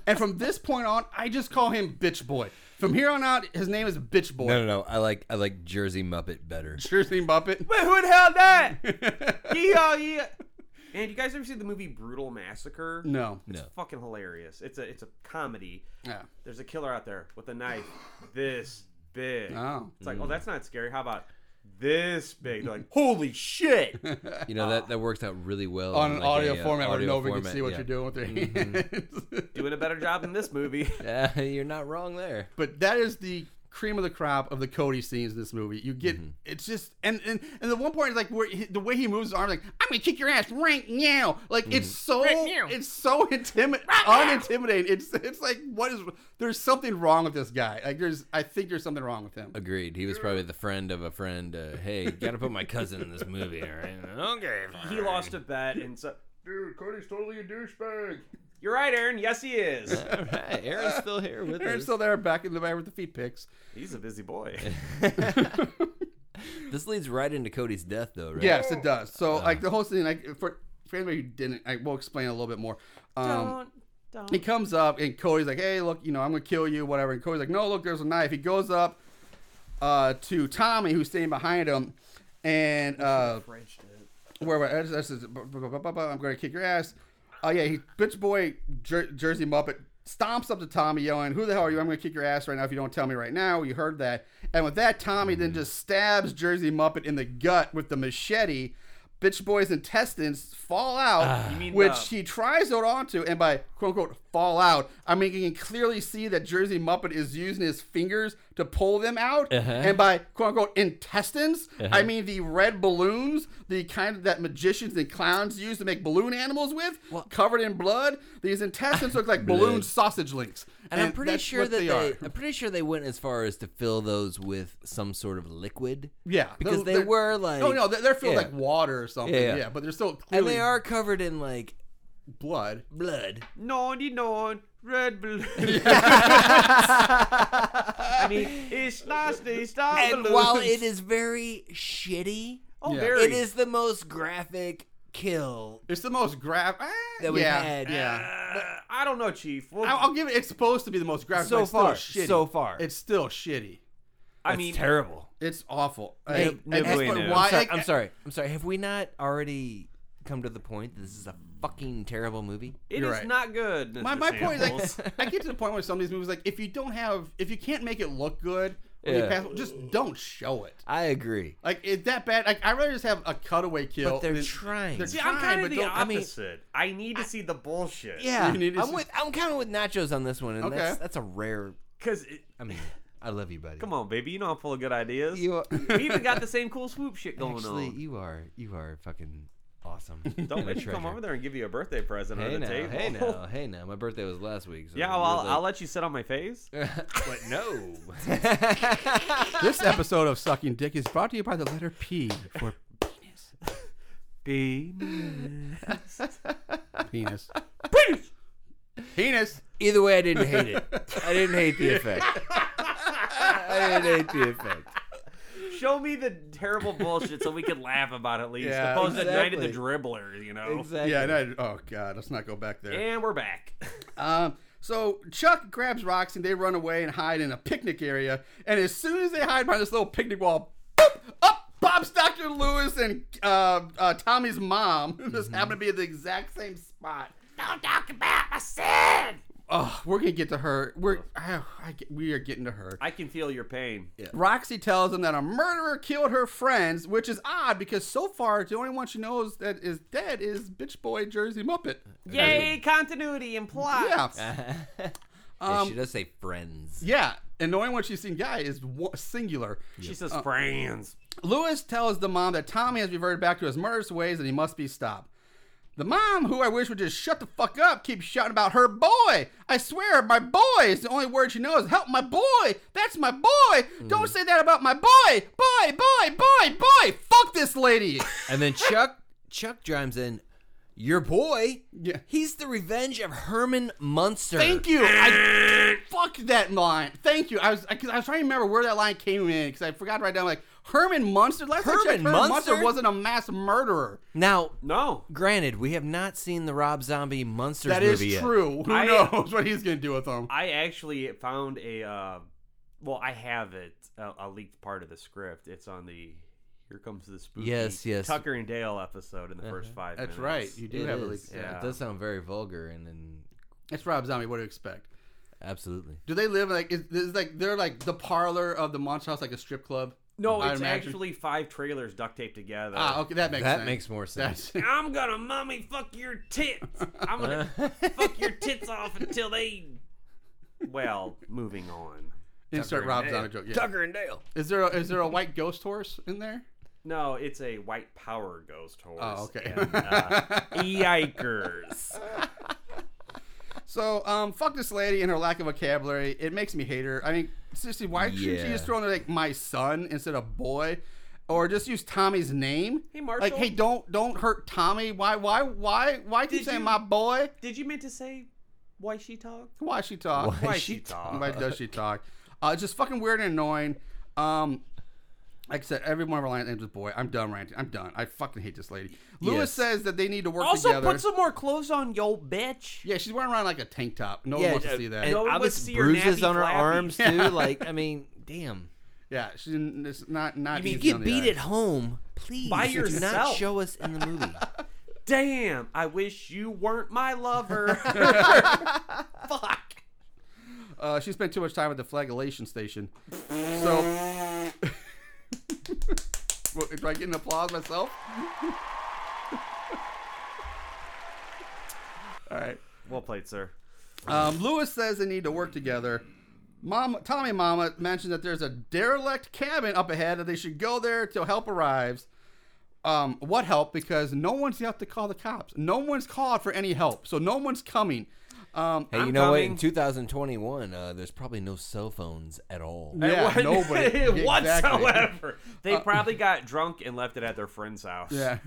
and from this point on, I just call him Bitch Boy. From here on out, his name is Bitch Boy.
No, no, no. I like I like Jersey Muppet better.
Jersey Muppet.
But who the hell that? yeah, yeah. And you guys ever seen the movie Brutal Massacre?
No. Uh.
It's
No.
fucking hilarious. It's a it's a comedy.
Yeah.
There's a killer out there with a knife this big.
Oh.
It's like, oh, that's not scary. How about this big? They're like, holy shit.
You know that that works out really well
On
in
an
like
audio
a, uh,
format where
audio
nobody can
format,
see what
yeah. Mm-hmm.
you're doing with their hands.
Doing a better job than this movie.
Yeah, you're not wrong there.
but that is the cream of the crop of the Cody scenes in this movie. You get it's just and and and the one point is like where he, the way he moves his arm like I'm gonna kick your ass right now. Like it's so it's so intimidating, unintimidating. It's it's like what is there's something wrong with this guy. Like there's I think there's something wrong with him.
Agreed. He was probably the friend of a friend. Uh, hey, you gotta put my cousin in this movie, all right? Okay.
he lost a bet, and so
Dude, Cody's totally a douchebag.
you're right, Aaron. Yes, he is.
All right, Aaron's still here with
They're
us.
still there back in the back with the feet picks.
He's a busy boy.
This leads right into Cody's death, though, right?
Yes, it does. So like the whole thing, like for for anybody who didn't, I will explain a little bit more. Um, He comes up and Cody's like, "Hey, look, you know, I'm gonna kill you, whatever." And Cody's like, "No, look, there's a knife." He goes up uh, to Tommy, who's standing behind him, and uh, where where that's, that's, bu- bu- bu- bu- bu- I'm gonna kick your ass. Oh yeah, he bitch boy Jer- Jersey Muppet stomps up to Tommy, yelling, "Who the hell are you? I'm gonna kick your ass right now if you don't tell me right now." You heard that, and with that, Tommy then just stabs Jersey Muppet in the gut with the machete. Bitch boy's intestines fall out,
mean
which
the-
he tries out onto, and by quote unquote fall out, I mean you can clearly see that Jersey Muppet is using his fingers to pull them out,
Uh-huh.
and by quote unquote intestines, I mean the red balloons, the kind that magicians and clowns use to make balloon animals with, covered in blood. These intestines look like balloon sausage links,
And, I'm pretty
that's
sure
what
that they,
are.
I'm pretty sure they went as far as to fill those with some sort of liquid.
yeah,
because
they're-
they
they're-
were like,
oh no, they're, they're filled
yeah.
like water or something,
Yeah,
yeah,
yeah.
but they're still
and
clearly
they are covered in like
blood.
blood.
Naughty non red balloon. I mean, it's nasty star
And
balloons.
while it is very shitty,
oh,
Yeah.
very.
it is the most graphic kill
It's the most graph
that we've
yeah,
had.
Yeah.
Uh, I don't know, Chief. Well,
I- I'll give it. It's supposed to be the most graphic.
So
but it's still
far,
shitty.
so far.
it's still shitty.
I mean,
terrible.
It's awful.
Hey,
Like,
and-
that's
and-
what-
I'm
why-
sorry-
like,
I'm sorry. I'm sorry. Have we not already come to the point that this is a fucking terrible movie?
it
You're
is
right.
not good.
My,
Mr.
my point
Samples.
is like, I get to the point where some of these movies, like, if you don't have, if you can't make it look good, when you
Yeah.
pass, just don't show it.
I agree.
Like, it's that bad. Like, I'd rather just have a cutaway kill.
But they're
than-
trying.
They're
See,
trying,
I'm kind
but
of the
don't- I mean,
opposite. I, need to see the bullshit.
Yeah,
You need to
I'm
see-
with. I'm kind of with Nachos on this one, and
Okay.
that's that's a rare.
Because,
I mean, I love you, buddy.
come on, baby. You know I'm full of good ideas.
you are,
we even got the same cool swoop shit going
actually,
on.
you are you are fucking awesome.
Don't
My
make me come
treasure.
over there and give you a birthday present
Hey
under
now,
the table.
hey now, hey now. My birthday was last week. So
Yeah, well, I'll, I'll let you sit on my face.
but no.
This episode of Sucking Dick is brought to you by the letter P for
Be
penis. penis! Penis!
Either way, I didn't hate it. I didn't hate the effect. I didn't hate the effect.
Show me the terrible bullshit so we can laugh about it at least.
Yeah,
Opposed to Night of the
exactly.
Dribbler, you know?
Exactly.
Yeah, no, oh, God, let's not go back there.
And we're back.
Um, so Chuck grabs Roxy and they run away and hide in a picnic area. And as soon as they hide behind this little picnic wall, boop, up pops Dr. Lewis and uh, uh, Tommy's mom, who just happen to be at the exact same spot. Don't talk about my sin! Oh, we're gonna get to her. We're I, I get- we are getting to her.
I can feel your pain.
Roxy tells him that a murderer killed her friends, which is odd because so far the only one she knows that is dead is Bitch Boy Jersey Muppet.
Yay, continuity and plot.
Yeah.
Yeah,
Um,
she does say friends.
Yeah, and the only one she's seen guy is wo- singular.
She says
Uh,
friends.
Lewis tells the mom that Tommy has reverted back to his murderous ways and he must be stopped. The mom, who I wish would just shut the fuck up, keeps shouting about her boy. I swear, my boy is the only word she knows. Help my boy. That's my boy. Don't say that about my boy. Boy, boy, boy, boy. Fuck this lady.
And then Chuck Chuck chimes in, Your boy?
Yeah.
He's the revenge of Herman Munster.
Thank you. I, fuck that line. Thank you. I was I, 'cause I was trying to remember where that line came in because I forgot to write down like Herman Munster. Last time I checked,
Herman
Herman Munster?
Munster?
wasn't a mass murderer.
Now
No.
granted, we have not seen the Rob Zombie Munsters
that is
movie yet.
true. Who
I-
knows what he's gonna do with them?
I actually found a, uh, well, I have it, a, a leaked part of the script. It's on the Here Comes the Spooky.
Yes, yes.
Tucker and Dale episode in the first five
Uh-huh. That's
minutes.
right. You do
It
have a
is.
leak.
Yeah,
Yeah.
It does sound very vulgar and, and
It's Rob Zombie. What do you expect?
absolutely.
Do they live like is, is like they're like the parlor of the Monster House like a strip club?
No,
I
it's
imagine.
actually five trailers duct taped together.
ah okay that makes
Uh, that
sense.
makes more sense.
That's-
I'm gonna mommy fuck your tits. I'm gonna
Uh-huh.
fuck your tits off until they. Well, moving on.
insert Rob Zombie joke. Yeah.
and Dale.
Is there a, is there a white ghost horse in there?
No, it's a white power ghost horse.
Oh, okay.
And, uh, yikers.
So, um, fuck this lady and her lack of vocabulary. It makes me hate her. I mean, seriously, why shouldn't she
Yeah.
just throw in there, like my son instead of boy, or just use Tommy's name?
Hey, Marshall.
Like, hey, don't don't hurt Tommy. Why why why why keep
Did
saying
you-
my boy?
Did you mean to say why she talk?
Why she talk?
Why
she talk?
Why does she talk? Uh, it's just fucking weird and annoying. Um, like I said, every one of our lines ends with boy. I'm done ranting. I'm done. I fucking hate this lady. Lewis
Yes.
says that they need to work
Also,
together.
put some more clothes on, yo, bitch.
yeah, she's wearing around like a tank top. No one
Yeah,
wants to
uh,
see that.
And
No one wants
obvious
to see her
bruises
nappy
on her
flappy.
arms too. Like I mean, damn.
Yeah, she didn't. It's not not.
If you
easy on
get
the
beat
eye.
at home, please
By
do not
yourself.
show us in the movie.
Damn, I wish you weren't my lover. Fuck.
Uh, she spent too much time at the flagellation station. So, What, do I get an applause myself? All right.
Well played, sir.
Um, Lewis says they need to work together. Mom, Tommy Mama mentioned that there's a derelict cabin up ahead that they should go there till help arrives. Um, what help? Because no one's out to call the cops. No one's called for any help, so no one's coming. Um,
Hey,
I'm
you know what?
coming.
In 2021, uh, there's probably no cell phones at all.
yeah,
What-
nobody exactly.
whatsoever. They probably got drunk and left it at their friend's house.
Yeah.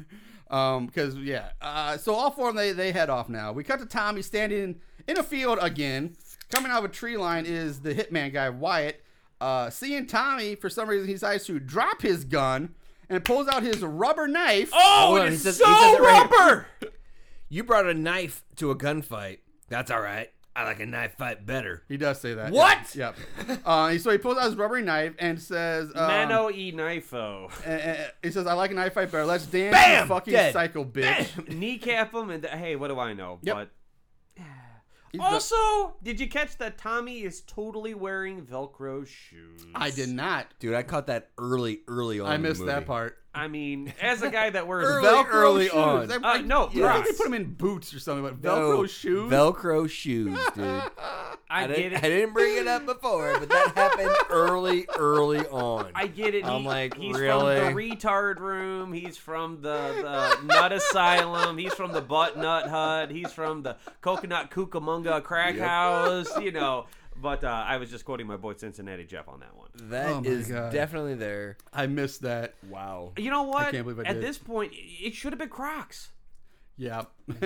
Um, cause yeah. Uh, so all four of them, they, they head off now. We cut to Tommy standing in a field again. Coming out of a tree line is the hitman guy, Wyatt. Uh, seeing Tommy, for some reason, he decides to drop his gun and pulls out his rubber knife.
Oh,
Hold
it
on,
is
he says- he
so
says it right here.
rubber.
You brought a knife to a gunfight. That's all right. I like a knife fight better.
He does say that.
What?
Yep. yep. uh, so he pulls out his rubber knife and says, um,
Mano e knifo.
and- and- he says, I like a knife fight better. Let's dance,
Bam!
you fucking
Dead.
psycho bitch.
Kneecap him and th- hey, what do I know?
Yep.
But
He's
Oh,
the-
also, did you catch that Tommy is totally wearing Velcro shoes?
I did not.
Dude, I caught that early, early on.
I
in the
missed that
movie.
part.
I mean, as a guy that wears
Early,
Velcro,
early
shoes.
on.
They-
Uh, no,
I think
Ross.
they put him in boots or something, but
No,
Velcro shoes.
Velcro shoes, dude.
I,
I
get
didn't,
it.
I didn't bring it up before, but that happened early, early on.
I get it.
I'm
He-
like,
he's from the
really?
retard room. He's from the, the nut asylum. He's from the butt nut hut. He's from the coconut cucamonga crack house. You know. But uh, I was just quoting my boy Cincinnati Jeff on that one.
Oh my
That is
God.
definitely there.
I missed that.
Wow.
You know what?
can't believe I
At
did.
this point, it should have been Crocs.
Yeah.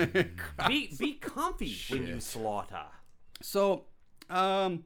Be be comfy when you slaughter.
so, um,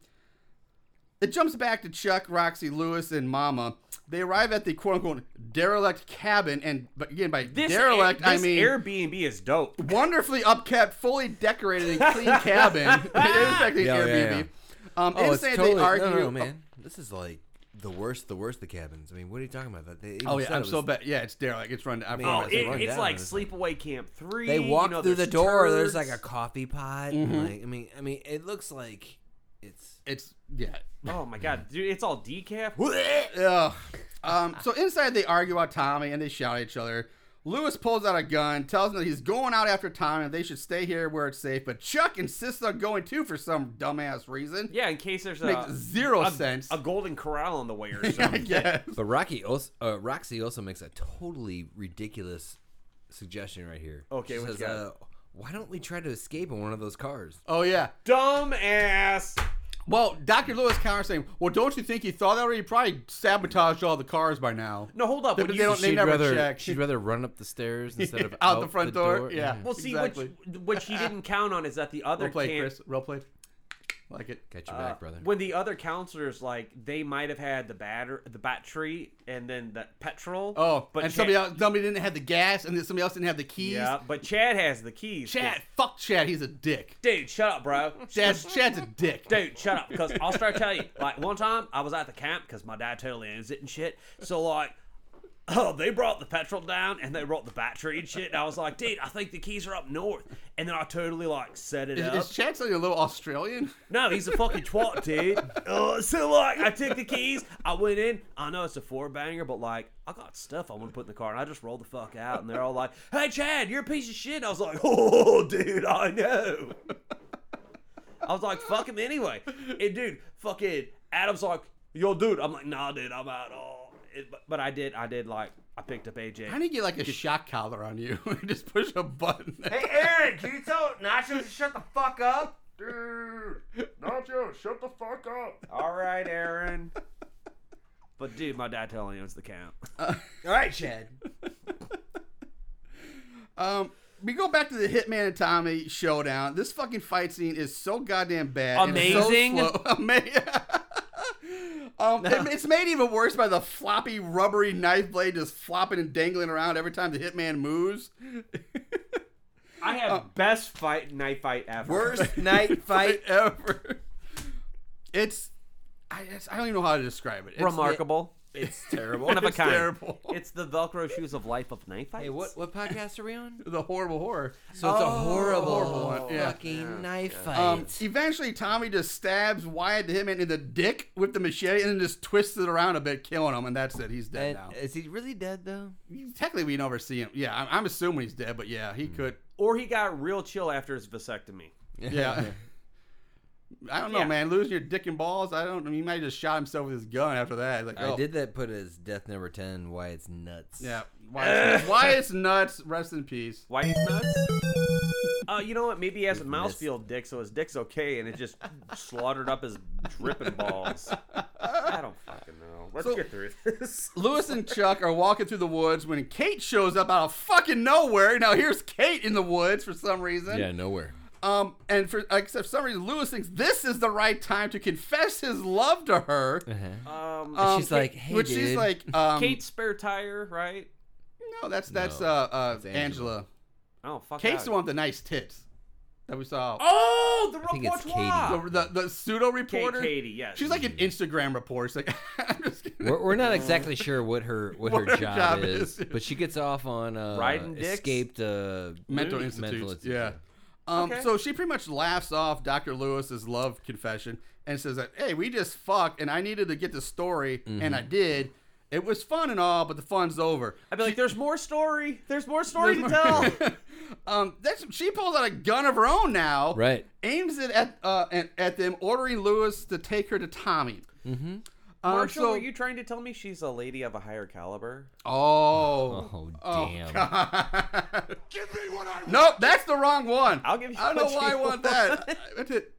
it jumps back to Chuck, Roxy, Lewis, and Mama. They arrive at the quote unquote derelict cabin, and but again by
This
derelict
air-
I
this
mean
Airbnb is dope.
wonderfully upkept, fully decorated and clean cabin. it is actually
Yeah, yeah,
Airbnb. Um,
Oh, it's
inside
totally.
they argue.
no, no, man. This is like the worst, the worst, the cabins. I mean, what are you talking about? That they
Oh
even
yeah,
said
I'm
it
so
was-
bad. Yeah, it's derelict. It's run. I
Man,
forgot
Oh,
about
it-
that.
it's like
it's
sleepaway camp three.
They walk
you know,
through the
there's
door. There's
turds.
like a coffee pot.
Mhm.
And like, I mean, I mean, it looks like it's
it's yeah.
Oh my god, dude, it's all decaf.
Ugh. Um, so inside they argue about Tommy and they shout at each other. Lewis pulls out a gun, tells them that he's going out after Tommy and they should stay here where it's safe. But Chuck insists on going too for some dumbass reason.
Yeah, in case there's
Makes
a
zero
a-
sense.
A golden corral on the way or something.
But Rocky also, uh, Roxy also makes a totally ridiculous suggestion right here.
Okay,
she
what
says,
you got?
uh, why don't we try to escape in one of those cars?
Oh yeah,
dumb ass.
Well, Dr. Lewis counter saying, "Well, don't you think he thought that already? He probably sabotaged all the cars by now."
No, hold up.
They,
When
they
you-
don't. Oh, They
She'd
never
rather-
check.
she'd
rather run up the stairs instead of
out, the front door. Yeah.
Well, see,
exactly.
which which he didn't count on is that the other
Well played,
camp-
Chris. Well played. Like it.
Got
uh, When the other counselors like they might have had the batter the battery and then the petrol.
Oh,
but
and
Chad-
somebody else, somebody didn't have the gas, and then somebody else didn't have the keys.
Yeah, but Chad has the keys. 'cause-
Chad, fuck Chad, he's a dick.
Dude, shut up, bro.
Chad's, Chad's a dick.
Dude, shut up. Because I'll start telling you. Like, one time I was at the camp because my dad totally owns it and shit. So, like, oh, they brought the petrol down and they brought the battery and shit. And I was like, dude, I think the keys are up north. And then I totally, like, set it
Is,
up.
is Chad something a little Australian?
No, he's a fucking twat, dude. Uh, so like, I took the keys, I went in. I know it's a four banger, but like, I got stuff I want to put in the car, and I just rolled the fuck out, and they're all like, "Hey, Chad, you're a piece of shit." I was like, "Oh, dude, I know." I was like, "Fuck him anyway," and dude, fucking Adam's like, "Yo, dude," I'm like, "Nah, dude, I'm out." Oh, it, but, but I did, I did like, I picked up AJ.
How do you get like a shock collar on you? Just push a button.
Hey, Aaron, can you tell Nacho to shut the fuck up?
Dude, Nacho, shut the fuck up.
All right, Aaron. But dude, my dad totally owns the camp.
All right, Chad.
Um, we go back to the Hitman and Tommy showdown. This fucking fight scene is so goddamn bad. and it's so
Amazing.
slow. Ama- um, it- it's made even worse by the floppy, rubbery knife blade just flopping and dangling around every time the Hitman moves.
I have best fight night fight ever.
ever. It's I, it's, I don't even know how to describe it. It's-
Remarkable.
it's
One of a
It's
kind.
terrible.
It's the Velcro shoes of life of night fights.
Hey, what what podcast are we on?
The horrible horror.
So it's a horrible,
Oh, one, yeah.
Oh, fucking knife fight.
Um, eventually, Tommy just stabs Wyatt the Hitman in the dick with the machete and then just twists it around a bit, killing him, and that's it. He's dead now.
Is he really dead though?
Technically, we never see him. Yeah, I'm, I'm assuming he's dead, but yeah, he could.
Or he got real chill after his vasectomy.
Yeah. I don't know,
Yeah.
man. Losing your dick and balls. I don't. I mean, he might have just shot himself with his gun after that. Like,
I
oh.
did that put as death number ten. Why it's nuts.
Yeah. Wyatt's, Wyatt's nuts. Rest in peace.
Wyatt's nuts. Uh, you know what? Maybe he has a mouse field dick, so his dick's okay, and it just slaughtered up his dripping balls. I don't fucking know. Let's
So-
get through this.
Lewis and Chuck are walking through the woods when Kate shows up out of fucking nowhere. Now here's Kate in the woods for some reason.
Yeah, nowhere.
Um, and for except for some reason, Lewis thinks this is the right time to confess his love to her.
Uh-huh.
Um,
Um,
she's like, "Hey,
which she's
dude."
like, um,
Kate's spare tire, right?
No, that's that's
No,
uh, uh
that's Angela.
Angela.
Oh fuck.
Kate's
out.
the one with the nice tits that we saw.
Oh, the
I think it's
repertoire.
The, the, the pseudo reporter.
Oh, Katie, yes.
She's like an Instagram reporter. She's like, I'm just kidding.
We're, we're not exactly sure what her what,
What
her,
her
job,
job
is,
is.
but she gets off on uh,
Riding dicks?
escaped uh,
mental institutes.
institute.
Yeah. Um,
Okay.
So she pretty much laughs off Dr. Lewis's love confession and says that, "Hey, we just fucked, and I needed to get the story, and I did. It was fun and all, but the fun's over."
I'd be like, there's more story. There's more story to tell.
um, that's she pulls out a gun of her own now,
Right.
Aims it at uh and, at them, ordering Lewis to take her to Tommy. Mm-hmm. Um,
Marshall,
so-
were you trying to tell me she's a lady of a higher caliber?
Oh.
Oh, damn.
God. Nope, that's the wrong one.
I'll give you
I don't know
what
why I
you
want that. That's it.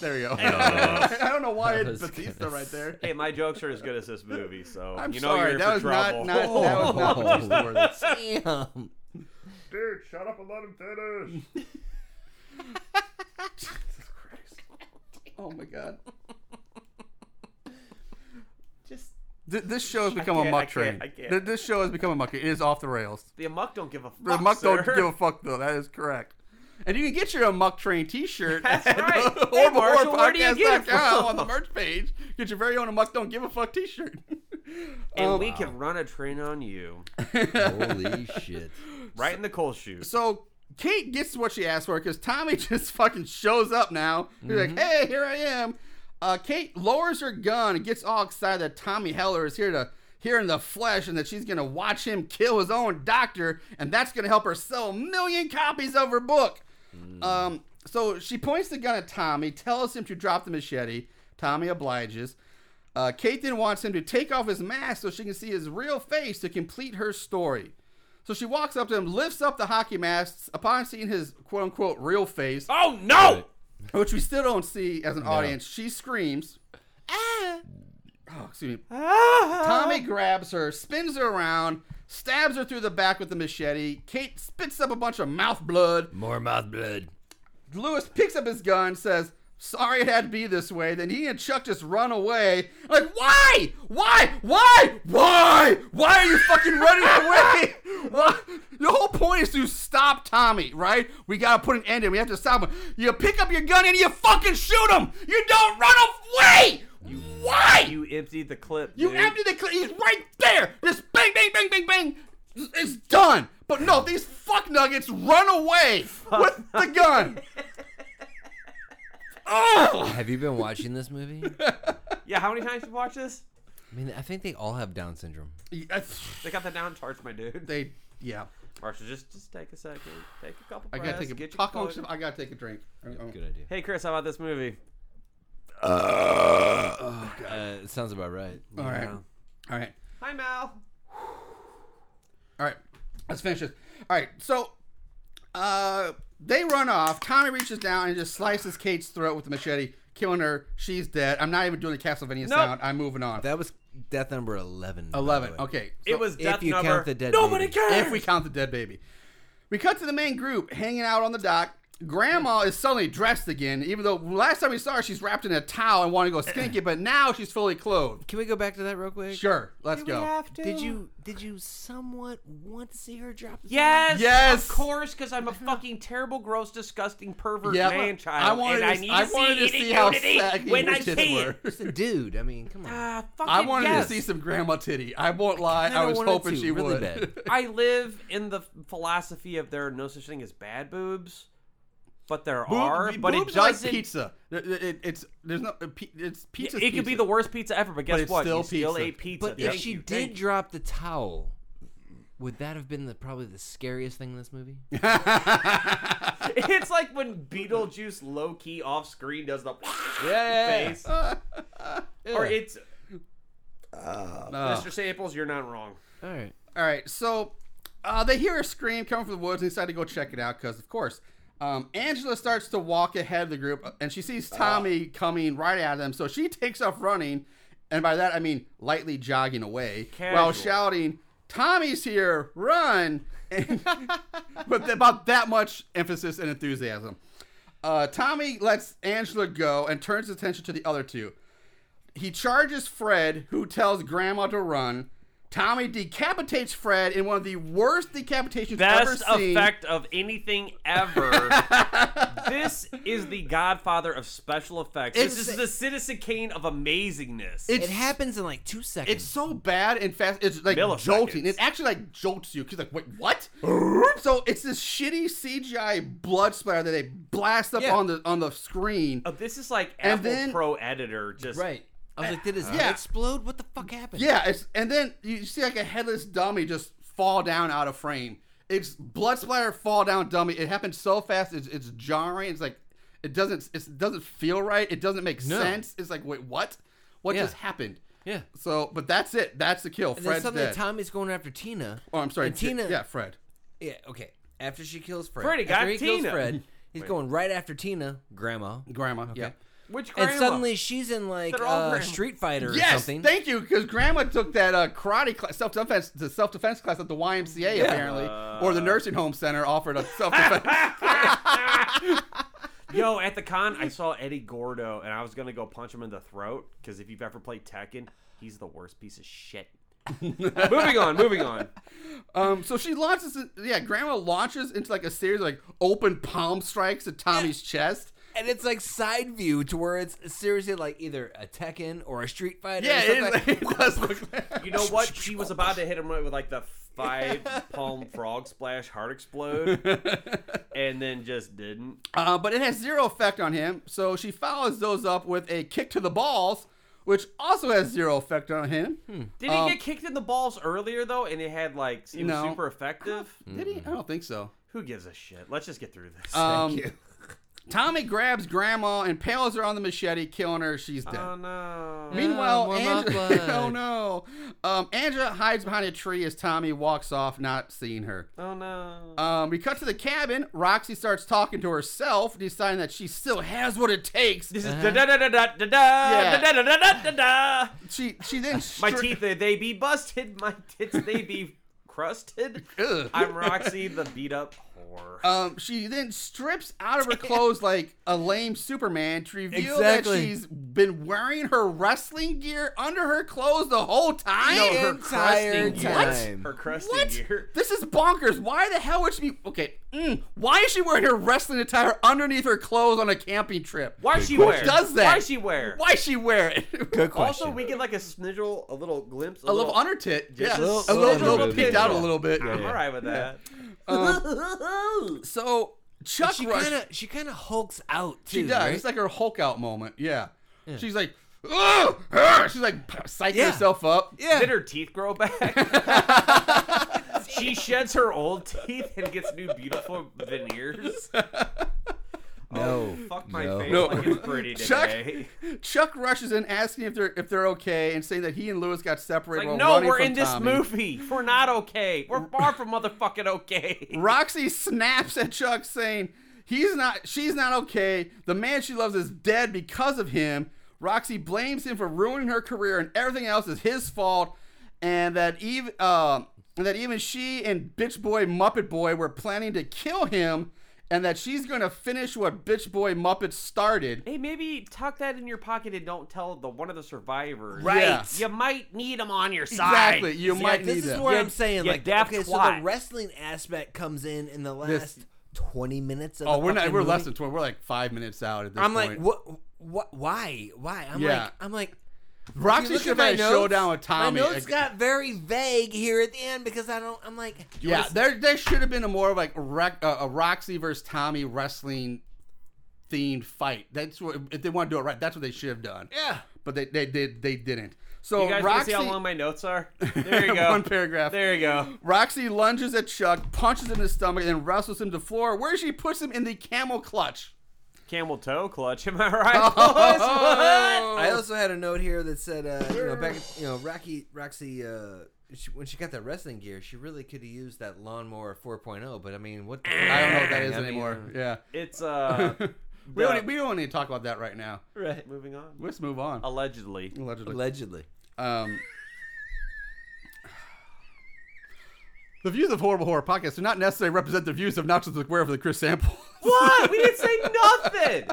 There you go.
uh,
Yeah.
I don't know why
That
it's
was
Batista
gonna
right there.
Hey, my jokes are as good as this movie, so
I'm
you know
sorry.
you're
That
in
was
for
not,
trouble.
not, that was not Batista
Oh.
worthy.
Damn.
Dude, shut up and let him finish.
Oh my god.
Just
Th- This show has become
can't,
a
I
muck
can't,
train.
I can't.
Th- This show has become a muck. It is off the rails.
the muck don't give a fuck.
The muck
sir.
don't give a fuck though. That is correct. And you can get your Muck Train T-shirt
That's
at
right.
the
Hey, Marshall, where do you get it
horriblehorrorpodcast.com
from?
on the merch page. Get your very own A Muck Don't Give a Fuck T-shirt.
And
Um,
we can run a train on you.
Holy shit.
Right in the coal chute.
So Kate gets what she asked for because Tommy just fucking shows up now. He's
Mhm.
like, hey, here I am. Uh, Kate lowers her gun and gets all excited that Tommy Heller is here to here in the flesh and that she's gonna watch him kill his own doctor and that's gonna help her sell a million copies of her book. Um, so she points the gun at Tommy, tells him to drop the machete. Tommy obliges. Uh, Kate then wants him to take off his mask so she can see his real face to complete her story. So she walks up to him, lifts up the hockey mask. Upon seeing his quote unquote real face,
oh no!
Which we still don't see as an
No.
audience. She screams. Oh, excuse me.
Ah.
Tommy grabs her, spins her around, stabs her through the back with the machete. Kate spits up a bunch of mouth blood.
More mouth blood.
Lewis picks up his gun, says, Sorry it had to be this way. Then he and Chuck just run away. Like, why? Why? Why? Why? Why are you fucking running away? Why? The whole point is to stop Tommy, right? We gotta put an end to him. We have to stop him. You pick up your gun and you fucking shoot him. You don't run away. why?
You emptied the clip.
You
dude.
empty the clip. He's right there. Just bang, bang, bang, bang, bang. It's done. But no, these fuck nuggets run away with the gun. oh!
Have you been watching this movie?
Yeah, how many times you watch this?
I mean, I think they all have Down syndrome.
They got the down charge, my dude.
They, yeah.
Marshall, just just take a second. Take a couple.
I
Breaths,
gotta take a
get your
talk amongst
clothes-
them. I gotta take a drink. Oh. Good
idea.
Hey, Chris, how about this movie?
Uh, it sounds about right.
All right. All right.
Hi, Mal.
All right, let's finish this. All right, so uh, they run off. Tommy reaches down and just slices Kate's throat with the machete, killing her. She's dead. I'm not even doing the Castlevania
Nope.
sound. I'm moving on.
That was death number 11. by the
Eleven.
way.
Okay,
It was death If you count number- the dead
nobody
baby.
cares. If we count the dead baby, we cut to the main group hanging out on the dock. Grandma is suddenly dressed again, even though last time we saw her, she's wrapped in a towel and wanted to go skinky, but now she's fully clothed.
Can we go back to that real quick?
Sure, let's go.
Did you did you somewhat want to see her drop? the
Yes.
ball?
Yes.
Of course, because I'm a fucking terrible, gross, disgusting pervert
Yeah,
man
I
child, and
wanted to-
I need
I
to see,
wanted to
it in
see how
unity
saggy
when
her
I
tits
see
were.
it.
It's a dude. I mean, come on.
Ah, fucking
I wanted
yes.
to see some grandma titty. I won't lie.
kinda
I, was
wanted
hoping
to,
she
really
would.
bad. I live in the philosophy of there are no such thing as bad boobs, but there
Boob-
are. But
boobs
it
are like
doesn't.
pizza. It- it- it's there's no it- it's pizza.
it could be the worst pizza ever, but guess
it's
what?
Still
You still
pizza.
ate pizza.
But if she did drop the towel, would that have been the probably the scariest thing in this movie?
it's like when Beetlejuice low key off screen does the
yeah, yeah.
face,
Yeah.
or it's
No.
Mr. Staples. You're not wrong.
All right.
All right. So uh, they hear a scream coming from the woods and decide to go check it out because, of course, um, Angela starts to walk ahead of the group uh, and she sees Tommy coming right at them. So she takes off running, and by that I mean lightly jogging away while
Casual.
shouting, "Tommy's here! Run!" And with about that much emphasis and enthusiasm. Uh, Tommy lets Angela go and turns his attention to the other two. He charges Fred, who tells Grandma to run. Tommy decapitates Fred in one of the worst decapitations
Best
ever seen.
effect of anything ever. this is the Godfather of special effects.
It's-
this is the Citizen Kane of amazingness.
It's- It
happens in like two seconds.
It's so bad and fast. It's like
Milliseconds.
jolting. It actually like jolts you because like wait what? so it's this shitty CGI blood splatter that they blast up
Yeah.
on the on the screen.
Oh, this is like
And
Apple
then-
Pro Editor. Just
right. I was like, did his
Yeah.
head explode? What the fuck happened?
Yeah, it's and then you see like a headless dummy just fall down out of frame. It's blood splatter fall down dummy. It happens so fast. It's, it's jarring. It's like it doesn't it doesn't feel right. It doesn't make
No.
sense. It's like wait what? What
Yeah.
just happened?
Yeah.
So but that's it. That's the kill.
And then
Fred's
suddenly
dead.
Tommy's going after Tina.
oh, I'm sorry.
And
Ti-
Tina.
Yeah, Fred.
Yeah, okay. After she kills Fred.
Freddy
after
got
he kills
Tina.
Fred, he's
Wait.
going right after Tina, Grandma.
Grandma. Yeah.
Which
And
grandma?
suddenly she's in like
They're all
uh,
grandma.
Street Fighter
yes,
or something.
thank you, because Grandma took that uh, karate class, self defense, the self defense class at the YMCA apparently, or the nursing home center offered a self defense.
Yo, at the con, I saw Eddie Gordo, and I was gonna go punch him in the throat because if you've ever played Tekken, he's the worst piece of shit. moving on, moving on.
Um, so she launches, yeah, Grandma launches into like a series of like open palm strikes at Tommy's chest.
And it's like side view to where it's seriously like either a Tekken or a Street Fighter.
Yeah,
or something
it-
like-
it does look
You know what? She was about to hit him with like the five palm frog splash heart explode, and then just didn't.
Uh, but it has zero effect on him, so she follows those up with a kick to the balls, which also has zero effect on him.
Did
Um,
he get kicked in the balls earlier though? And it had like it was
No.
super effective.
Did he? I don't think so.
Who gives a shit? Let's just get through this.
Um, Tommy grabs Grandma and pales her on the machete, killing her. She's dead.
Oh no!
Meanwhile,
Oh, more
Andrea,
blood.
oh no, um, Andrea hides behind a tree as Tommy walks off, not seeing her.
Oh no!
Um, we cut to the cabin. Roxy starts talking to herself, deciding that she still has what it takes. This
is da da da da da da da da da da da da.
She she then
my
stri-
teeth they- they be busted. My tits they be crusted. I'm Roxy, the beat up whore.
Um, she then strips out of her clothes like a lame Superman to reveal that
Exactly.
she's been wearing her wrestling gear under her clothes the whole time.
No, her crusting gear.
What?
Her crusting
Um, What?
gear.
This is bonkers. Why the hell would she be? Okay, mm, why is she wearing her wrestling attire underneath her clothes on a camping trip?
Why she
Who
wear?
Does that?
Why she wear?
Why she wear it? Good
Also, we get like a snidgel, a little glimpse,
a little under tit.
just
Yeah, a
a
little, a
little
little,
bit of
peeked out a
pinhole.
little bit.
I'm
Yeah, yeah.
alright with that.
Um, so Chuck
she
Rush.
kinda- she kind of hulks out
she
too.
does.
right?
It's like her Hulk out moment. Yeah.
Yeah.
She's like, "Ugh!" Ugh!" she's like p- psyching
Yeah.
herself up.
Did her teeth grow back? she sheds her old teeth and gets new beautiful veneers.
No,
oh, fuck my
no.
face
No.
like it's pretty
Chuck,
today.
Chuck rushes in, asking if they're if they're okay, and saying that he and Lewis got separated.
Like,
while
no,
running
we're
from
in this
Tommy.
movie. We're not okay. We're far from motherfucking okay.
Roxy snaps at Chuck, saying he's not, she's not okay. The man she loves is dead because of him. Roxy blames him for ruining her career, and everything else is his fault. And that even um, and that even she and Bitch Boy Muppet Boy were planning to kill him, and that she's going to finish what Bitch Boy Muppet started.
Hey, maybe tuck that in your pocket and don't tell the one of the survivors.
Right. Yeah.
You might need them on your side.
Exactly. You
See,
might
like,
need
this is
them.
where
Yeah,
I'm saying
yeah,
like
daft
okay, so
twat.
the wrestling aspect comes in in the last
This-
20 minutes. Of
Oh,
the
we're not.
fucking
We're
movie.
less than twenty. We're like five minutes out at this
I'm
point.
like, what? What? Why? Why? I'm
Yeah.
like, I'm like.
Roxy
if you look
should
at my
have had a
notes,
showdown with Tommy.
My notes
Like-
got very vague here at the end because I don't. I'm like,
yeah, there there should have been a more like rec, uh, a Roxy versus Tommy wrestling themed fight. That's what if they want to do it right. That's what they should have done.
Yeah,
but they they did they, didn't. So
You guys wanna
Roxy
see how long my notes are? There you go.
One paragraph.
There you go.
Roxy lunges at Chuck, punches him in the stomach, and wrestles him to the floor, where she puts him in the camel clutch.
Camel toe clutch. Am I right, boys?
Oh.
What?
I also had a note here that said, uh, you know, back, you know, Rocky, Roxy, uh, she, when she got that wrestling gear, she really could have used that lawnmower 4.0. But I mean, what? The,
I don't know what that
I
is
mean,
anymore. yeah,
It's, uh,
we
the-
don't, e, we don't need to talk about that right now.
Right.
Moving on.
Let's move on.
Allegedly.
Allegedly.
Allegedly.
Um, the views of Horrible Horror Podcast do not necessarily represent the views of Nachos McWare for the Chris Sample.
What? We didn't say nothing.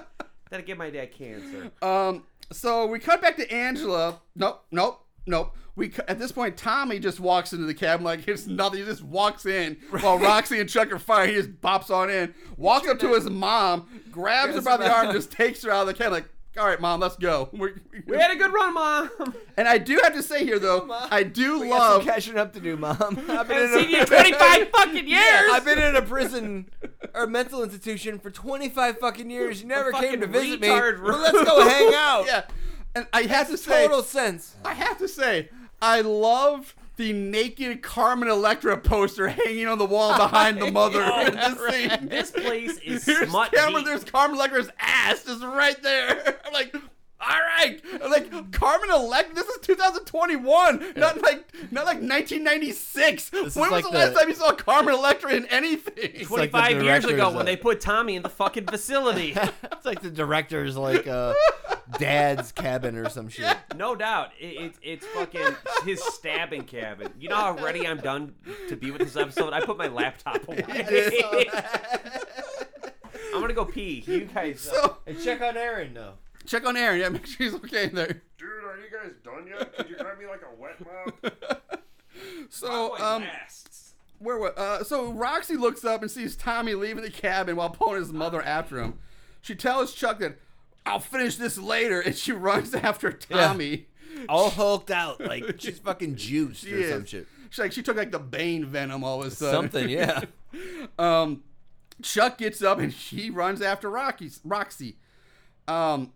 That'll give my dad cancer.
Um, so we cut back to Angela. Nope, nope, nope. We cu- at this point, Tommy just walks into the cabin like it's nothing. He just walks in while Roxy and Chuck are fighting. He just bops on in, walks up to his mom, grabs her by the arm, just takes her out of the cabin. Like, all right, mom, let's go. We're,
We had a good run, mom.
and I do have to say here though, I do
We got
love
some catching up to do, mom. I've
Haven't seen you in 25 fucking years.
I've been in a prison or mental institution for 25 fucking years. You never came to
fucking
visit me.
retard
Well, let's go hang out.
Yeah, and I have to say,
Total sense.
I have to say, I love the naked Carmen Electra poster hanging on the wall behind the mother in this scene.
This place is
Here's
smut
Cameron,
deep.
there's Carmen Electra's ass just right there. I'm like, all right. I'm like, Carmen Electra, this is 2021, not like not like 1996. when was
is like
the,
the-
last time you saw Carmen Electra in anything?
25
the
years
director's,
ago
uh,
when they put Tommy in the fucking facility.
It's like the director's like uh, dad's cabin or some shit.
No doubt. It, it, it's fucking his stabbing cabin. You know how ready I'm done to be with this episode? I put my laptop away. I'm going to go pee. You guys. uh,
So
And check on Aaron though.
check on Aaron. Yeah, make sure he's okay in there.
Dude, are you guys done yet? Could you grab me like a wet mop?
So
boy
um.
lasts.
where what? Uh, so Roxy looks up and sees Tommy leaving the cabin while pulling his mother
Oh.
after him. She tells Chuck that I'll finish this later, and she runs after Tommy.
All hulked out, like she's fucking juiced or some shit.
She like she took like the Bane venom all of a sudden.
Something, yeah.
um, Chuck gets up and she runs after Rocky's Roxy. Um,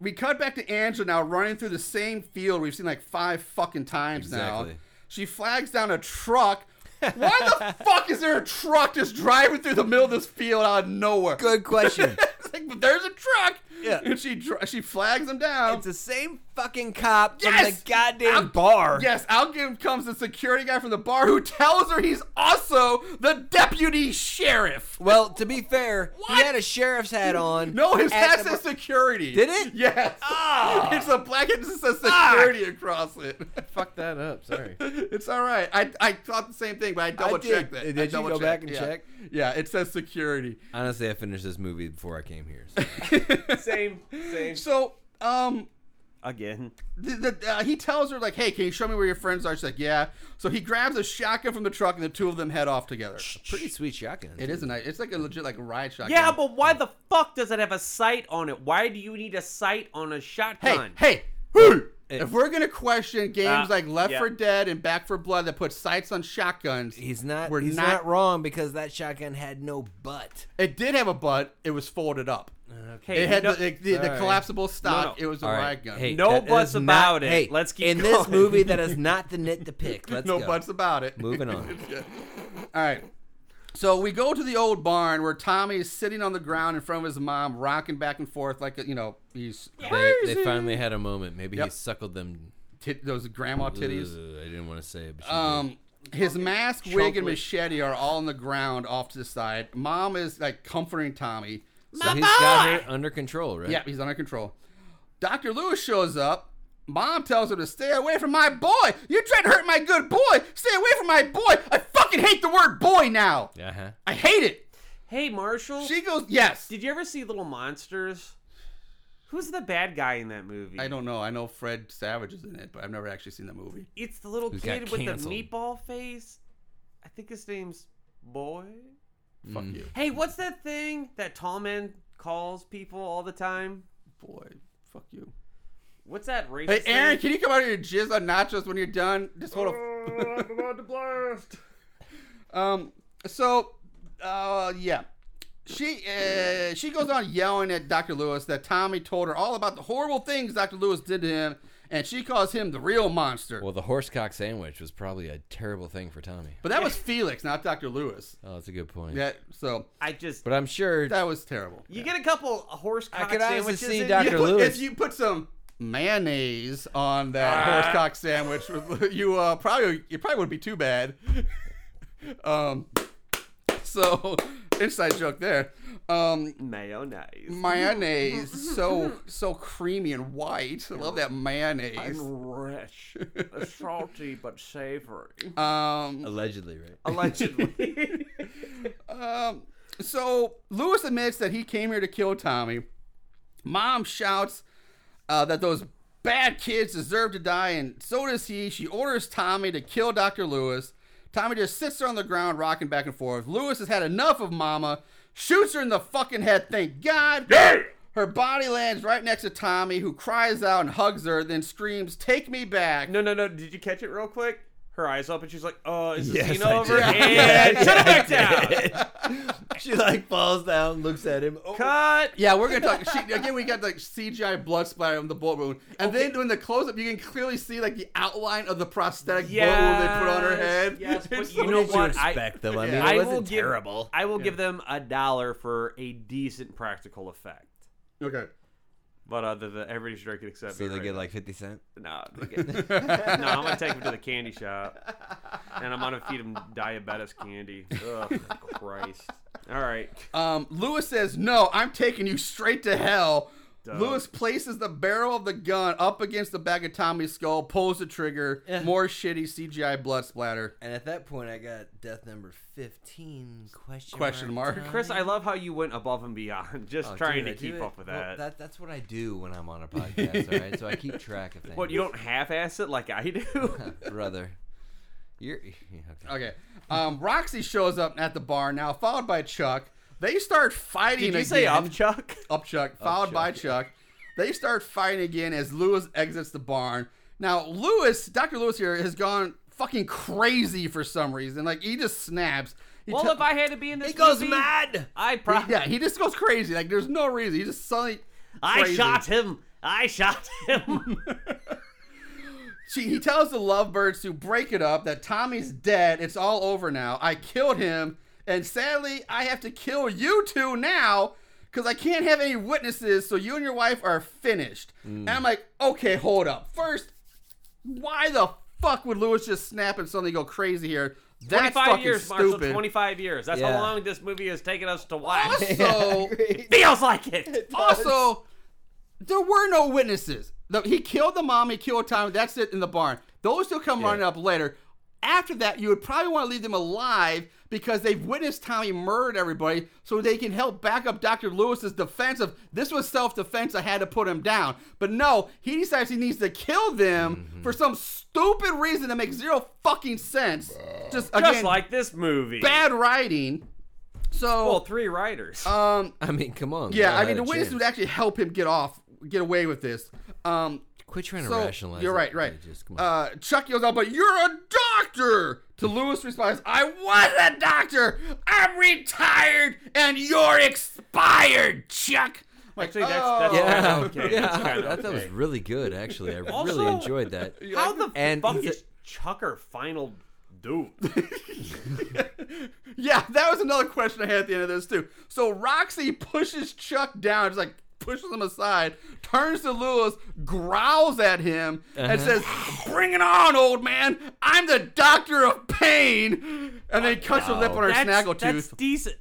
we cut back to Angela now running through the same field we've seen like five fucking times now.
Exactly.
She flags down a truck. Why the fuck is there a truck just driving through the middle of this field out of nowhere?
Good question.
It's like, but there's a truck.
Yeah.
And she dr- she flags him down.
It's the same fucking cop from
Yes!
the goddamn bar.
Yes, out give- comes the security guy from the bar who tells her he's also the deputy sheriff.
Well, to be fair, he had a sheriff's hat on.
No, his
at
hat
the
says security.
Did it?
Yes.
Ah.
It's a black it just says security across it.
Fuck that up. Sorry.
It's all right. I, I thought the same thing, but I double checked
did.
that.
Did
I
you go
double-checked.
back and
Yeah.
check?
Yeah, it says security.
Honestly, I finished this movie before I came here. so.
Same, same.
So, um,
Again.
the, the, uh, he tells her like, "Hey, can you show me where your friends are?" She's like, "Yeah." So he grabs a shotgun from the truck, and the two of them head off together.
Pretty sweet shotgun.
It is a nice. It's like a legit like ride shotgun.
Yeah, but why the fuck does it have a sight on it? Why do you need a sight on a
hey,
shotgun?
hey, hey! If we're gonna question games
Uh,
like Left
yeah.
4 Dead and Back 4 Blood that put sights on shotguns,
He's not.
We're
he's
not-
not, wrong because that shotgun had no butt.
it did have a butt. It was folded up.
Okay,
it had
no-
the, the, the
Sorry.
collapsible stock.
No, no.
It was a
All right.
riot gun.
Hey,
No
that is
buts
not-
about it.
Hey,
Let's keep
in this
going.
movie. That is not the nit to pick. Let's
no
go.
buts about it.
Moving on.
All right. So we go to the old barn where Tommy is sitting on the ground in front of his mom, rocking back and forth like you know he's
They,
crazy.
they finally had a moment. Maybe
Yep.
he suckled them.
Tit- those grandma titties.
Ugh, I didn't want to say it. But she
Um, his mask, wig, and
Chocolate.
machete are all on the ground off to the side. Mom is like comforting Tommy.
did. so he's got her under control, right?
Yeah, he's under control. Dr. Lewis shows up. Mom tells him to stay away from my boy. You tried to hurt my good boy. Stay away from my boy. I fucking hate the word boy now.
Uh huh.
I hate it.
Hey, Marshall.
She goes, yes.
Did you ever see Little Monsters? Who's the bad guy in that movie?
I don't know. I know Fred Savage is in it, but I've never actually seen the movie.
It's the little
Who got
kid with the
canceled.
meatball face. I think his name's Boy.
Fuck you,
Hey, what's that thing that tall man calls people all the time?
boy. Fuck you.
What's that racist?
Hey, Aaron,
thing?
can you come out of your jizz on nachos when you're done? Just hold up.
Oh, I'm about to blast.
Um. So, uh, yeah, she uh, she goes on yelling at Dr. Lewis that Tommy told her all about the horrible things Dr. Lewis did to him, and she calls him the real monster.
Well, the horsecock sandwich was probably a terrible thing for Tommy.
but that was Felix, not Dr. Lewis.
Oh, that's a good point.
Yeah. So
I just
But I'm sure
that was terrible.
you get a couple horse
I
cock
could honestly
sandwiches.
see
in
Dr.
You
you.
put-
Lewis.
If you put some mayonnaise on that horsecock sandwich, you uh, probably it probably wouldn't be too bad. um. So, inside joke there. Um.
Mayonnaise.
mayonnaise so so creamy and white. I love that mayonnaise.
rich, salty but savory.
Uh,
Um,
allegedly, right?
Allegedly.
um so Lewis admits that he came here to kill Tommy. Mom shouts uh, that those bad kids deserve to die, and so does he. She orders Tommy to kill Dr. Lewis. Tommy just sits there on the ground, rocking back and forth. Lewis has had enough of Mama, shoots her in the fucking head, thank God. Her body lands right next to Tommy, who cries out and hugs her, then screams, Take me back.
no, no, no. Did you catch it real quick? Her eyes up and she's like, "Oh, is the
Yes,
scene
I
over?"
did.
And shut it back
I
down.
she like falls down, looks at him. Oh,
Cut.
Yeah, we're gonna talk. She, again, we got the CGI blood splatter on the bullet wound, and then when the close up, you can clearly see like the outline of the prosthetic bullet wound they put on her
Yes,
head.
yes, but
It's
you
so-
know
what did you
what? I-
expect though? I mean,
Yeah.
it
I will
wasn't
give-
terrible.
I will give them a dollar for a decent practical effect.
okay.
But other than everybody's drinking except
So
me.
they
right
get
now.
like 50 cent.
no, they get- no. I'm gonna take them to the candy shop, and I'm gonna feed them diabetes candy. Ugh, Christ. All right.
Um, Lewis says, "No, I'm taking you straight to hell."
Dope.
Lewis places the barrel of the gun up against the back of Tommy's skull, pulls the trigger. More shitty CGI blood splatter.
And at that point, I got death number 15 question
Question mark.
Tommy.
Chris, I love how you went above and beyond, just
Oh,
trying
dude, I
to
do
keep
it-
up with
well,
that.
that. That's what I do when I'm on a podcast, all right? So I keep track of things.
What you don't half-ass it like I do?
brother? You're okay.
Okay. Um, Roxy shows up at the bar now, followed by Chuck. They start fighting
Did you
again.
say up
Chuck? Up Chuck, followed by Chuck. They start fighting again as Lewis exits the barn. Now, Lewis, Dr. Lewis here, has gone fucking crazy for some reason. Like, he just snaps. He
Well,
te-
if I had to be in this,
He goes
movie,
mad.
I probably
yeah, he just goes crazy. Like, there's no reason. He just suddenly.
I shot
him. I shot him. she, he tells the lovebirds to break it up. That Tommy's dead. It's all over now. I killed him, and sadly, I have to kill you two now because I can't have any witnesses. So you and your wife are finished. And I'm like, okay, hold up. First, why the fuck would Lewis just snap and suddenly go crazy here? That's
25
fucking
years,
stupid.
Marshall. 25 years. That's
Yeah.
how long this movie has taken us to watch.
Also,
it feels like it.
Also, there were no witnesses. The- he killed the mom. He killed Tommy. That's it in the barn. Those two come running up later. After that, you would probably want to leave them alive because they've witnessed Tommy murder everybody, so they can help back up Dr. Lewis's defense of this was self-defense. I had to put him down. But no, he decides he needs to kill them for some stupid reason that makes zero fucking sense. Just
Just
again,
like this movie.
bad writing. So
Well, three writers.
Um,
I mean, come on.
yeah,
they
I
had
mean, the
a
witness
chance.
would actually help him get off, get away with this. Um,
Quit trying to
so,
rationalize
You're
it.
right, right.
Just-
uh, Chuck yells out, "But you're a doctor!" To Lewis responds, "I was a doctor. I'm retired, and you're expired, Chuck." I'm Like, oh.
Actually, that's- that's
yeah,
kinda okay.
yeah.
That's
I
kinda
thought that was
okay.
really good, actually. I really
Also,
enjoyed that.
How the
and
fuck
he's-
is Chucker final dude?
Yeah, that was another question I had at the end of this too. So Roxy pushes Chuck down, just like pushes him aside, turns to Lewis, growls at him, and
Uh-huh.
says, "Bring it on, old man! I'm the doctor of pain." And then cuts her lip on her
That's-
snaggletooth.
That's decent.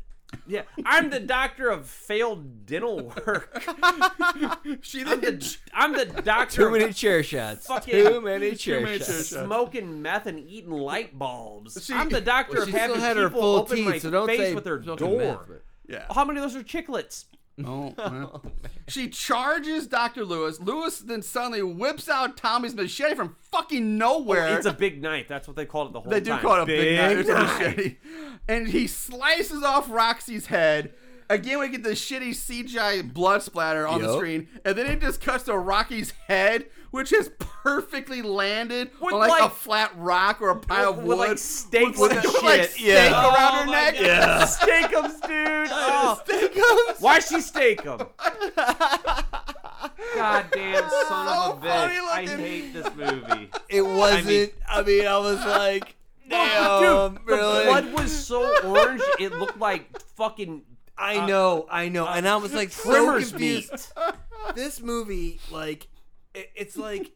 Yeah, I'm the doctor of failed dental work.
she
I'm the, I'm the doctor
Too
of
many chair shots.
fucking
Too many chair shots.
smoking meth and eating light bulbs.
She-
I'm the doctor
Well,
of
she
having
still had her
people
full
open my
teeth, so don't
face
say
with their
smoking
door.
meth, but-
Yeah.
How many of those are chicklets?
Oh, well. She charges Dr. Lewis. Lewis then suddenly whips out Tommy's machete from fucking nowhere.
It's a big knife. That's what they called it the whole
they do
time.
call it a big knife. It's a machete. And he slices off Roxy's head. Again, we get the shitty CGI blood splatter on the
Yup.
screen. And then it just cuts to Rocky's head, which has perfectly landed
With
on like,
like-
a flat rock or a pile of
with
wood.
like
stakes
and
with,
shit.
like stake
Yeah.
around
Oh
her
my
neck.
God. Yeah.
Steakums, dude. Oh.
Steakums.
Why she stake them? Goddamn son of a bitch! I hate this movie.
It wasn't. I mean, I, was like,
Well,
damn,
dude,
really.
The blood was so orange, it looked like fucking.
I know, I know, and I was like so
Trimmer's
confused.
meat.
This movie, like, it, it's like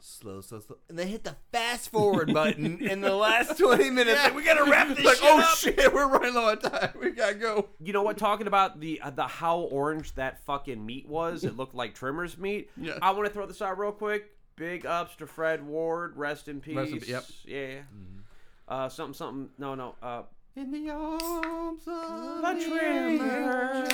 slow, slow, slow, and they hit the fast forward button in the last twenty minutes.
Yeah.
Like, we gotta wrap this
Like,
shit
oh,
up.
shit, we're running low on time. We gotta go.
You know what? Talking about the uh, the how orange that fucking meat was, it looked like Trimmer's meat.
Yeah.
I want to throw this out real quick. Big ups to Fred Ward. Rest in peace.
Rest in- yep. Mm-hmm.
Yeah. Uh, something, something. No, no. Uh,
In the arms of
a trimmer,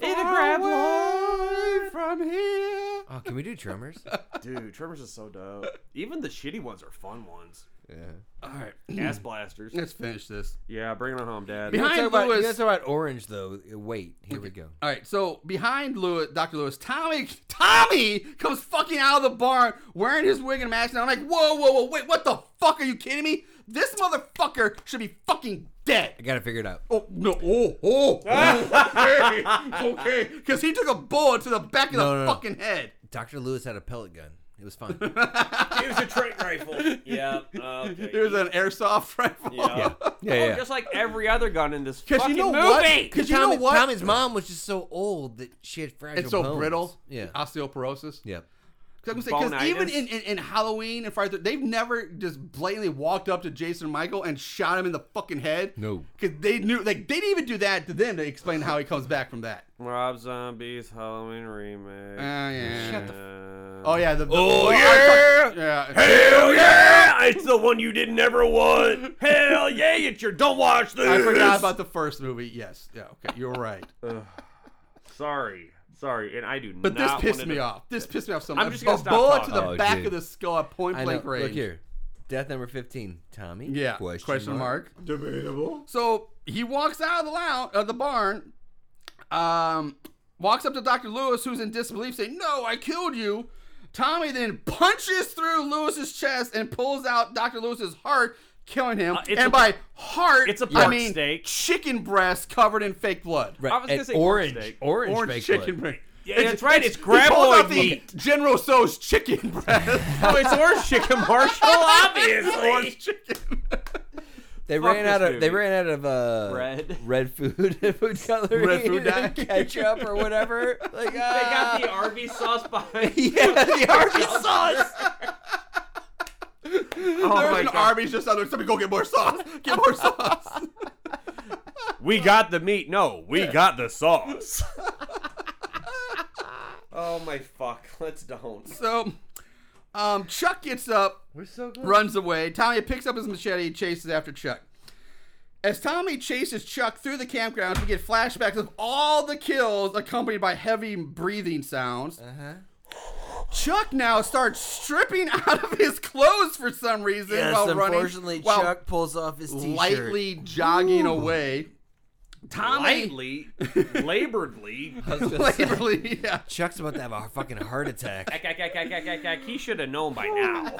in a grab
away from here.
Oh, can we do Tremors?
dude, Tremors is so dope. Even the shitty ones are fun ones.
Yeah.
All right,
Gas
Mm.
blasters.
Let's finish this.
Yeah, bring it home, Dad.
Behind
you guys
Lewis-
talk about orange though. Wait, here we go.
All right, so behind Lewis, Dr. Lewis, Tommy, Tommy comes fucking out of the barn wearing his wig and mask. And I'm like, whoa, whoa, whoa, wait, what the fuck? Are you kidding me? This motherfucker should be fucking dead.
I gotta figure it out.
Oh no! Oh oh! oh, okay, okay. Because he took a bullet to the back of
No,
the
no, no.
fucking head.
Doctor Lewis had a pellet gun. It was fine.
Here's a Trent rifle. Yeah. Okay.
It was an airsoft rifle.
Yeah.
Yeah,
Oh,
yeah.
just like every other gun in this
Because
fucking
you know
movie.
what? Because you know
Tommy-
what?
Tommy's mom was just so old that she had fragile
it's so
bones.
brittle. Uh,
Yeah.
Osteoporosis.
Yep.
Because even
Bonitis.
in, in, in Halloween and Friday, the- they've never just blatantly walked up to Jason Michael and shot him in the fucking head.
No.
Because they knew, like, they didn't even do that to them to explain how he comes back from that.
Rob Zombie's Halloween remake.
Oh, yeah.
Shut the
Oh, yeah. The, the-
Oh,
I
yeah!
fuck- yeah.
Hell yeah! It's the one you didn't ever want. Hell yeah! It's your don't watch this.
I forgot about the first movie. Yes. Yeah, okay. You're right.
Sorry, sorry, and I do.
But this
not
pissed
wanna-
me off. This pissed me off so much.
I'm just gonna
a
stop
bullet
talking.
to the
Oh,
back
dude.
of the skull at point
I know.
blank range.
Look here. Death number 15. Tommy?
Yeah. Question, mark. So he walks out of the lounge, of the barn, um, walks up to Dr. Lewis, who's in disbelief, saying, "No, I killed you." Tommy then punches through Lewis's chest and pulls out Dr. Lewis's heart, killing him.
Uh, it's
and
a-
by heart,
it's a
I
pork
mean
steak.
chicken breast covered in fake blood.
Right, I was gonna and say pork orange- steak. orange
orange
fake
chicken
blood.
breast.
Yeah, that's right, it's
he pulls out
graboid
the
meat.
General So's chicken breast.
Oh, it's orange chicken, Marshall. Obviously,
Orange chicken.
They
Fuck
ran
this
out of they
movie.
ran out of uh, red red food food coloring
Red food
and
dye?
ketchup or whatever. Like
they got the
ah.
Arby's sauce behind.
yeah the Arby's sauce. Oh
there was
Oh my
an
God.
Arby's just out there. Somebody go get more sauce. Get more sauce.
we got the meat. No, we got the sauce. oh my fuck! Let's don't.
So, um, Chuck gets up,
We're so good.
runs away. Tommy picks up his machete, chases after Chuck. As Tommy chases Chuck through the campgrounds, we get flashbacks of all the kills accompanied by heavy breathing sounds.
Uh-huh.
Chuck now starts stripping out of his clothes for some reason
Yes,
while running.
unfortunately,
while
Chuck pulls off his t-shirt.
lightly jogging away. Tommy
Lightly, laboredly.
Laborly, yeah.
Chuck's about to have a fucking heart attack.
Ack, ack, ack, ack, ack, ack, ack. He should have known by now.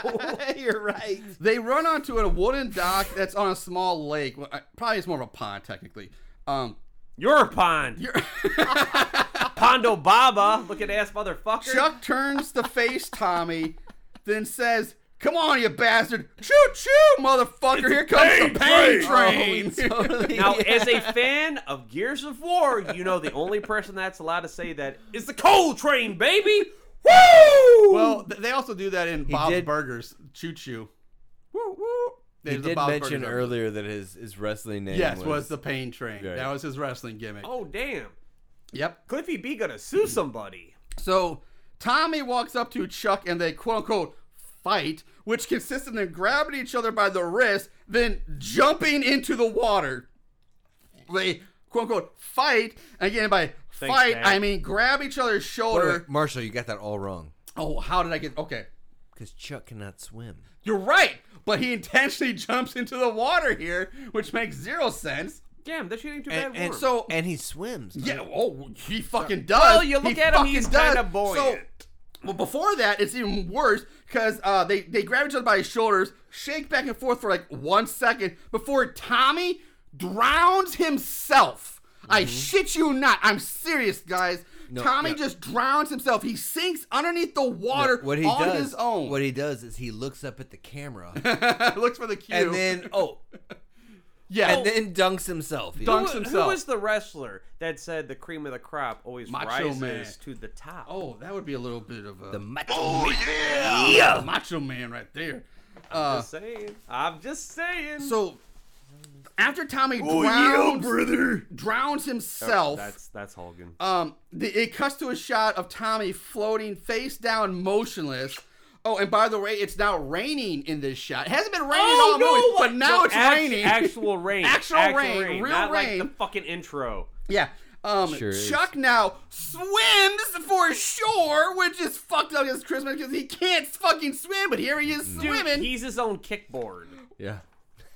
You're right. They run onto a wooden dock that's on a small lake. Well, I- Probably it's more of a pond, technically. Um,
you're a pond.
You're...
Pondo Baba, looking ass motherfucker.
Chuck turns to face Tommy, then says, "Come on, you bastard! Choo choo, motherfucker! Here comes the pain train." E.
Now, as a fan of Gears of War, you know the only person that's allowed to say that is the Coal Train, baby. Woo!
well, th- they also do that in Bob's
did-
Burgers. Choo choo. Woo woo.
He
There's the
did
Bob's
mention
Burgers episode.
earlier that his, his wrestling name
Yes,
was,
was, the pain train.
Right.
That was his wrestling gimmick.
oh damn,
Yep.
Cliffy B gonna sue somebody.
So Tommy walks up to Chuck and they quote unquote fight, which consisted in them grabbing each other by the wrist, then jumping into the water. They quote unquote fight. Again, by
Thanks,
fight,
Pat.
I mean grab each other's
Wait, wait,
shoulder.
Marshall, you got that all wrong.
Oh, how did I get. Okay.
Because Chuck cannot swim.
You're right. But he intentionally jumps into the water here, which makes zero sense.
Damn, that shit ain't too
And,
bad.
and
warm.
so and he swims.
Yeah, oh, he fucking does.
Well, you look
He
at him,
fucking
he's
does.
kinda buoyant.
So, well, before that, it's even worse because uh, they they grab each other by his shoulders, shake back and forth for like one second before Tommy drowns himself. I shit you not. I'm serious, guys.
Mm-hmm. No,
Tommy
yeah.
just drowns himself. He sinks underneath the water
what he
on
does,
his own.
What he does is he looks up at the camera
Looks for the cue.
and then oh
yeah,
and then dunks himself. He-
Dunks
who,
himself.
Who was the wrestler that said the cream of the crop always
Macho
rises
Man.
to the top?
Oh, that would be a little bit of a
the macho man.
Oh, yeah, macho man right there. Uh,
Just saying. I'm just saying.
So after Tommy
Oh,
drowns, drowns himself,
That's that's Hogan.
um, the, it cuts to a shot of Tommy floating face down, motionless. Oh, and by the way, it's now raining in this shot. It hasn't been raining all movie, but now
Oh, No,
it's
act-
raining.
Actual rain.
Actual rain, real
not Like
rain.
the fucking intro.
yeah. Um,
Sure is.
Chuck now swims for shore, which is fucked up his Christmas because he can't fucking swim. But here he is
Dude,
swimming.
he's his own kickboard.
Yeah.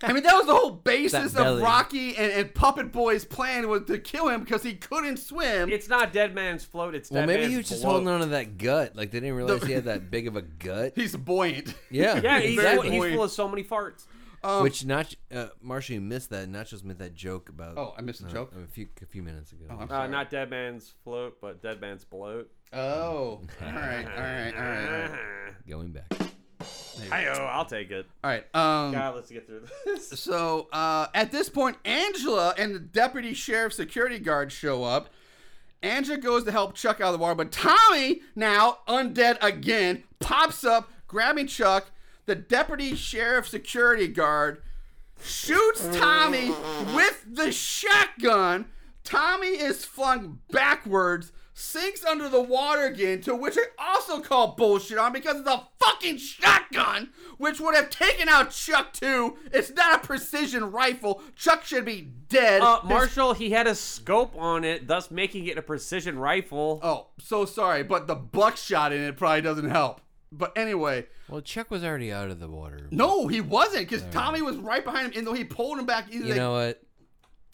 I mean, that was the whole basis of
belly.
Rocky and, and Puppet Boy's plan was to kill him because he couldn't swim.
It's not dead man's float. It's
Well,
dead
maybe
man's
he was just
bloat.
holding on to that gut. Like they didn't realize he had that big of a gut.
He's buoyant.
Yeah,
Yeah, he's,
exactly.
he's full of so many farts.
Um,
Which not uh, Marshall, you missed that. Nachos made that joke about.
Oh, I missed the
uh,
joke? Oh,
a few a few minutes ago.
I'm
Uh,
sorry.
not dead man's float, but dead man's bloat.
Oh, all right, all right, all right, all right.
Going back.
Hey, I'll take it.
All right. Um,
God, let's get through this.
So uh, at this point, Angela and the deputy sheriff security guard show up. Angela goes to help Chuck out of the water, but Tommy, now undead again, pops up, grabbing Chuck. The deputy sheriff security guard shoots Tommy with the shotgun. Tommy is flung backwards, sinks under the water again, to which I also call bullshit on because of the fucking shotgun, which would have taken out Chuck too. It's not a precision rifle. Chuck should be dead.
Uh,
His-
Marshall, he had a scope on it, thus making it a precision rifle.
Oh, so sorry, but the buckshot in it probably doesn't help. But anyway,
Well, Chuck was already out of the water.
No, he wasn't because
All right.
Tommy was right behind him, and though he pulled him back, either
You know what?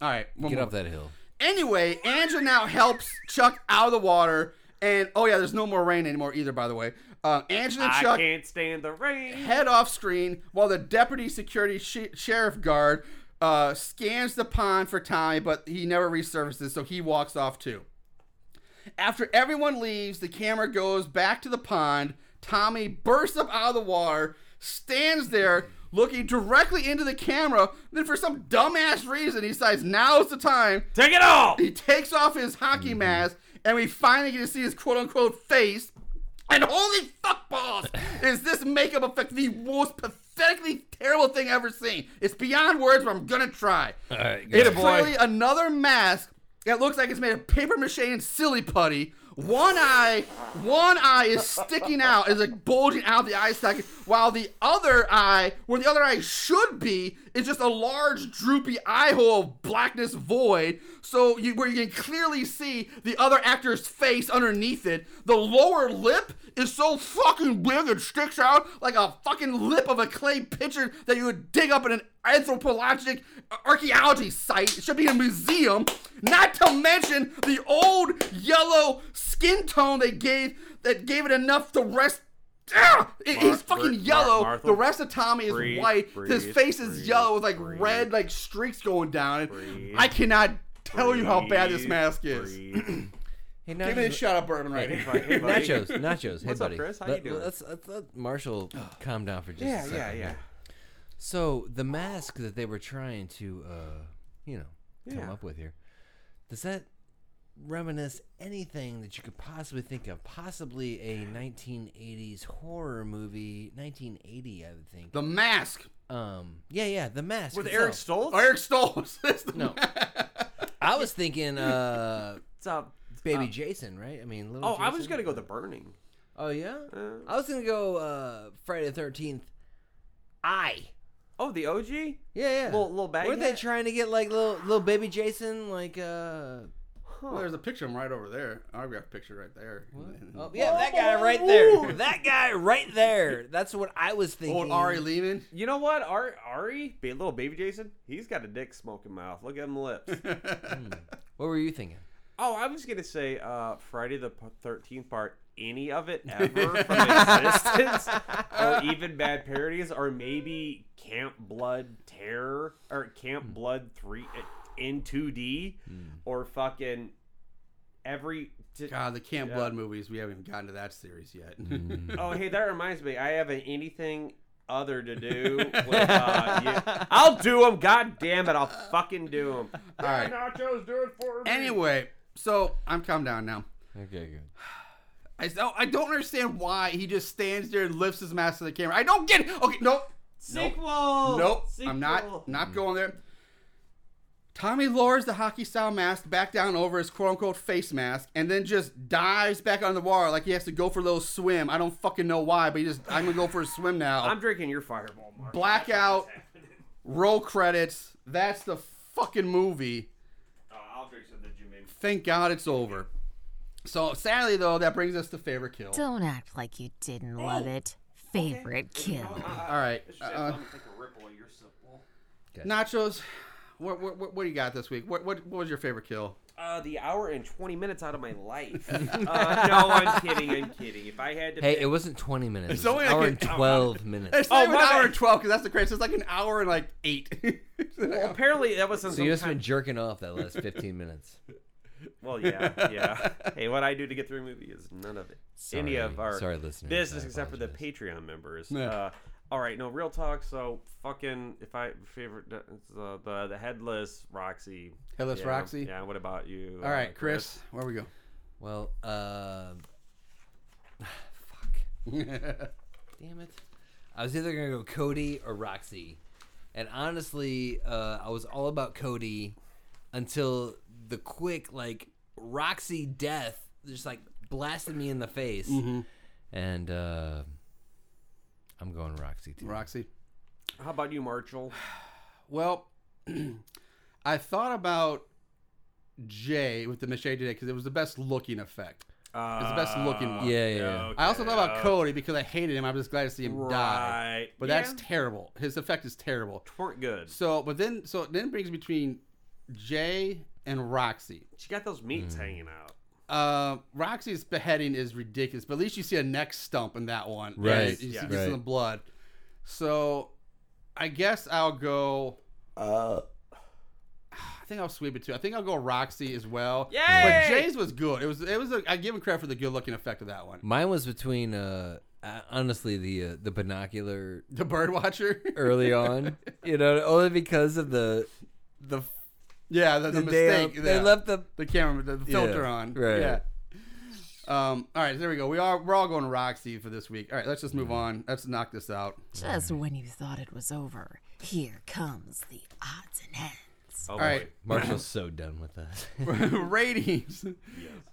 All right, one
get
more.
off that hill.
Anyway, Andrew now helps Chuck out of the water, and oh yeah, there's no more rain anymore either. By the way, uh, Angela and
I
Chuck
can't stand the rain.
head off screen while the deputy security sh- sheriff guard uh, scans the pond for Tommy, but he never resurfaces, so he walks off too. After everyone leaves, the camera goes back to the pond. Tommy bursts up out of the water, stands there looking directly into the camera. Then, for some dumbass reason, he decides now's the time.
Take it off!
He takes off his hockey mask, and we finally get to see his quote unquote face. And holy fuck balls! is this makeup effect the most pathetically terrible thing ever seen? It's beyond words, but I'm gonna try.
All right,
It's clearly another mask that looks like it's made of paper mache and silly putty. One eye, one eye is sticking out, is like bulging out the eye socket, while the other eye, where the other eye should be, is just a large droopy eye hole of blackness void. So you, where you can clearly see the other actor's face underneath it. The lower lip is so fucking big it sticks out like a fucking lip of a clay pitcher that you would dig up in an anthropologic archaeology site. It should be in a museum. Not to mention the old yellow skin tone they gave that gave it enough to rest. Ah! It- he's fucking
Mar-
yellow.
Martha,
the rest of Tommy is
breathe,
white. His
breathe,
face is yellow with like red like streaks going down. And I cannot tell you how bad this mask is.
Hey,
Give me a shot of bourbon right here.
nachos, nachos. Hey,
What's up,
buddy.
Chris? How
Let-
you doing?
Let's, let's let Marshall calm down for just
Yeah,
a
yeah,
second.
yeah.
here. So the mask that they were trying to, uh, you know, come
Yeah.
up with here, does that reminisce anything that you could possibly think of? Possibly a 1980s horror movie, 1980, I would think.
The Mask.
Um. Yeah, yeah. The Mask.
With
itself.
Eric Stoltz?
Eric Stoltz.
no. I was thinking, uh,
Uh,
Baby Jason, right? I mean, little
Oh, I was
Jason.
gonna go the burning.
Oh yeah,
Uh,
I was gonna go uh, Friday the Thirteenth. I.
Oh, the OG. Yeah,
yeah.
Little little bag.
Weren't they
hat?
trying to get like little little baby Jason? Like uh,
Well, there's a picture of him right over there. Autograph picture right there.
oh, yeah, that guy right there. That guy right there. That's what I was thinking.
Old Ari Lehman.
You know what? Ari, Ari, be little baby Jason. He's got a dick smoking mouth. Look at him lips.
What were you thinking?
oh, I was gonna say uh, Friday the Thirteenth Part. Any of it ever from existence, or even bad parodies, or maybe Camp Blood Terror, or Camp Blood Three uh, in Two D, or fucking every.
God, the Camp
Yeah.
Blood movies. We haven't even gotten to that series yet.
Oh, hey, that reminds me. I have an anything other to do. With, uh, you. I'll do them. God damn it! I'll fucking do them.
All right.
Nachos, do it for me.
Anyway, so I'm calm down now.
Okay, good.
I don't, I don't understand why he just stands there and lifts his mask to the camera. I don't get it. Okay, nope.
Sequel.
Nope. I'm not not going there. Tommy lowers the hockey style mask back down over his quote unquote face mask and then just dives back on the water like he has to go for a little swim. I don't fucking know why, but he just I'm gonna go for a swim now.
I'm drinking your fireball, Mark.
Blackout, roll credits. That's the fucking movie.
Uh, I'll drink some of the Jamaican.
Thank God it's over. So sadly though, that brings us to favorite kill.
Don't act like you didn't love it. Favorite kill.
All right. uh, Nachos, what, what, what, what do you got this week? What, what, what was your favorite kill?
Uh, the hour and twenty minutes out of my life. uh, no, I'm kidding. I'm kidding. If I had to,
Hey,
pick-
it wasn't twenty minutes.
It's
It was
only
an
like
hour
an-
and twelve minutes.
It's not
Oh,
even
my
an hour
bad.
and 12 because that's the craziest. It's like an hour and like eight.
well, apparently that was in
So
some
you just
kind-
been jerking off that last fifteen minutes.
Well, yeah, yeah. hey, what I do to get through a movie is none of it. Any
Sorry.
of our
Sorry, listeners.
business
I
except for the Patreon members.
Yeah.
Uh, all right, no real talk. So fucking, if I favorite uh, the the, the headless Roxy.
Headless
Yeah,
Roxy?
Yeah. What about you?
All right,
uh,
Chris, where we go?
Well, uh, Damn it. I was either gonna go Cody or Roxy, and honestly, uh, I was all about Cody until the quick like Roxy death just like blasted me in the face,
Mhm.
Mm-hmm.
and uh, I'm going Roxy too.
Roxy.
How about you, Marshall?
Well, I thought about Jay with the machete today because it was the best looking effect. It's the best looking one.
Ah, Yeah, yeah, yeah.
I also thought about Cody because I hated him. I was glad to see him die.
Right.
But that's
Yeah.
terrible. His effect is terrible.
weren't good.
So, but then, so then it brings between Jay and Roxy.
She got those meats hanging out.
Uh, Roxy's beheading is ridiculous, but at least you see a neck stump in that one.
Right,
You, see-
yeah.
you see
Right.
the blood. So, I guess I'll go. Uh, I think I'll sweep it too. I think I'll go Roxy as well.
Yay!
But Jay's was good. It was. It was. A, I give him credit for the good looking effect of that one.
Mine was between uh uh, honestly the uh, the binocular
The bird watcher
early on, you know, only because of the the
Yeah, the, the,
damn-
mistake.
they
yeah.
left the
the camera, the, the
Yeah,
filter on.
right.
Yeah. Um. All right. There we go. We are. We're all going Roxy for this week. All right. Let's just move
Mm-hmm.
on. Let's knock this out.
Just when you thought it was over, here comes the odds and ends.
Oh,
All right.
Marshall's so done with us.
ratings.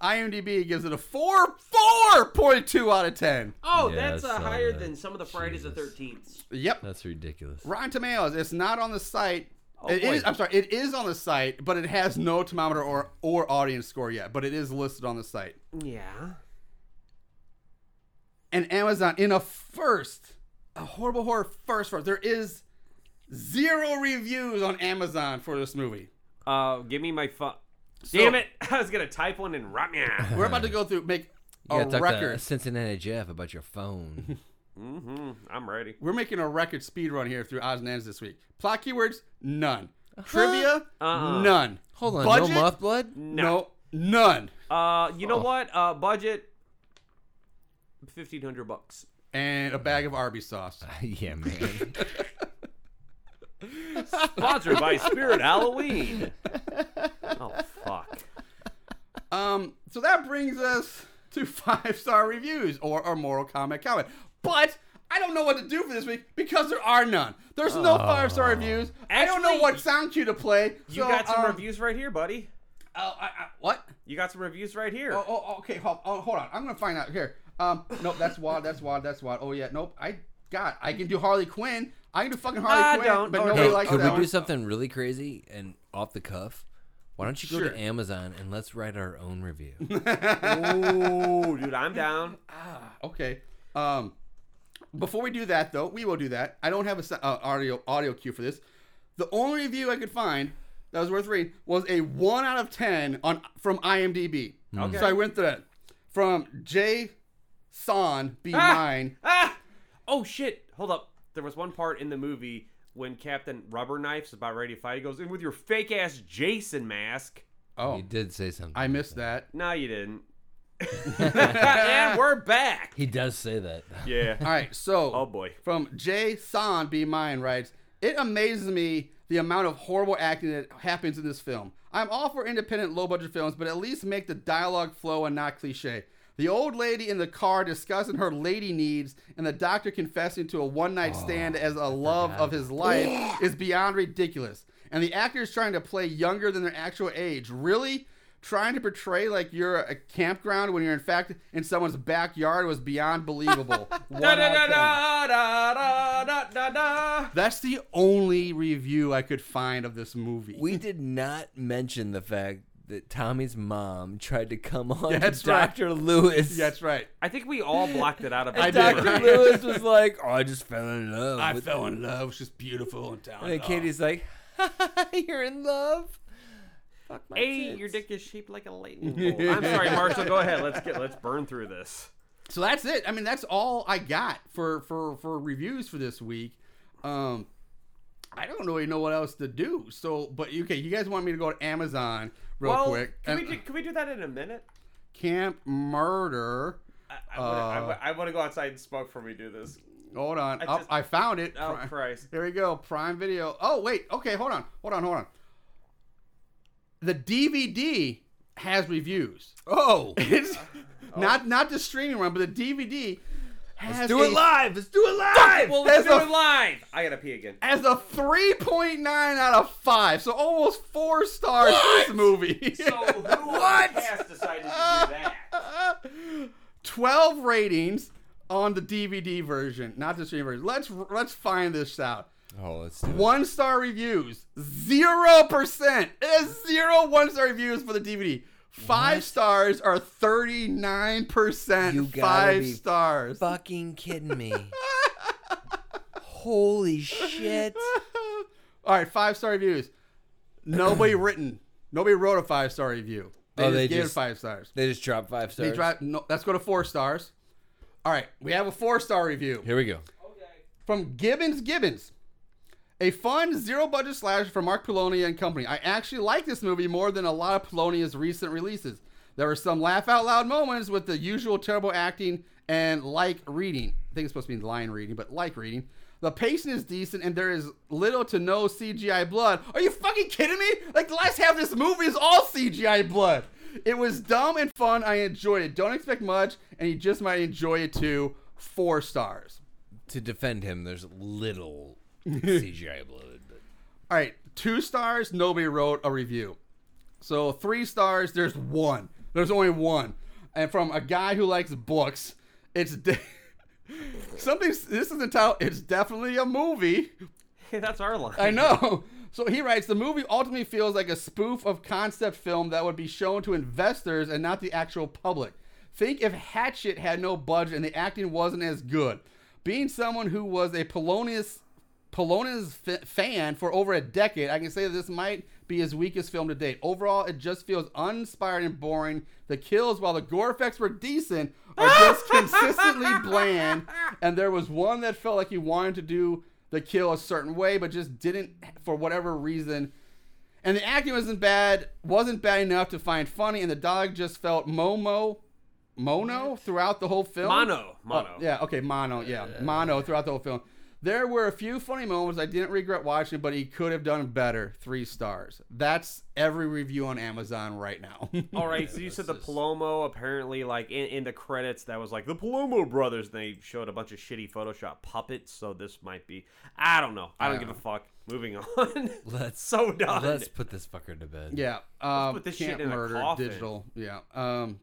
IMDb gives it a four four point two out of ten.
Oh,
Yeah,
that's
I
uh,
saw
higher
that.
than some of the Fridays the Thirteenth.
Yep.
That's ridiculous.
Rotten Tomatoes. It's not on the site.
Oh,
It
boy.
is- I'm sorry. It is on the site, but it has no thermometer or or audience score yet. But it is listed on the site.
Yeah.
and Amazon in a first, a horrible horror first for there is zero reviews on Amazon for this movie.
Uh, give me my phone. Damn it! I was gonna type one and rot me.
We're about to go through make
You
a
gotta talk to
record.
Cincinnati Jeff about your phone.
Mm-hmm. I'm ready.
We're making a record speed run here through odds and ends this week. Plot keywords none.
Uh-huh.
Trivia
Uh-uh.
none.
Hold on,
Budget?
no moth blood?
No. none.
Uh, you know what? Uh, budget fifteen hundred bucks.
And a bag of Arby's sauce.
yeah, man.
Sponsored by Spirit Halloween. Oh fuck.
Um, so that brings us to five star reviews or our moral comment comment. But I don't know what to do for this week because there are none. There's no five star reviews. I don't know
Actually,
what sound cue to play.
You
so,
got some
um,
reviews right here, buddy.
Oh, I, I, what?
You got some reviews right here.
Oh, oh, oh, okay. Hold, oh, hold on. I'm gonna find out here. Um, nope. That's Wad. That's Wad. That's Wad. Oh yeah. Nope. I got. I can do Harley Quinn. I can do fucking Harley
I
Quinn.
don't. Oh,
But
Okay.
nobody
Hey,
likes
could
that
we
one.
do something really crazy and off the cuff? Why don't you go
Sure.
to Amazon and let's write our own review?
Ooh, dude, I'm down.
Okay. Um, before we do that, though, we will do that. I don't have a s- uh, audio audio cue for this. The only review I could find that was worth reading was a one out of ten on from IMDb.
Hmm. Okay.
So I went through that from Jay Son be
Ah!
mine.
Ah! Oh shit! Hold up. There was one part in the movie when Captain Rubber Knife's is about ready to fight. He goes in with your fake ass Jason mask.
Oh,
You did say something.
I missed that.
No, you didn't. and we're back.
He does say that.
Yeah.
All right, so
Oh boy.
from Jay San Be Mine writes, It amazes me the amount of horrible acting that happens in this film. I'm all for independent low budget films, but at least make the dialogue flow and not cliche. The old lady in the car discussing her lady needs and the doctor confessing to a one night
Oh,
stand as a love of his life is beyond ridiculous. And the actors trying to play younger than their actual age. Really? Trying to portray like you're a campground when you're in fact in someone's backyard was beyond believable. One
Da da
out of ten.
da da da da da da da.
That's the only review I could find of this movie.
We did not mention the fact that Tommy's mom tried to come on
That's
to
right.
Dr. Lewis.
That's right.
I think we all blocked it out of
I
our
did.
memory.
Dr. Lewis was like, oh, I just fell in love. with
in love. She's beautiful and talented.
And then Katie's like, You're in love. Fuck my
Hey,
tits.
your dick is shaped like a lightning bolt. I'm sorry, Marshall. Go ahead. Let's get let's burn through this.
So that's it. I mean, that's all I got for for for reviews for this week. Um, I don't really know what else to do. So, but okay, you guys want me to go to Amazon real
well,
quick?
Can,
And- uh,
we do, can we do that in a minute?
Camp Murder.
I, I wanna- I
Uh,
wa- I want to go outside and smoke before we do this.
Hold on.
I
I,
just-
I found it.
Oh,
Pri-
Christ.
Here we go. Prime Video. Oh, wait. Okay, hold on. Hold on, hold on. The DVD has reviews.
Oh.
It's
Uh,
not not the streaming one, but the DVD has
do it
a-
live. Let's do it live.
Well, let's
That's
do
a-
it live. I gotta pee again.
as a 3.9 out of 5. So almost 4 stars for this movie.
So who what? Has decided to do that?
12 ratings on the DVD version, not the streaming version. Let's let's find this out.
Oh, let's do it.
One star reviews, zero percent. It has zero one star reviews for the DVD. Five stars are 39%
You gotta
five
be
stars.
Fucking kidding me. Holy shit.
All right, five star reviews. Nobody written. Nobody wrote a five star review. They
Oh,
just
they
gave
just-
it five stars.
They just dropped five stars.
They dropped. No, let's go to four stars. All right, we have a four star review
Here we go.
from Gibbons Gibbons. A fun zero budget slasher from Mark Polonia and company. I actually like this movie more than a lot of Polonia's recent releases. There were some laugh out loud moments with the usual terrible acting and like reading. I think it's supposed to mean line reading, but like reading. The pacing is decent and there is little to no CGI blood. Are you fucking kidding me? Like the last half of this movie is all CGI blood. It was dumb and fun. I enjoyed it. Don't expect much, and you just might enjoy it too. Four stars.
To defend him, there's little CGI blood. But
All right, two stars, nobody wrote a review. So three stars, there's one. There's only one. And from a guy who likes books, it's de- something. This is entitled, It's Definitely a Movie.
That's our line.
I know. So he writes the movie ultimately feels like a spoof of concept film that would be shown to investors and not the actual public. Think if Hatchet had no budget and the acting wasn't as good. Being someone who was a Polonius Polonius f- fan for over a decade, I can say that this might be his weakest film to date. Overall, it just feels uninspired and boring. The kills, while the gore effects were decent, are just consistently bland. And there was one that felt like he wanted to do the kill a certain way, but just didn't for whatever reason. And the acting wasn't bad, wasn't bad enough to find funny, and the dog just felt momo, mono throughout the whole film.
Mono, mono.
Oh, yeah, okay, mono, yeah, mono throughout the whole film. There were a few funny moments I didn't regret watching, but he could have done better. Three stars. That's every review on Amazon right now.
All right, so you said the Palomo apparently like in, in the credits that was like the Palomo brothers. And they showed a bunch of shitty Photoshop puppets, so this might be I don't know. I don't
I
give
don't
a fuck. Moving on.
Let's
so done.
Let's put this fucker to bed.
Yeah.
Let's
Um,
put this
Camp
shit in a
Murder
coffin.
Digital. Yeah. Um,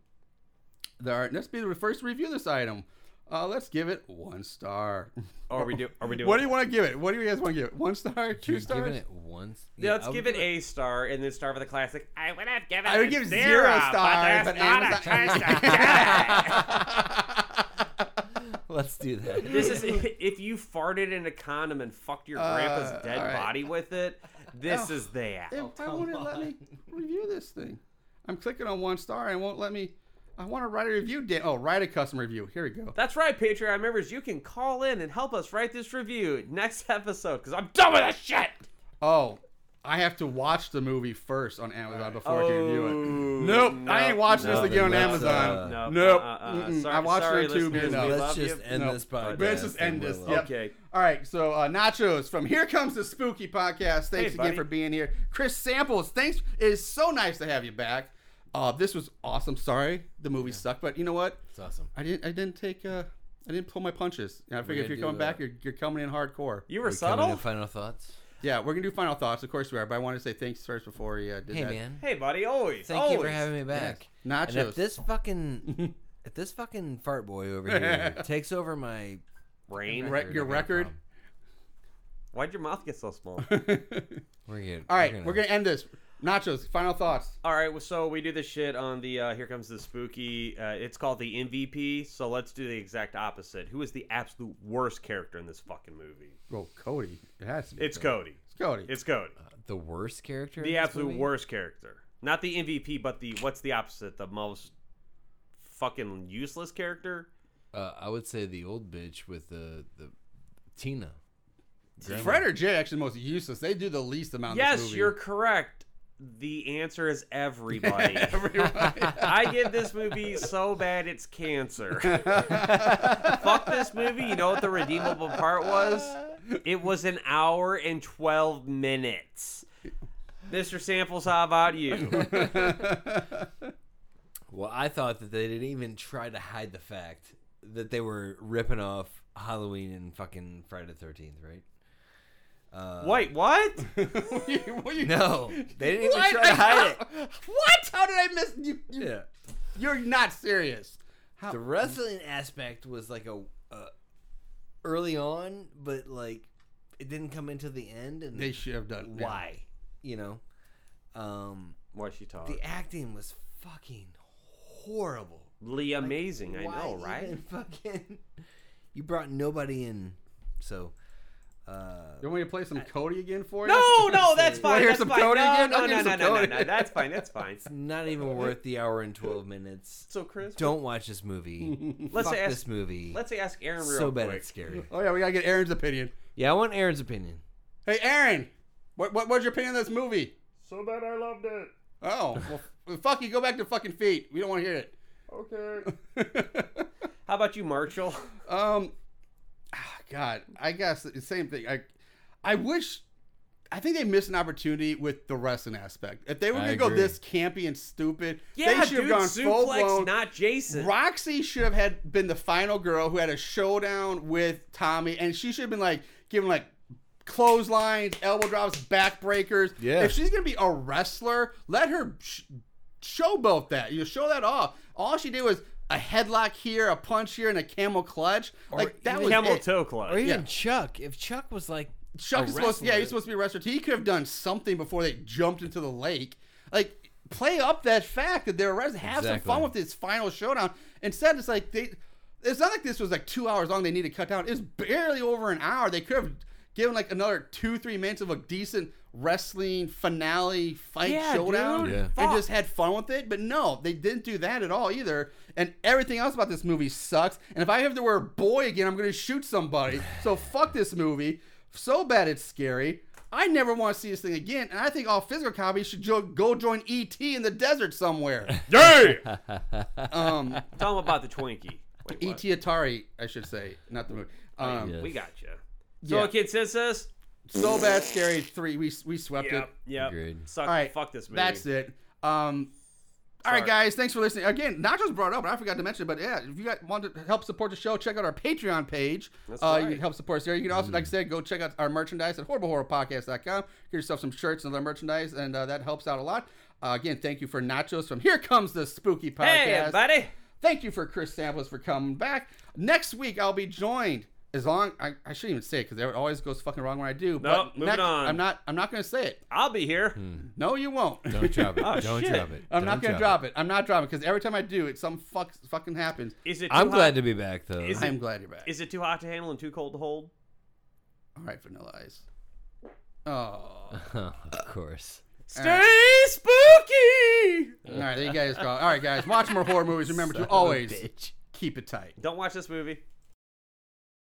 there are, let's be the first to review this item. Uh, let's give it one star.
Are we do- are we doing-
What do you want to give it? What do you guys want to give it? One star? Two
You're
stars?
giving it once.
Yeah, let's
I would
give it a star and then start with a classic. I would have given.
I would
it
give
zero,
zero
but
stars,
that's
but
not
Amazon-
a choice.
Let's do that.
This is if you farted in a condom and fucked your
Uh,
grandpa's dead
all right.
body with it.
Oh.
This is that.
It, I won't let me review this thing. I'm clicking on one star. and it won't let me. I want to write a review. Dan- oh, write a custom review. Here we go.
That's right, Patreon members. You can call in and help us write this review next episode because I'm done with this shit.
Oh, I have to watch the movie first on Amazon before I can review
Oh,
it. Nope, I ain't watching
no,
this again on
then let's,
Amazon.
uh,
nope,
uh, uh,
Mm-mm.
sorry-
I watched
sorry,
it on YouTube.
listeners, we
No.
Let's love just you.
end this podcast
Let's just end
and
this.
we'll-
Yep.
Okay.
All right. So uh, nachos from Here Comes the Spooky Podcast. Thanks
Hey,
again
buddy.
for being here, Chris Samples. Thanks. It is so nice to have you back. Uh, this was awesome. Sorry, the movie sucked, but you know what?
It's awesome.
I didn't. I didn't take. Uh, I didn't pull my punches. And I figured if
gonna
you're
do
coming back,
that.
you're, you're coming in hardcore.
You were
We coming to
subtle.
Final thoughts.
Yeah, we're gonna do final thoughts. Of course we are. But I wanted to say thanks first before we uh, did
Hey
that.
man,
Hey, buddy. Always.
thank
always.
you for having me back.
Yes.
And
Nachos.
if this fucking, if this fucking fart boy over here takes over my
Rain.
Re- your
I've got a
record.
problem.
Why'd your mouth get so small?
we're good.
All right, we're gonna end this. Nachos. Final thoughts.
All right, well, so we do this shit on the uh, Here Comes the Spooky. Uh, it's called the MVP, so let's do the exact opposite. Who is the absolute worst character in this fucking movie?
Well, Cody. It has to be.
It's Cody.
It's Cody.
It's Cody.
the worst character. in
The
this
absolute
movie?
worst character. Not the MVP, but the what's the opposite? The most fucking useless character?
Uh, I would say the old bitch with the the Tina.
Fred or Jay are actually the most useless. They do the least amount. in this
Yes,
movie.
you're correct. The answer is everybody.
Everybody.
I give this movie so bad it's cancer. Fuck this movie. You know what the redeemable part was? It was an hour and 12 minutes. Mr. Samples, how about you?
Well, I thought that they didn't even try to hide the fact that they were ripping off Halloween and fucking Friday the Thirteenth, right? Uh,
Wait, what?
What you- what you-
No, they didn't even
What?
try to hide it.
What? How did I miss you? you
Yeah,
You're not serious. How?
the wrestling aspect was like a uh, early on, but like it didn't come into the end. And
They should have done. yeah.
why? You know, um,
Why she talk?
the acting was fucking horrible.
Lee amazing, I
why
know, right?
even fucking, you brought nobody in, so. Uh,
you want me to play some Cody again for you?
No, no, that's
Wanna
fine.
hear
that's
some
fine.
Cody
no,
again?
No,
I'll give
no,
you
no,
some
no, no,
Cody.
no. That's fine. That's fine.
It's not even worth the hour and twelve minutes.
So, Chris,
don't watch this movie.
Let's
Fuck
ask-
this movie.
let's ask Aaron real
so bad
quick.
it's scary.
Oh yeah, we gotta get Aaron's opinion.
Yeah, I want Aaron's opinion.
Hey, Aaron, what what what's your opinion of this movie?
So bad I loved it.
Oh, well, f- fuck you. Go back to fucking feet. We don't want to hear it.
Okay.
How about you, Marshall?
Um, ah, God, I guess the same thing. I, I wish. I think they missed an opportunity with the wrestling aspect. If they were
I
gonna go
agree.
this campy and stupid,
Yeah,
they should
dude,
have gone full
suplex,
blown.
not Jason.
Roxy should have had been the final girl who had a showdown with Tommy, and she should have been like giving like clotheslines, elbow drops, backbreakers.
Yeah.
If she's gonna be a wrestler, let her sh- showboat that. You know, show that off. All she did was a headlock here, a punch here, and a camel clutch. like that was it.
Or even
Yeah.
Chuck. If Chuck was like
Chuck
a
is supposed, yeah,
wrestler-
he's supposed to be a wrestler. He could have done something before they jumped into the lake. Like play up that fact that they're a wrestler. Have
Exactly.
some fun with this final showdown. Instead, it's like they. It's not like this was like two hours long. They need to cut down. It's barely over an hour. They could have given like another two, three minutes of a decent wrestling finale fight
Yeah,
showdown,
dude. Yeah.
and just had fun with it. But no, they didn't do that at all either. And everything else about this movie sucks. And if I have to wear boy again, I'm going to shoot somebody. So fuck this movie. So bad it's scary. I never want to see this thing again. And I think all physical copies should jo- go join E.T. in the desert somewhere.
Yay!
um,
Tell him about the Twinkie. Wait, what?
E.T. E Atari, I should say, not the movie. Um,
We got you. So,
Yeah.
a kid says this.
So bad, scary three. We we swept
Yep.
it.
Yep. Suck.
All right,
Fuck this movie.
That's it. Um, all right,
Sorry.
guys. Thanks for listening. Again, Nacho's brought it up, and I forgot to mention. it, But yeah, if you guys want to help support the show, check out our Patreon page.
That's
uh, You
right.
can help support us there. You can also, like I said, go check out our merchandise at horriblehorrorpodcast.com. Get yourself some shirts and other merchandise, and uh, that helps out a lot. Uh, again, thank you for Nachos from Here Comes the Spooky Podcast.
Hey, buddy.
Thank you for Chris Samples for coming back. Next week, I'll be joined. As long I, I shouldn't even say it because it always goes fucking wrong when I do. but
moving
next-
on.
I'm not. I'm not going to say it.
I'll be here.
No, you won't.
Don't drop it. Oh, Don't shit. drop it.
I'm not
Don't
gonna
drop
drop it. I'm not dropping because every time I do it, some fuck fucking happens.
Is it?
I'm
too
glad
hot?
to be back though.
Is
I'm
it-
glad you're back.
Is it too hot to handle and too cold to hold?
All right, Vanilla Ice. Oh.
of course.
Stay
spooky.
All right, there you guys go. All right, guys, watch more horror movies. Remember
Son
to
of a
always
bitch.
keep it tight.
Don't watch this movie.